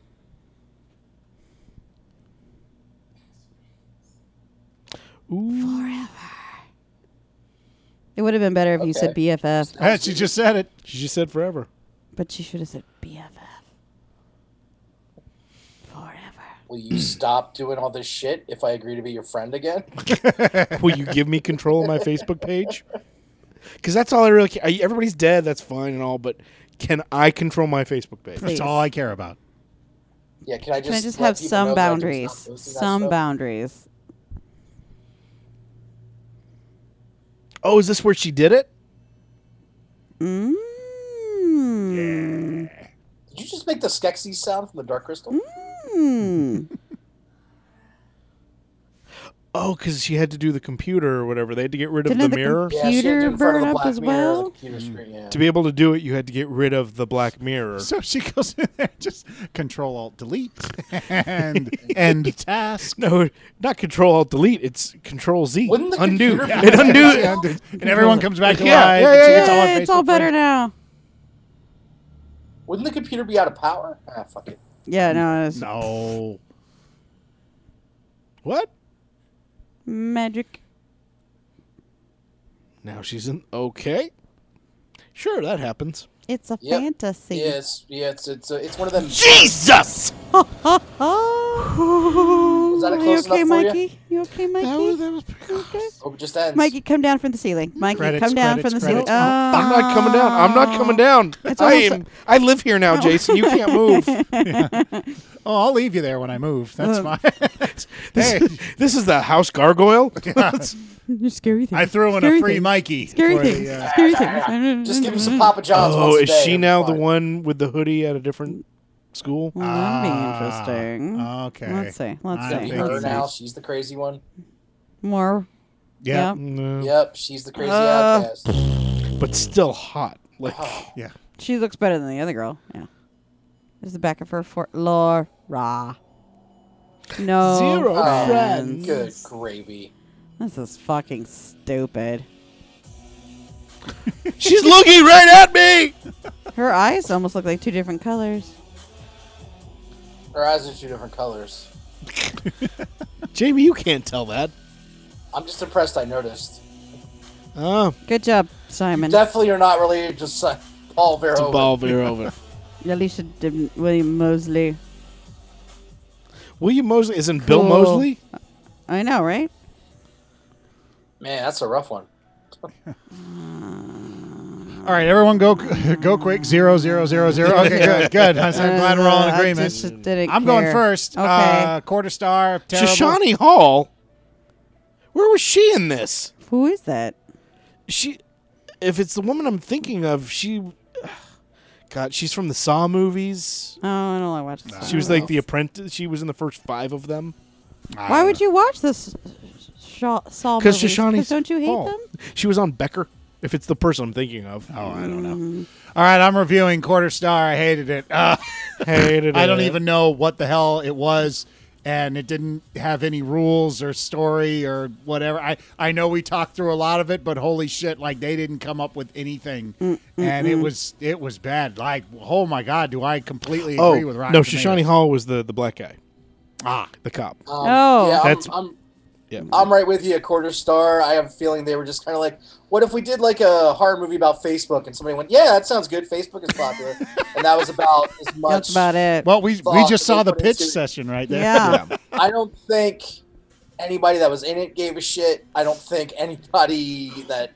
E: It would have been better if you said BFF,
A: Ah, She just said it.
B: She just said forever.
E: but you should have said BFF. Forever.
C: Will you stop doing all this shit if I agree to be your friend again?
B: <laughs> Will you give me control of my Facebook page? Because that's all I really care. Everybody's dead. That's fine and all, but can I control my Facebook page?
A: That's
E: Please.
A: all I care about.
C: Yeah, can I just
E: Can I just
C: let
E: have
C: people
E: some
C: know that I can
E: boundaries?
C: stop posting that
E: Some
C: stuff?
E: boundaries.
B: Oh, is this where she did it?
E: Mm.
C: Did you just make the Skeksis sound from the Dark Crystal?
B: <laughs>
E: Mm.
B: Oh, because she had to do the computer or whatever. They had to get rid
E: Didn't
B: of
E: the
B: the mirror.
C: Yeah, she had to
E: Computer
C: do it in front of the
E: burn up
C: black
E: as
C: mirror, the
E: well?
C: computer screen, yeah.
B: Hmm. to be able to do it, you had to get rid of the black mirror.
A: So she goes in there, just Control Alt Delete and end task.
B: no, not Control Alt Delete. It's Control Z.
C: Wouldn't the
B: undo.
C: computer be
B: It undo.
A: Yeah, and and everyone comes back
B: Yeah,
A: alive.
B: yeah,
A: and she
B: yeah,
A: gets all her
E: Yay, it's
A: Facebook
E: all better
A: friends.
E: now.
C: Wouldn't the computer be out of power? Ah, fuck it.
E: Yeah, no, it's
B: <laughs>
A: No.
B: What?
E: magic.
B: Now she's in. Okay. Sure, that happens.
E: It's a
C: Yep.
E: fantasy.
C: Yeah, it's yeah, it's it's, uh, it's one of them.
B: Jesus!
E: Oh,
C: Was that a
E: are
C: close
E: you okay,
C: enough for you?
E: Mikey? You okay, Mikey?
B: That was, that was pretty
E: You
B: close.
E: okay?
C: Oh, it just ends.
E: Mikey, come down from the ceiling. Mikey,
A: Credits,
E: come down
A: credits,
E: from the
A: credits.
E: ceiling. Oh.
B: I'm not coming down. I'm not coming down.
E: It's
B: I
E: almost
B: am. I live here
E: <laughs>
B: now, Jason. You can't move.
A: Oh, I'll leave you there when I move. That's
E: Ugh.
A: fine. <laughs>
E: <laughs>
B: This, this is the house gargoyle.
E: <laughs> You're scary thing.
A: I threw in
E: Scary
A: a free
E: thing.
A: Mikey.
E: Scary
A: for the,
E: things.
A: uh,
C: <laughs>
E: Scary things.
C: Just give me some Papa John's.
B: Oh,
C: once a
B: is
C: day,
B: she
C: it'll be
B: now the
C: fine.
B: one with the hoodie at a different school?
E: <laughs> Well, that'd be
A: Ah,
E: interesting.
B: Uh,
A: Okay.
E: Let's see. Let's
A: I'm
E: see.
C: Be
A: thinking
C: her
A: this-
C: now. She's the crazy one.
E: More.
A: Yeah.
E: yeah.
B: No.
C: Yep, she's the
E: Uh,
C: crazy
E: <laughs>
C: outcast.
B: But still hot. Like
A: Yeah.
E: She looks better than the other girl. Yeah. There's the back of her for Laura. No.
B: Zero friends.
E: friends.
C: Good gravy.
E: This is fucking
A: <laughs>
E: stupid.
B: she's looking right at me.
E: Her eyes almost look like two different colors.
C: Her eyes are two different colors.
B: Jamie, you can't tell that.
C: I'm just impressed. I noticed.
B: Oh,
E: Good job, Simon.
C: Definitely, you're not related to Si- Paul
B: it's a
C: Verhoeven.
B: ball veer over.
E: Alicia Dim- William Mosley.
B: <laughs> William Mosley isn't Bill
E: Cool.
B: Mosley.
E: I know, right?
C: Man, that's a rough one.
E: Uh,
A: All right, everyone, go go quick. Zero zero zero
E: <laughs>
A: zero. Okay, good, good. I'm glad we're all in
E: Uh, I
A: agreement.
E: just didn't
A: I'm going
E: care.
A: first.
E: Okay.
A: Uh, quarter star. Terrible.
B: Shoshani Hall. Where was she in this?
E: Who is that?
B: She, if it's the woman I'm thinking of, she. <sighs> God, she's from the Saw movies.
E: Oh, I don't like watching this.
B: She was like the apprentice. She was in the first five of them.
E: Why would you watch this? Sh- Saw
B: Because
E: movies?
B: Shoshani.
E: don't you hate them?
B: She was on Becker. If it's the person I'm thinking of,
A: Oh, I don't know. All right, I'm reviewing quarter star. I hated it. Uh,
B: <laughs> hated
A: I don't
B: it.
A: even know what the hell it was, and it didn't have any rules or story or whatever. I I know we talked through a lot of it, but holy shit, like they didn't come up with anything, and it was it was bad. Like, oh my god, do I completely agree
B: Oh
A: with Rotten
B: no,
A: Tomatoes?
B: Shoshani Hall was the the black guy,
A: Ah,
B: the cop.
C: Um,
E: Oh.
C: yeah,
B: That's-
C: I'm, I'm,
B: Yeah.
C: I'm right with you. A quarter star. I have a feeling they were just kind of like, what if we did like a horror movie about Facebook? And somebody went, yeah, that sounds good. Facebook is popular, and that was about as much.
E: <laughs> That's about it.
A: well, we we
C: Thought
A: just saw the
C: they put
A: pitch
C: into-
A: session right there.
E: yeah. <laughs>
C: I don't think anybody that was in it gave a shit. I don't think anybody that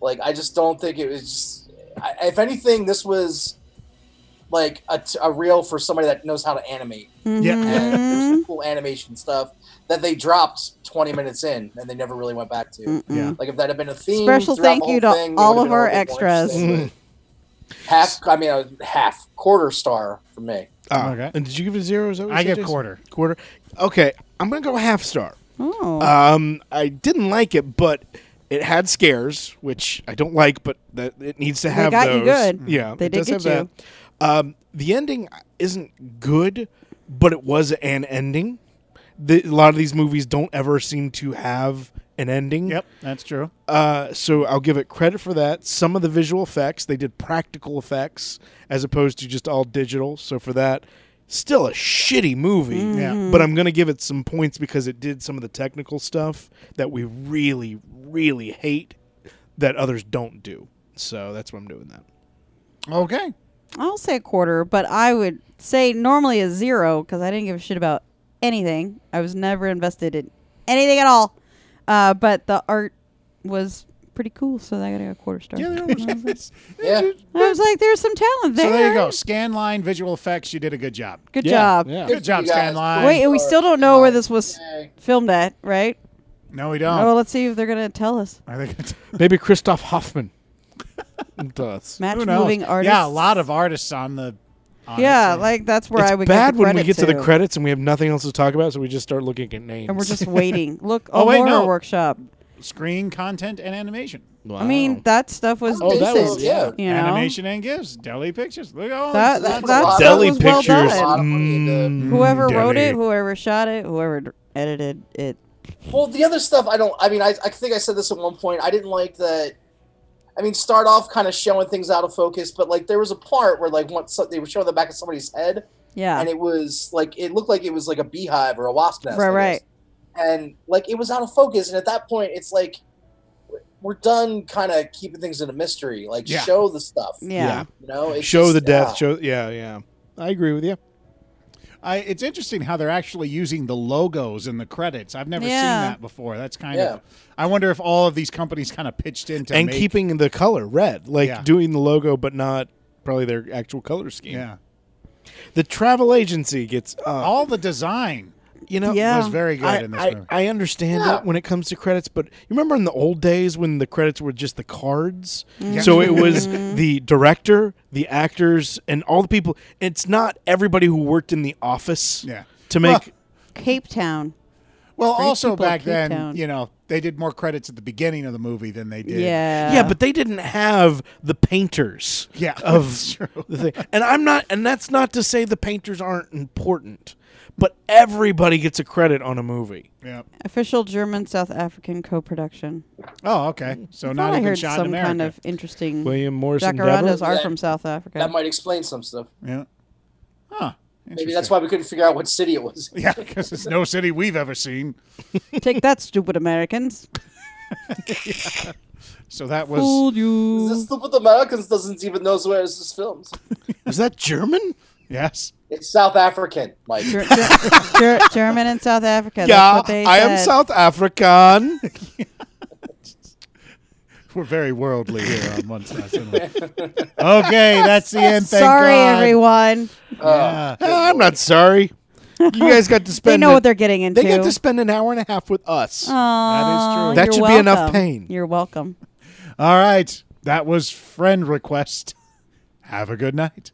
C: like I just don't think it was. Just, I, if anything, this was like a, t- a reel for somebody that knows how to animate.
A: Yeah.
C: And there's
E: Mm-hmm.
C: some cool animation stuff that they dropped 20 minutes in and they never really went back to.
A: <laughs> Yeah.
C: Like if that had been a theme,
E: Special
C: throughout
E: thank
C: the whole
E: you to
C: thing, it
E: all
C: would've
E: of
C: been a
E: our
C: little bit more
E: extras.
C: interesting.
B: Mm-hmm.
C: half, I mean, uh, half quarter star for me.
B: Ah,
A: Okay.
B: And did you give it a zero? Is that what you
A: I
B: said,
A: give
B: Jason?
A: quarter.
B: Quarter. Okay, I'm gonna go half star.
E: Oh.
A: Uh,
B: <laughs> Um, I didn't like it, but it had scares, which I don't like, but that it needs to have
E: got
B: those. Mm-hmm.
E: you good.
B: Yeah,
E: They
B: it
E: did
B: does
E: get
B: have that. Um, the ending isn't good, but it was an ending. The, a lot of these movies don't ever seem to have an ending.
A: <laughs> Yep, that's true.
B: Uh, so I'll give it credit for that. Some of the visual effects, they did practical effects as opposed to just all digital. So for that, still a shitty movie.
A: Yeah.
B: But I'm going to give it some points because it did some of the technical stuff that we really, really hate that others don't do. So that's why I'm doing that.
A: Okay.
E: I'll say a quarter, but I would say normally a zero because I didn't give a shit about anything. I was never invested in anything at all. Uh, but the art was pretty cool, so I got a quarter star.
A: Yeah, there was.
C: Yeah.
E: <laughs> I was like, there's some talent there.
A: So there you go. Scanline visual effects. You did a good job.
E: Good job.
B: Yeah.
A: Good job,
C: you guys.
A: Scanline.
E: Wait, and we still don't know where this was
C: Yay.
E: filmed at, right?
A: No, we
E: Oh, well,
A: don't.
E: let's see if they're gonna tell us.
A: I think it's-
B: Maybe Christoph
E: <laughs>
B: Hoffman. Does.
E: Match
A: who knows?
E: moving artists.
A: Yeah, a lot of artists on the. On
E: Yeah,
A: it, so-
E: like that's where
B: it's
E: I would. give
B: bad
E: the
B: when we
E: credit
B: get to, the credits and we have nothing else to talk about, so we just start looking at names.
E: and
B: <laughs>
E: we're just waiting. Look,
A: Oh,
E: a
A: wait,
E: horror
A: no.
E: workshop.
A: screen content and animation,
E: I mean, that stuff was
C: Oh,
E: decent.
C: that was- yeah.
E: You know?
A: animation and gifts, deli pictures. Look at all
E: That-
A: this. That's
E: that- that
A: a lot.
E: stuff
B: Deli
E: was well
B: pictures.
E: done.
C: A lot of money into-
E: Mm-hmm. Whoever
A: Mm,
E: wrote it,
A: Debbie.
E: whoever shot it, whoever d- edited it.
C: Well, the other stuff I don't. I mean, I, I think I said this at one point. I didn't like that. I mean, start off kind of showing things out of focus, but like there was a part where like once so- they were showing the back of somebody's head,
E: Yeah.
C: and it was like it looked like it was like a beehive or a wasp nest.
E: Right,
C: I guess.
E: right.
C: And like it was out of focus, and at that point, it's like we're done kind of keeping things in a mystery. Like
A: Yeah.
C: show the stuff.
E: yeah.
C: You know, It's
B: show
C: just- ah,
B: the death.
C: yeah.
B: Show yeah, yeah. I agree with you.
A: I, it's interesting how they're actually using the logos in the credits. I've never
E: Yeah.
A: seen that before. That's kind
C: Yeah.
A: of. I wonder if all of these companies kind of pitched in to
B: and
A: make-
B: keeping the color red, like
A: Yeah.
B: doing the logo, but not probably their actual color scheme.
A: Yeah,
B: The travel agency gets, uh,
A: all the design
B: you know,
E: Yeah.
A: was very good
B: I,
A: in this
B: I-
A: movie.
B: I understand
C: Yeah.
B: it when it comes to credits, but you remember in the old days when the credits were just the cards?
C: Mm-hmm.
B: So it was the director, the actors, and all the people. It's not everybody who worked in the office
A: Yeah.
B: to make.
A: Well,
E: Cape Town.
A: Well,
E: Great
A: also
E: people at
A: back then,
E: Keytown.
A: you know, they did more credits at the beginning of the movie than they did.
E: Yeah.
B: yeah, but they didn't have the painters.
A: Yeah,
B: <laughs> of
A: that's true.
B: the thing. And I'm not, and that's not to say the painters aren't important, but everybody gets a credit on a movie.
A: Yeah.
E: official German South African co-production.
A: Oh, okay. So
E: Thought
A: not
E: I
A: even
E: heard
A: shot
E: some
A: in America.
E: kind of interesting.
B: William Morrison
E: Jacarandas
B: Dever?
E: are
C: Yeah.
E: from South Africa.
C: That might explain some stuff.
A: yeah. Huh.
C: Maybe that's why we couldn't figure out what city it
E: <laughs>
C: was. <laughs>
A: Yeah, because it's no city we've ever seen.
E: Take that, stupid Americans!
A: So that was
E: Fooled
C: This
E: you.
C: stupid Americans doesn't even know where this is filmed.
B: Was that German?
A: yes.
C: It's South African, Mike.
E: <laughs> Ger- Ger- Ger- German and South Africa. that's what they said.
B: African.
A: We're very worldly here on one side. aren't we? okay, that's the end. Thank
E: Sorry,
A: God.
E: everyone.
A: Yeah.
B: Ah, I'm not sorry. You guys got to
E: They
B: spend.
E: know
B: a-
E: what they're Oh, getting into.
B: They got to spend an hour and a half with us.
E: Aw,
A: true.
B: That
E: you're
B: should be enough
E: welcome.
B: pain.
E: You're welcome.
A: All right, that was friend request. Have a good night.